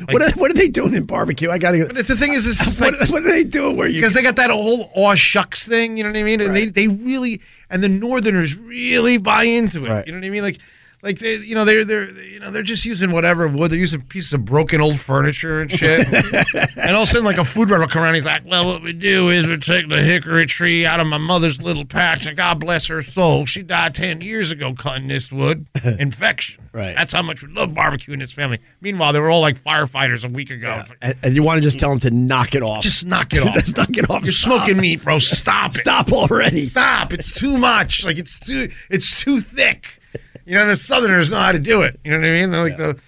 C: what are, what are they doing in barbecue? I gotta.
E: But it's, the thing is, this is like,
C: what, what are they doing? Where you
E: because they got that whole aw shucks thing. You know what I mean? And they, they really and the Northerners really buy into it. You know what I mean? Like like they you know they're they're you know they're just using whatever wood. They're using pieces of broken old furniture and shit. and all of a sudden, like a food runner will come around. He's like, well, what we do is we take the hickory tree out of my mother's little patch, and God bless her soul, she died ten years ago cutting this wood. Infection. Right. That's how much we love barbecue in this family. Meanwhile, they were all like firefighters a week ago. It's like,
C: and, and you want to just tell them to knock it off?
E: Just knock it off.
C: just knock it off.
E: You're
C: Stop.
E: smoking meat, bro. Stop it.
C: Stop already.
E: Stop. It's too much. Like it's too it's too thick. You know, the Southerners know how to do it. You know what I mean? They're like the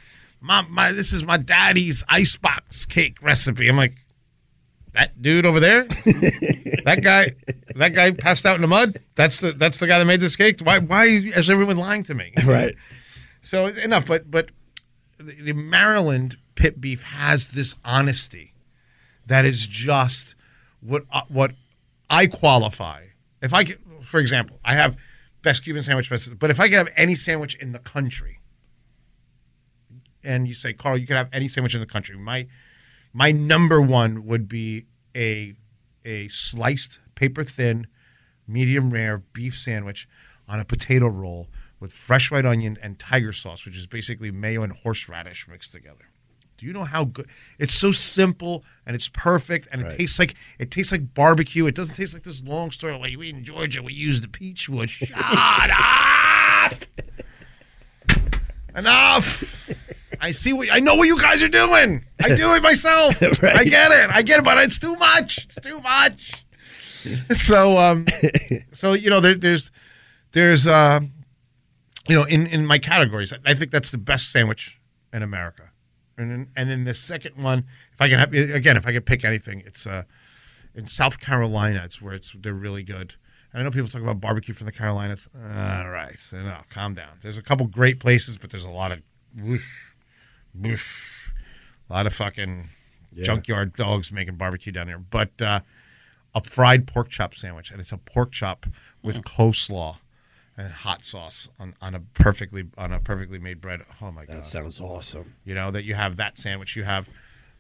E: my my this is my daddy's icebox cake recipe. I'm like, that dude over there? that guy that guy passed out in the mud? That's the that's the guy that made this cake? Why why is everyone lying to me?
C: Right.
E: So enough, but but the, the Maryland pit beef has this honesty that is just what uh, what I qualify. If I could, for example, I have best Cuban sandwich, best, but if I could have any sandwich in the country, and you say, Carl, you could have any sandwich in the country, my my number one would be a a sliced paper thin, medium rare beef sandwich on a potato roll with fresh white onion and tiger sauce, which is basically mayo and horseradish mixed together. Do you know how good? It's so simple and it's perfect, and it tastes like it tastes like barbecue. It doesn't taste like this long story. Like we in Georgia, we use the peach wood. Shut up! Enough! I see what I know what you guys are doing. I do it myself.
L: Right.
E: I get it. I get it, but it's too much. It's too much. so um so you know there's there's there's uh you know in in my categories I- i think that's the best sandwich in america and then, and then the second one if i can have again if i could pick anything it's uh in south carolina it's where it's they're really good and i know people talk about barbecue from the carolinas all right so no calm down there's a couple great places but there's a lot of whoosh whoosh a lot of fucking
L: Yeah.
E: junkyard dogs making barbecue down here but uh a fried pork chop sandwich, and it's a pork chop with coleslaw and hot sauce on, on a perfectly on a perfectly made bread. Oh my god, that
C: sounds awesome.
E: You know that you have that sandwich. You have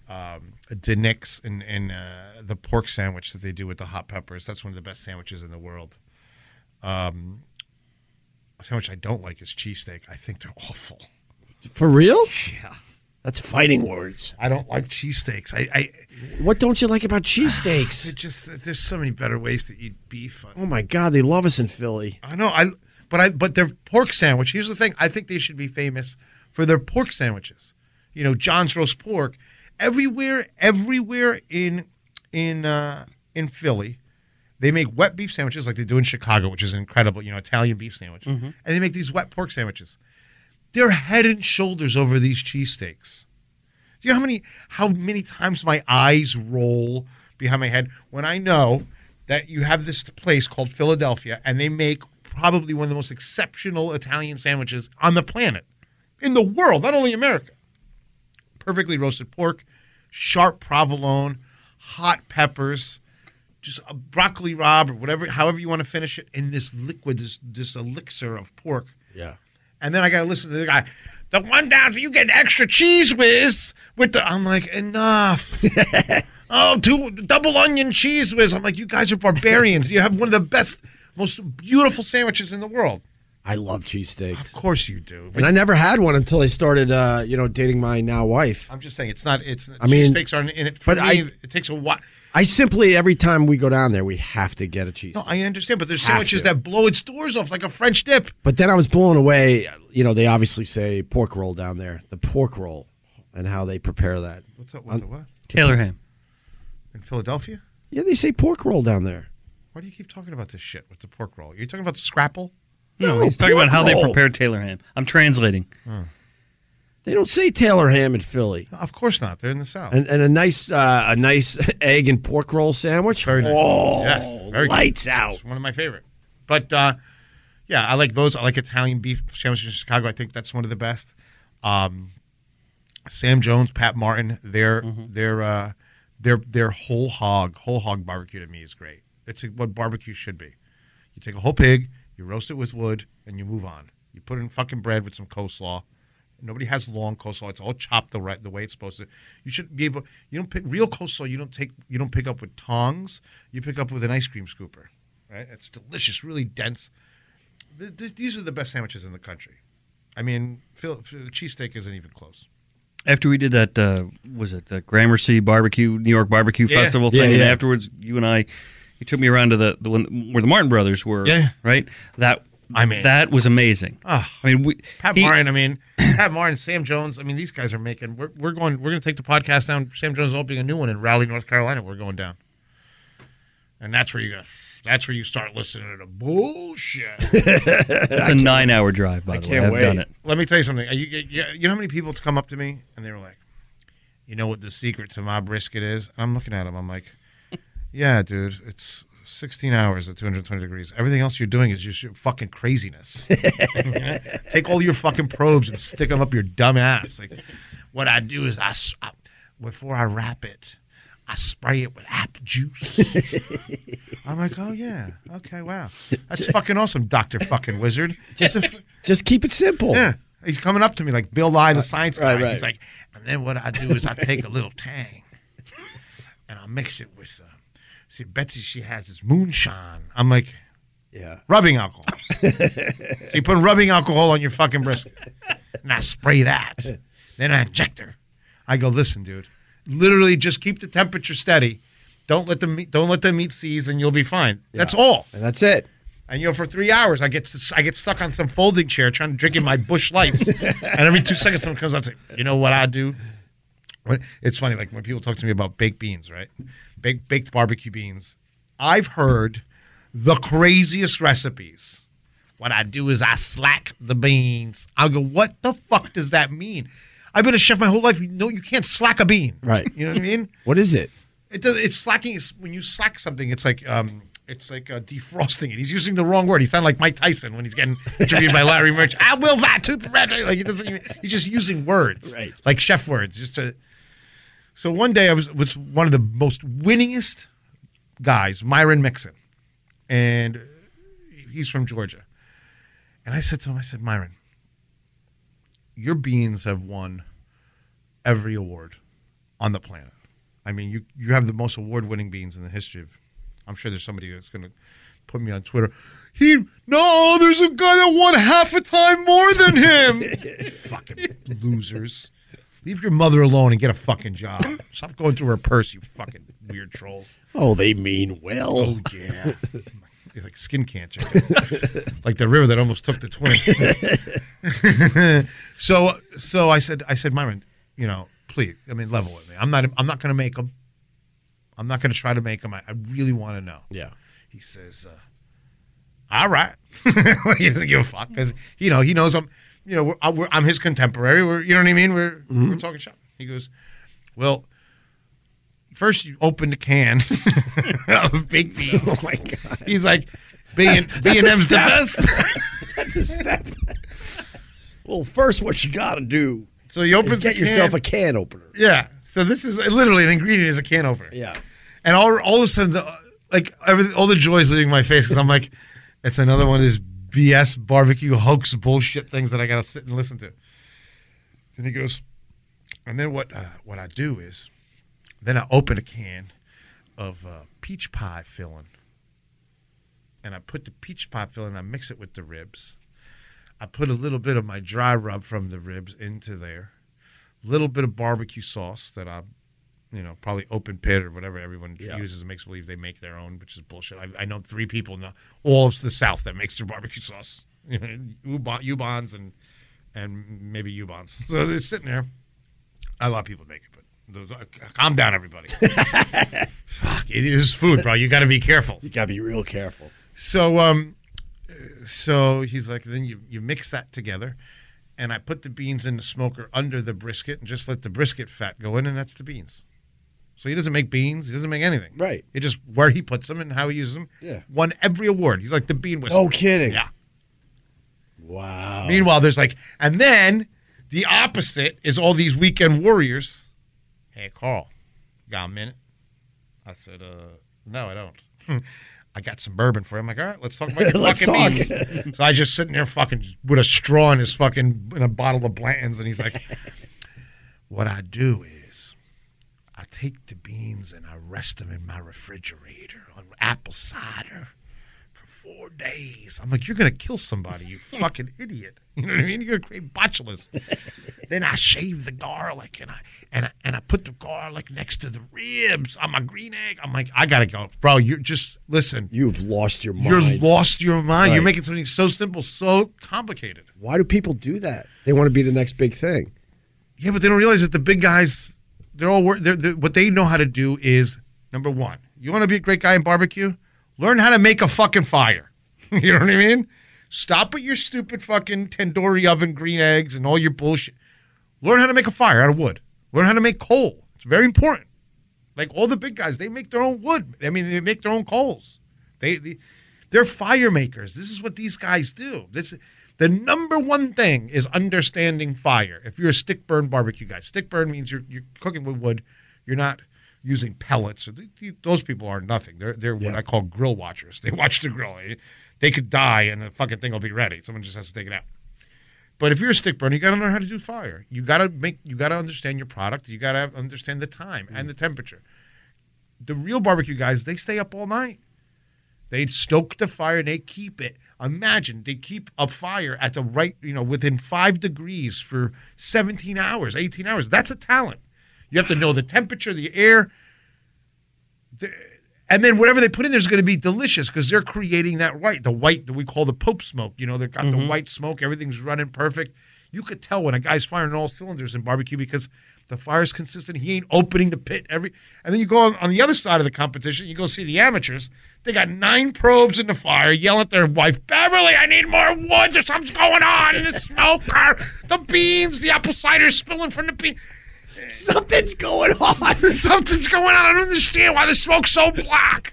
E: um, a Denix and and uh, the pork sandwich that they do with the hot peppers. That's one of the best sandwiches in the world. Um, a sandwich I don't like is cheesesteak. I think they're awful.
C: For real?
E: Yeah.
C: That's fighting words.
E: I don't like cheesesteaks. I, I
C: What don't you like about cheesesteaks?
E: it just there's so many better ways to eat beef.
C: Oh my God, they love us in Philly.
E: I know. I but I but their pork sandwich. Here's the thing. I think they should be famous for their pork sandwiches. You know, John's roast pork. Everywhere, everywhere in in uh, in Philly, they make wet beef sandwiches like they do in Chicago, which is incredible. You know, Italian beef sandwich,
L: Mhm.
E: and they make these wet pork sandwiches. They're head and shoulders over these cheesesteaks. Do you know how many how many times my eyes roll behind my head when I know that you have this place called Philadelphia and they make probably one of the most exceptional Italian sandwiches on the planet, in the world, not only America. Perfectly roasted pork, sharp provolone, hot peppers, just a broccoli rob or whatever, however you want to finish it in this liquid, this this elixir of pork.
L: Yeah.
E: And then I got to listen to the guy. The one down, you get extra cheese whiz with the. I'm like, enough. oh, two double onion cheese whiz. I'm like, you guys are barbarians. You have one of the best, most beautiful sandwiches in the world.
C: I love cheesesteaks.
E: Of course you do.
C: And I never had one until I started, uh, you know, dating my now wife.
E: I'm just saying, it's not. It's.
C: I mean,
E: steaks aren't in it. For
C: but
E: me,
C: I-
E: it takes a while.
C: I simply every time we go down there, we have to get a cheese.
E: No, I understand, but there's
C: Have
E: sandwiches
C: to.
E: that blow its doors off like a French dip.
C: But then I was blown away. You know, they obviously say pork roll down there, the pork roll, and how they prepare that.
E: What's up? What's up? What?
J: Taylor ham.
E: In Philadelphia?
C: Yeah, they say pork roll down there.
E: Why do you keep talking about this shit with the pork roll? You're talking about scrapple?
J: No, he's talking about
C: pork
J: how they
C: roll.
J: prepare Taylor ham. I'm translating.
C: They don't say Taylor ham in Philly.
E: Of course not. They're in the South.
C: And, and a nice uh, a nice egg and pork roll sandwich. Very
E: nice.
C: Oh,
E: yes, very good.
C: lights out.
E: It's one of my favorite. But uh, yeah, I like those. I like Italian beef sandwiches in Chicago. I think that's one of the best. Um, Sam Jones, Pat Martin, their
C: Mm-hmm.
E: their uh, their their whole hog whole hog barbecue to me is great. It's what barbecue should be. You take a whole pig, you roast it with wood, and you move on. You put it in fucking bread with some coleslaw. Nobody has long coleslaw. It's all chopped the right the way it's supposed to. You should be able. You don't pick real coleslaw. You don't take. You don't pick up with tongs. You pick up with an ice cream scooper. Right? It's delicious, really dense. Th- th- these are the best sandwiches in the country. I mean, Phil, Phil- cheesesteak isn't even close.
J: After we did that, uh, was it the Gramercy Barbecue, New York Barbecue
E: Yeah.
J: Festival
E: Yeah,
J: thing? And
E: yeah.
J: afterwards, you and I, you took me around to the, the one where the Martin brothers were.
E: Yeah.
J: Right. That I
E: mean-
J: that was amazing.
E: Ah.
J: I mean, we,
E: Pat
J: he-
E: Martin. I mean, Pat Martin, Sam Jones. I mean, these guys are making. We're, we're going. We're going to take the podcast down. Sam Jones is opening a new one in Raleigh, North Carolina. We're going down, and that's where you go. That's where you start listening to bullshit.
J: That's a nine-hour drive, by the way. I've done it.
E: Let me tell you something. You, you, you know how many people come up to me and they were like, "You know what the secret to my brisket is?" And I'm looking at them. I'm like, "Yeah, dude, it's 16 hours at 220 degrees. Everything else you're doing is just your fucking craziness. Take all your fucking probes and stick them up your dumb ass. Like, what I do is I, s- I- before I wrap it, I spray it with apple juice. I'm like, oh yeah, okay, wow, that's fucking awesome, Doctor Fucking Wizard.
C: Just- just keep it simple. Uh,
E: Yeah, he's coming up to me like Bill Nye, the science guy.
C: right, right.
E: He's like, and then what I do is I take a little tang, and I mix it with. Uh, see, Betsy, she has this moonshine. I'm like,
C: yeah,
E: rubbing alcohol. you put rubbing alcohol on your fucking brisket, and I spray that. Then I inject her. I go, listen, dude. Literally, just keep the temperature steady. Don't let the meat, don't let the meat seize, and you'll be fine. That's all.
C: And that's it.
E: And you know, for three hours, I get s- I get stuck on some folding chair trying to drink in my bush lights, and every two seconds, someone comes up to me. You know what I do? When- It's funny, like when people talk to me about baked beans, right? Baked baked barbecue beans. I've heard the craziest recipes. What I do is I slack the beans. I go, what the fuck does that mean? I've been a chef my whole life. You know, you can't slack a bean.
C: Right.
E: You know what I mean?
C: What is it?
E: It does. It's slacking. It's, when you slack something, it's like um, it's like uh, defrosting it. He's using the wrong word. He sounds like Mike Tyson when he's getting interviewed by Larry Merch. I will that to prevent it." Like he doesn't. Even, he's just using words,
C: Right.
E: Like chef words, just to. So one day I was with one of the most winningest guys, Myron Mixon, and he's from Georgia. And I said to him, I said, Myron, your beans have won every award on the planet. I mean, you you have the most award winning beans in the history of. I'm sure there's somebody that's going to put me on Twitter. He no, there's a guy that won half a time more than him. fucking losers. Leave your mother alone and get a fucking job. Stop going through her purse, you fucking weird trolls.
C: Oh, they mean well.
E: Oh yeah. They're like skin cancer. like the river that almost took the twin. so so I said I said Myron, you know, please, I mean level with me. I'm not I'm not going to make them. I'm not going to try to make them. I, I really want to know.
C: Yeah.
E: He says uh all right. he doesn't give a fuck because you know he knows I'm. you know, we're, I- we're, I'm his contemporary. We're, you know what I mean? We're,
L: Mm-hmm.
E: we're talking shop. He goes, well, first you opened a can of Big B's. Oh my god! He's like, B and
L: That's-
E: B and M's the
L: that's a
E: best.
L: That's a step.
E: well, first, what you got to do? So you open
L: is get yourself a
E: can opener. Yeah. So this is literally an ingredient is a can opener.
C: Yeah.
E: And all all of a sudden, the, like every, all the joy is leaving my face because I'm like, it's another one of these BS barbecue hoax bullshit things that I gotta sit and listen to. And he goes, and then what? Uh, what I do is, then I open a can of uh, peach pie filling, and I put the peach pie filling. I mix it with the ribs. I put a little bit of my dry rub from the ribs into there, little bit of barbecue sauce that I, you know, probably open pit or whatever everyone
L: Yeah.
E: uses and makes believe they make their own, which is bullshit. I, I know three people now, all of the South that makes their barbecue sauce, you know, Ubon- Ubons and and maybe Ubons. So they're sitting there. A lot of people make it, but those, uh, calm down, everybody. Fuck, it is food, bro. You got to be careful. You got to be real careful. So, um, so he's like, then you, you mix that together, and I put the beans in the smoker under the brisket and just let the brisket fat go in, and that's the beans. So he doesn't make beans. He doesn't make anything. Right. It just where he puts them and how he uses them.
L: Yeah.
E: Won every award. He's like the bean whisperer.
L: No kidding.
E: Yeah.
C: Wow.
E: Meanwhile, there's like, and then the opposite is all these weekend warriors. Hey, Carl, got a minute? I said, uh, no, I don't. I got some bourbon for you. I'm like, all right, let's talk about your
L: Let's
E: fucking
L: talk.
E: beans. so I just sitting there fucking with a straw in his fucking, in a bottle of Blanton's. And he's like, what I do is I take the beans and I rest them in my refrigerator on apple cider for four days. I'm like, you're going to kill somebody, you fucking idiot. You know what I mean? You're going to create botulism. then I shave the garlic and I, and I and I put the garlic next to the ribs on my green egg. I'm like, I gotta go, bro. You're just listen.
C: You've lost your mind.
E: You're lost your mind. You're
C: Right.
E: making something so simple so complicated.
C: Why do people do that? They want to be the next big thing.
E: Yeah, but they don't realize that the big guys, they're all wor- they're, they're, what they know how to do is number one. You want to be a great guy in barbecue? Learn how to make a fucking fire. you know what I mean? Stop with your stupid fucking tandoori oven, green eggs, and all your bullshit. Learn how to make a fire out of wood. Learn how to make coal. It's very important. Like all the big guys, they make their own wood. I mean, they make their own coals. They, they they're fire makers. This is what these guys do. This the number one thing is understanding fire. If you're a stick burn barbecue guy, stick burn means you're you're cooking with wood. You're not using pellets. So th- th- Those people are nothing. They're they're what I call grill watchers. They watch the grill. They- They could die and the fucking thing will be ready. Someone just has to take it out. But if you're a stick burner, you got to learn how to do fire. You got to make. You got to understand your product. You got to understand the time and the temperature. The real barbecue guys, they stay up all night. They stoke the fire and they keep it. Imagine they keep a fire at the right, you know, within five degrees for 17 hours, 18 hours. That's a talent. You have to know the temperature, the air, the- and then whatever they put in there is going to be delicious because they're creating that white, the white that we call the Pope smoke. You know, they've got the
L: Mhm.
E: white smoke, everything's running perfect. You could tell when a guy's firing all cylinders in barbecue because the fire's consistent. He ain't opening the pit every. And then you go on, on the other side of the competition, you go see the amateurs. They got nine probes in the fire, yelling at their wife, Beverly, I need more wood. There's something's going on in the smoker. The beans, the apple cider spilling from the bean. Something's going on. Something's going on. I don't understand why the smoke's so black.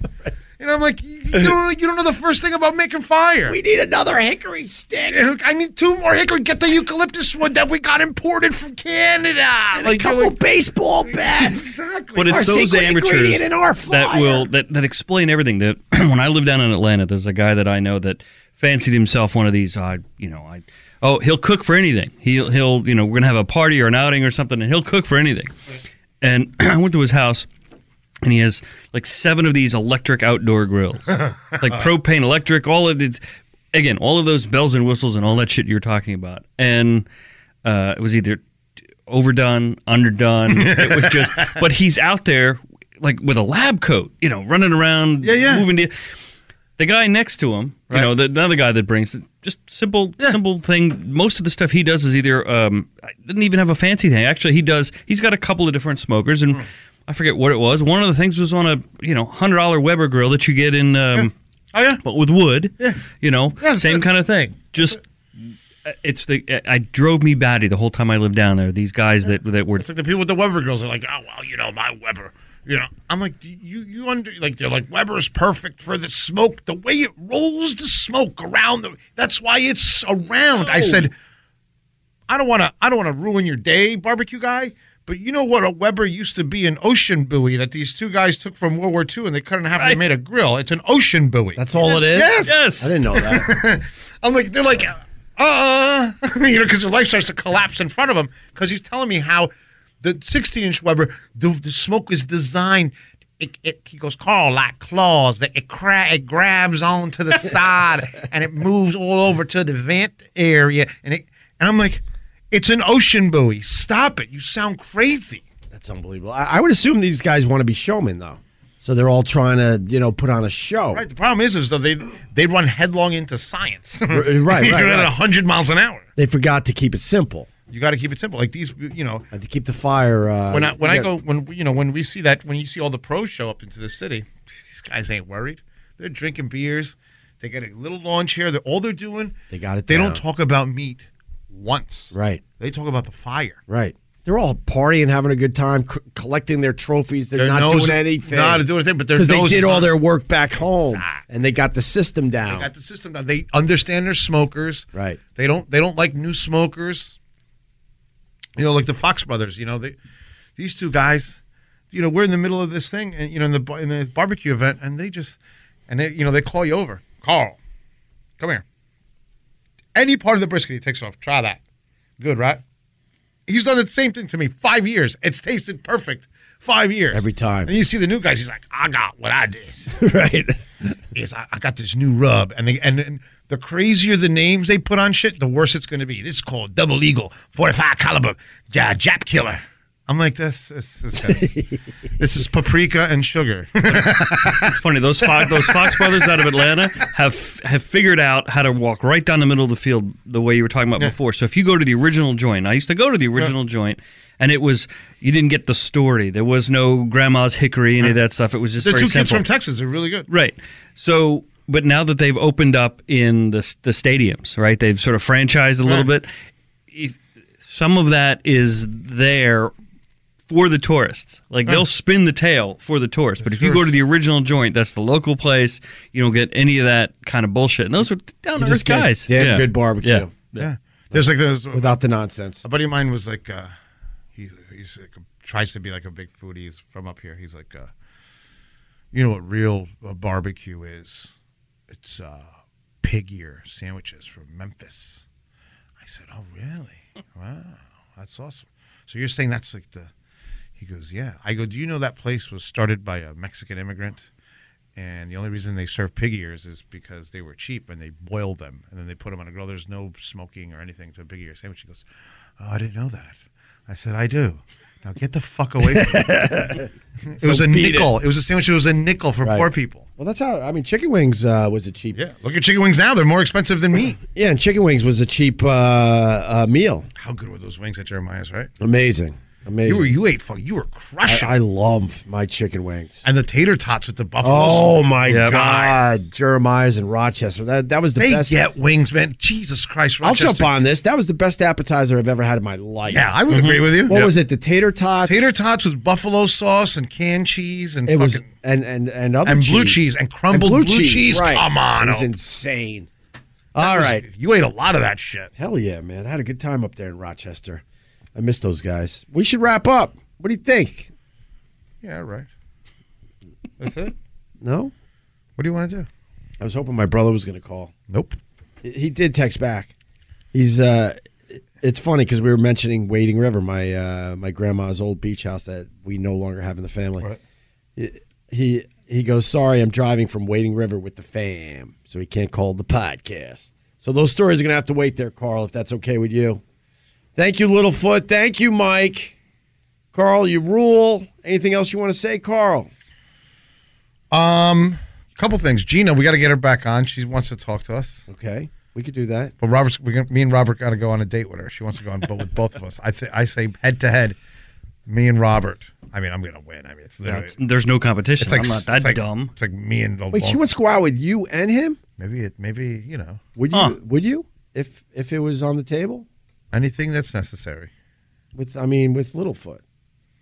E: And I'm like, you you don't, know, you don't know the first thing about making fire.
L: We need another
E: hickory stick. I need two more hickory. Get the eucalyptus wood that we got imported from Canada. uh, like, a couple baseball bats. Exactly.
J: But it's those amateurs that will that, that explain everything. That when I lived down in Atlanta, there's a guy that I know that fancied himself one of these. I you know I oh he'll cook for anything. He'll he'll you know we're gonna have a party or an outing or something, and he'll cook for anything. And I went to his house, and he has like seven of these electric outdoor grills, like propane electric, all of the again all of those bells and whistles and all that shit you were talking about. And uh, it was either overdone, underdone. it was just, but he's out there like with a lab coat, you know, running around, yeah, yeah. moving. To, the guy next to him, you know, the, the other guy that brings it, just simple, simple thing. Most of the stuff he does is either um, I didn't even have a fancy thing. Actually, he does. He's got a couple of different smokers,
E: Hmm.
J: and I forget what it was. One of the things was on a you know hundred dollar Weber grill that you get in, um,
E: oh yeah,
J: but with wood, yeah. you know, same kind of thing. Just uh, it's the it, I drove me batty the whole time I lived down there. These guys that that were
E: It's like the people with the Weber girls are like, oh well, you know, my Weber. You know, I'm like, "Do you you under like they're like Weber's perfect for the smoke. The way it rolls the smoke around the that's why it's around. I said, I don't want to I don't want to ruin your day, barbecue guy. But you know what? A Weber used to be an ocean buoy that these two guys took from World War II, and they cut it in half and made a grill. It's an ocean buoy. That's
C: all it is?
E: Yes.
C: Yes. I didn't know that.
E: I'm like, they're like, uh, you know, because their life starts to collapse in front of him because he's telling me how the 16 inch Weber, the, the smoke is designed. It, it, he goes, Carl, like claws that it, cra- it grabs onto the side and it moves all over to the vent area, and it and I'm like, it's an ocean buoy. Stop it! You sound crazy.
C: That's unbelievable. I, I would assume these guys want to be showmen though, so they're all trying to you know put on a show.
E: Right. The problem is, is though they they run headlong into science.
C: R- right, right,
E: You're
C: right.
E: at 100 miles an hour.
C: They forgot to keep it simple.
E: You got to keep it simple. Like these, you know,
C: Had to keep the fire. Uh,
E: when I when I
C: yeah.
E: go when you know when we see that when you see all the pros show up into the city, these guys ain't worried. They're drinking beers. They got a little lawn chair. They're all they're doing.
C: They got it
E: They
C: down.
E: don't talk about meat once.
C: Right.
E: They talk about the fire.
C: Right. They're all partying, having a good time, c- collecting their trophies. They're
E: Their
C: not
E: nose-
C: doing anything.
E: not doing anything, but their
C: because they
E: nose
C: did
E: is
C: all
E: on-
C: their work back home, and they got the system
E: They
C: down.
E: got the system down. They understand their smokers.
C: Right.
E: They don't they don't like new smokers. You know, like the Fox brothers. You know, they these two guys. You know, we're in the middle of this thing, and you know, in the bar- in the barbecue event, and they just and they you know they call you over, Carl, come here. Any part of the brisket he takes off, try that. Good, right? He's done the same thing to me five years. It's tasted perfect. Five years.
C: Every time.
E: And you see the new guys, he's like, I got what I did
C: right.
E: is I, I got this new rub, and they and, and the crazier the names they put on shit, the worse it's going to be. This is called Double Eagle, 45 caliber, ja, Jap killer. I'm like this. This is, heavy. this is paprika and sugar.
J: it's funny those Fox, those Fox brothers out of Atlanta have have figured out how to walk right down the middle of the field the way you were talking about
E: Yeah.
J: before. So if you go to the original joint, I used to go to the original joint, and it was you didn't get the story. There was no grandma's hickory, any of that stuff. It was
E: the
J: just
E: two
J: very
E: kids
J: simple.
E: from Texas are really good.
J: Right. So, but now that they've opened up in the the stadiums, right? They've sort of franchised a little bit. If, some of that is there for the tourists. Like
E: Right.
J: they'll spin the tail for the tourists. But if you go
E: tourists.
J: to the original joint, that's the local place. You don't get any of that kind of bullshit. And those are down to earth
C: just get
J: guys.
C: damn good barbecue.
J: Yeah.
E: Yeah. There's like those uh,
C: without the nonsense.
E: A buddy of mine was like, uh, he he's like, tries to be like a big foodie. He's from up here. He's like, uh, you know what real uh, barbecue is? It's uh, pig ear sandwiches from Memphis. I said, oh really? Wow, that's awesome. So you're saying that's like the? He goes, yeah. I go, do you know that place was started by a Mexican immigrant? And the only reason they serve pig ears is because they were cheap and they boiled them and then they put them on a grill. There's no smoking or anything to a pig ear sandwich. He goes, Oh, I didn't know that. I said, I do. Now get the fuck away from me. it
C: So
E: was a
C: beat it.
E: nickel. It. was a sandwich. It was a nickel for
C: Right.
E: poor people.
C: Well, that's how. I mean, chicken wings uh, was a cheap.
E: Yeah. Look at chicken wings now. They're more expensive than meat.
C: Yeah, and chicken wings was a cheap uh, uh, meal.
E: How good were those wings at Jeremiah's, right?
C: Amazing, amazing.
E: You were you ate fuck. You were crushing.
C: I, I love my chicken wings.
E: and the tater tots with the buffalo.
C: Oh
E: sauce.
C: my God, Jeremiah's in Rochester. That that was the
E: They
C: best.
E: get wings, man. Jesus Christ, Rochester.
C: I'll jump on this. That was the best appetizer I've ever had in my life. Mm-hmm.
E: Yeah, I would agree with you.
C: What
E: Yeah.
C: was it? The tater tots.
E: Tater tots with buffalo sauce and canned cheese and
C: It was
E: fucking
C: and and and other
E: and blue cheese and crumbled blue, cheese.
C: right.
E: Come on,
C: it was
E: oh.
C: insane.
E: That
C: All
E: was-
C: right,
E: you ate a lot of that shit.
C: Hell yeah, man! I had a good time up there in Rochester. I miss those guys. We should wrap up. What do you think?
E: Yeah, right. That's it.
C: No,
E: What do you want to do?
C: I was hoping my brother was going to call.
E: Nope.
C: He- He did text back. He's uh it's funny because we were mentioning Wading River, my uh my grandma's old beach house that we no longer have in the family. He- He he goes, "Sorry, I'm driving from Wading River with the fam, so he can't call the podcast." So those stories are going to have to wait there, Carl, if that's okay with you. Thank you, Littlefoot. Thank you, Mike. Carl, you rule. Anything else you want to say, Carl?
E: Um, couple things. Gina, we got to get her back on. She wants to talk to us.
C: Okay, we could do that.
E: But Robert's, we gonna, me and Robert got to go on a date with her. She wants to go on, but with both of us, I th- I say head to head, me and Robert. I mean, I'm gonna win. I mean, it's literally,
J: That's- there's no competition.
E: It's like,
J: I'm not that
E: it's like-
J: dumb.
E: It's like me and
C: Wait, she wants to go out with you and him?
E: Maybe it. Maybe you know.
C: Would you? Would you? if if it was on the table?
E: Anything that's necessary.
C: With I mean with Littlefoot.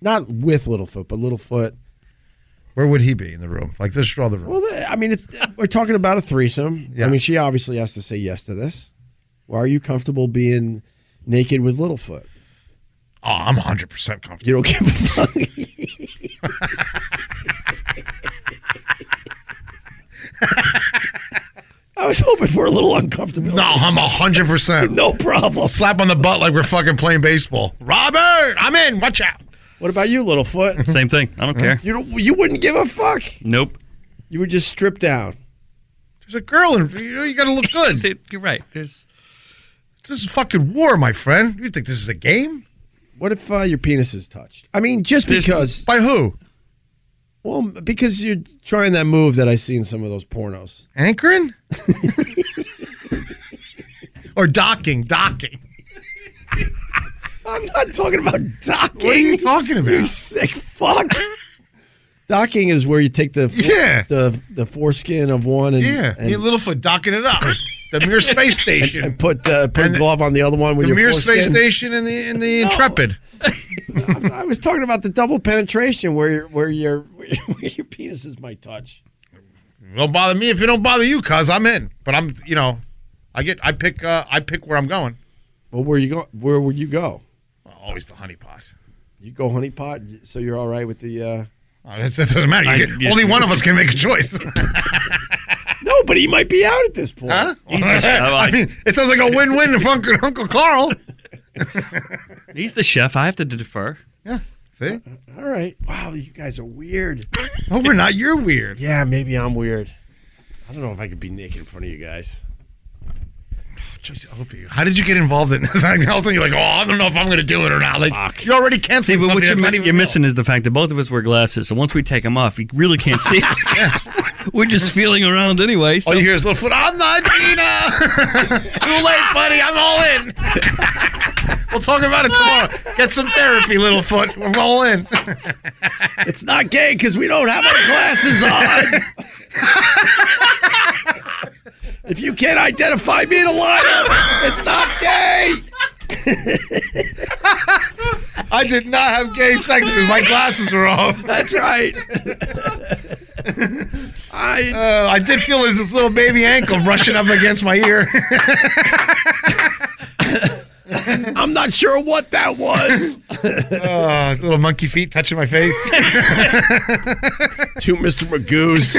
C: Not with Littlefoot, but Littlefoot.
E: Where would he be in the room? Like this is all the room.
C: Well, th- I mean, it's, we're talking about a threesome. I
E: Yeah.
C: mean, she obviously has to say yes to this. Why are you comfortable being naked with Littlefoot?
E: Oh, I'm 100 percent
C: You
E: comfortable.
C: don't give I was hoping for a little uncomfortable.
E: No, I'm 100 percent.
C: No problem.
E: Slap on the butt like we're fucking playing baseball. Robert, I'm in. Watch out.
C: What about you, Littlefoot?
J: Same thing. I don't care.
C: You don't, you wouldn't give a fuck.
J: Nope.
C: You would just strip down.
E: There's a girl in. You know, you got to look good.
J: You're right. There's.
E: This is fucking war, my friend. You think this is a game?
C: What if uh, your penis is touched? I mean, just because.
E: By who?
C: Well, because you're trying that move that I see in some of those pornos.
E: Anchoring? or docking? Docking.
C: I'm not talking about docking.
E: What are you talking about?
C: You sick fuck. docking is where you take the fo-
E: Yeah.
C: the the foreskin of one and
E: Yeah,
C: and,
E: me and Littlefoot docking it up. The mere space station.
C: and put uh, put a glove on the other one with
E: the
C: your
E: mere
C: foreskin.
E: space station and the and the intrepid.
C: I was talking about the double penetration where your where your where your penises might touch.
E: Don't bother me if it don't bother you, cuz I'm in. But I'm you know, I get I pick uh, I pick where I'm going.
C: Well, where you go? Where would you go?
E: Always the honeypot.
C: You go honeypot, so you're all right with the. Uh...
E: Oh, that's- that doesn't matter. You
C: I-
E: can- only one of us can make a choice.
C: No, but he might be out at this point.
E: Huh? I mean, it sounds like a win-win for Uncle, Uncle Carl.
J: He's the chef. I have to defer.
E: Yeah. See?
C: All right. Wow, you guys are weird.
E: No, Oh, we're not. You're weird.
C: Yeah, maybe I'm weird. I don't know if I could be naked in front of you guys.
E: Jeez, I hope you- How did you get involved in this? Like, all of a sudden you're like, oh, I don't know if I'm going to do it or not. Like, you're already
J: See,
E: canceling
J: but what
E: something
J: you're,
E: that's not
J: mi-
E: even
J: you're
E: real.
J: missing is the fact that both of us wear glasses, and once we take them off, you really can't see. We're just feeling around anyway. So.
E: All you hear is Littlefoot, I'm not Gina. Too late, buddy. I'm all in. we'll talk about it tomorrow. Get some therapy, Littlefoot. We're all in.
C: It's not gay because we don't have our glasses on. if you can't identify me in a lineup, it's not gay.
E: I did not have gay sex because my glasses were off.
C: That's right. I
E: uh, I did feel this, this little baby ankle brushing up against my ear.
C: I'm not sure what that was.
E: oh, his little monkey feet touching my face.
C: Two Mr. Magoos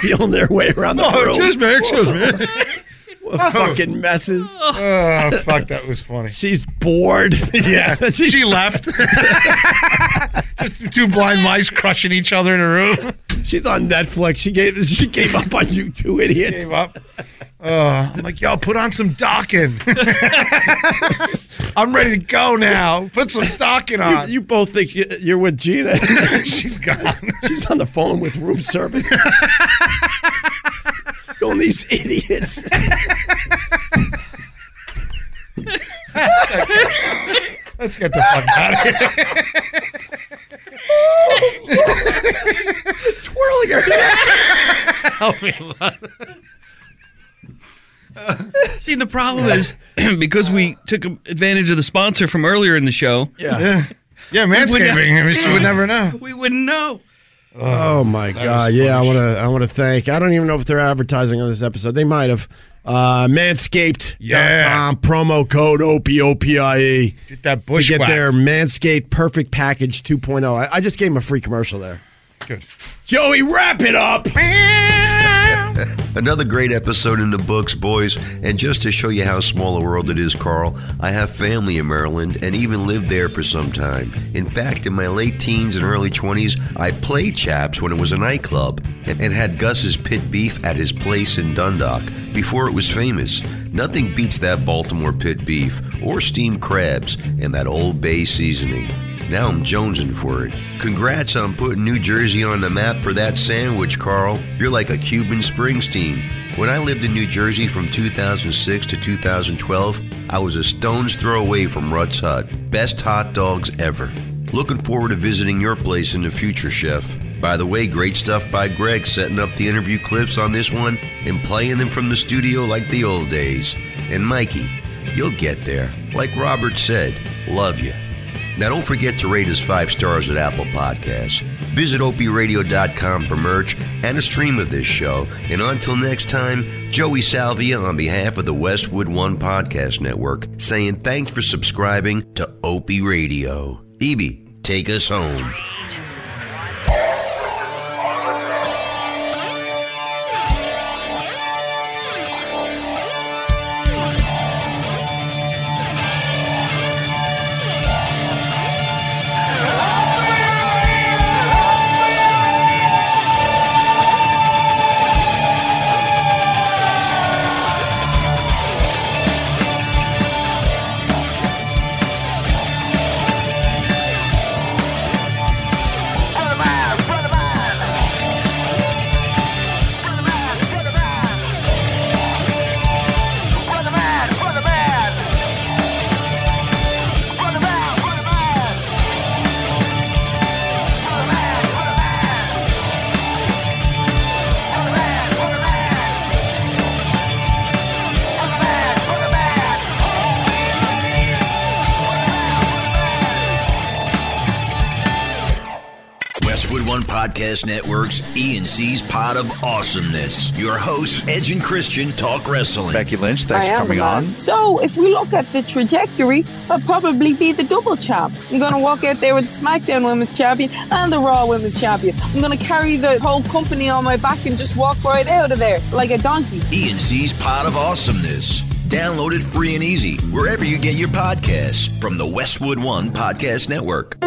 C: feeling their way around the
E: Oh,
C: room.
J: me, excuse me.
C: What Fucking messes.
E: oh, fuck, that was funny.
C: She's bored.
E: Yeah, she left. Just two blind mice crushing each other in a room.
C: She's on Netflix. She gave she gave up on you two idiots.
E: Gave up. Uh, I'm like, yo, put on some docking. I'm ready to go now. Put some docking
C: You,
E: on.
C: you both think you- you're with Gina.
E: She's gone.
C: She's on the phone with room service. Going these idiots.
E: Let's get the fuck out of here.
C: Just twirling her hair.
E: Help me, love.
J: See, the problem is because we took advantage of the sponsor from earlier in the show,
C: Yeah.
E: Yeah, manscaping. I mean, she would never know.
J: we wouldn't know.
C: Oh my god. Yeah, I want to I want to thank. I don't even know if they're advertising on this episode. They might have uh manscaped.com
E: Yeah.
C: promo code OPOPIE
E: Get that
C: E to
E: bush
C: get their manscaped perfect package 2.0. I, I just gave him a free commercial there.
E: Good.
C: Joey, wrap it up.
A: Another great episode in the books, boys. And just to show you how small a world it is, Carl, I have family in Maryland and even lived there for some time. In fact, in my late teens and early 20s, I played Chaps when it was a nightclub and and had Gus's pit beef at his place in Dundalk before it was famous. Nothing beats that Baltimore pit beef or steamed crabs and that Old Bay seasoning. Now I'm jonesing for it. Congrats on putting New Jersey on the map for that sandwich, Carl. You're like a Cuban Springsteen. When I lived in New Jersey from 2006 to 2012, I was a stone's throw away from Rutt's Hut. Best hot dogs ever. Looking forward to visiting your place in the future, Chef. By the way, great stuff by Greg setting up the interview clips on this one and playing them from the studio like the old days. And Mikey, you'll get there. Like Robert said, love you. Now don't forget to rate us five stars at Apple Podcasts. Visit opieradio.com for merch and a stream of this show. And until next time, Joey Salvia on behalf of the Westwood One Podcast Network saying thanks for subscribing to Opie Radio. BB, take us home. Westwood One Podcast Network's E and C's Pod of Awesomeness. Your hosts, Edge and Christian, talk wrestling. Becky Lynch,
T: I am the man. So if we look at the trajectory, I'll probably be the double champ. I'm going to walk out there with the SmackDown Women's Champion and the Raw Women's Champion. I'm going to carry the whole company on my back and just walk right out of there like a donkey.
A: E and C's Pod of Awesomeness. Download it free and easy wherever you get your podcasts from the Westwood One Podcast Network.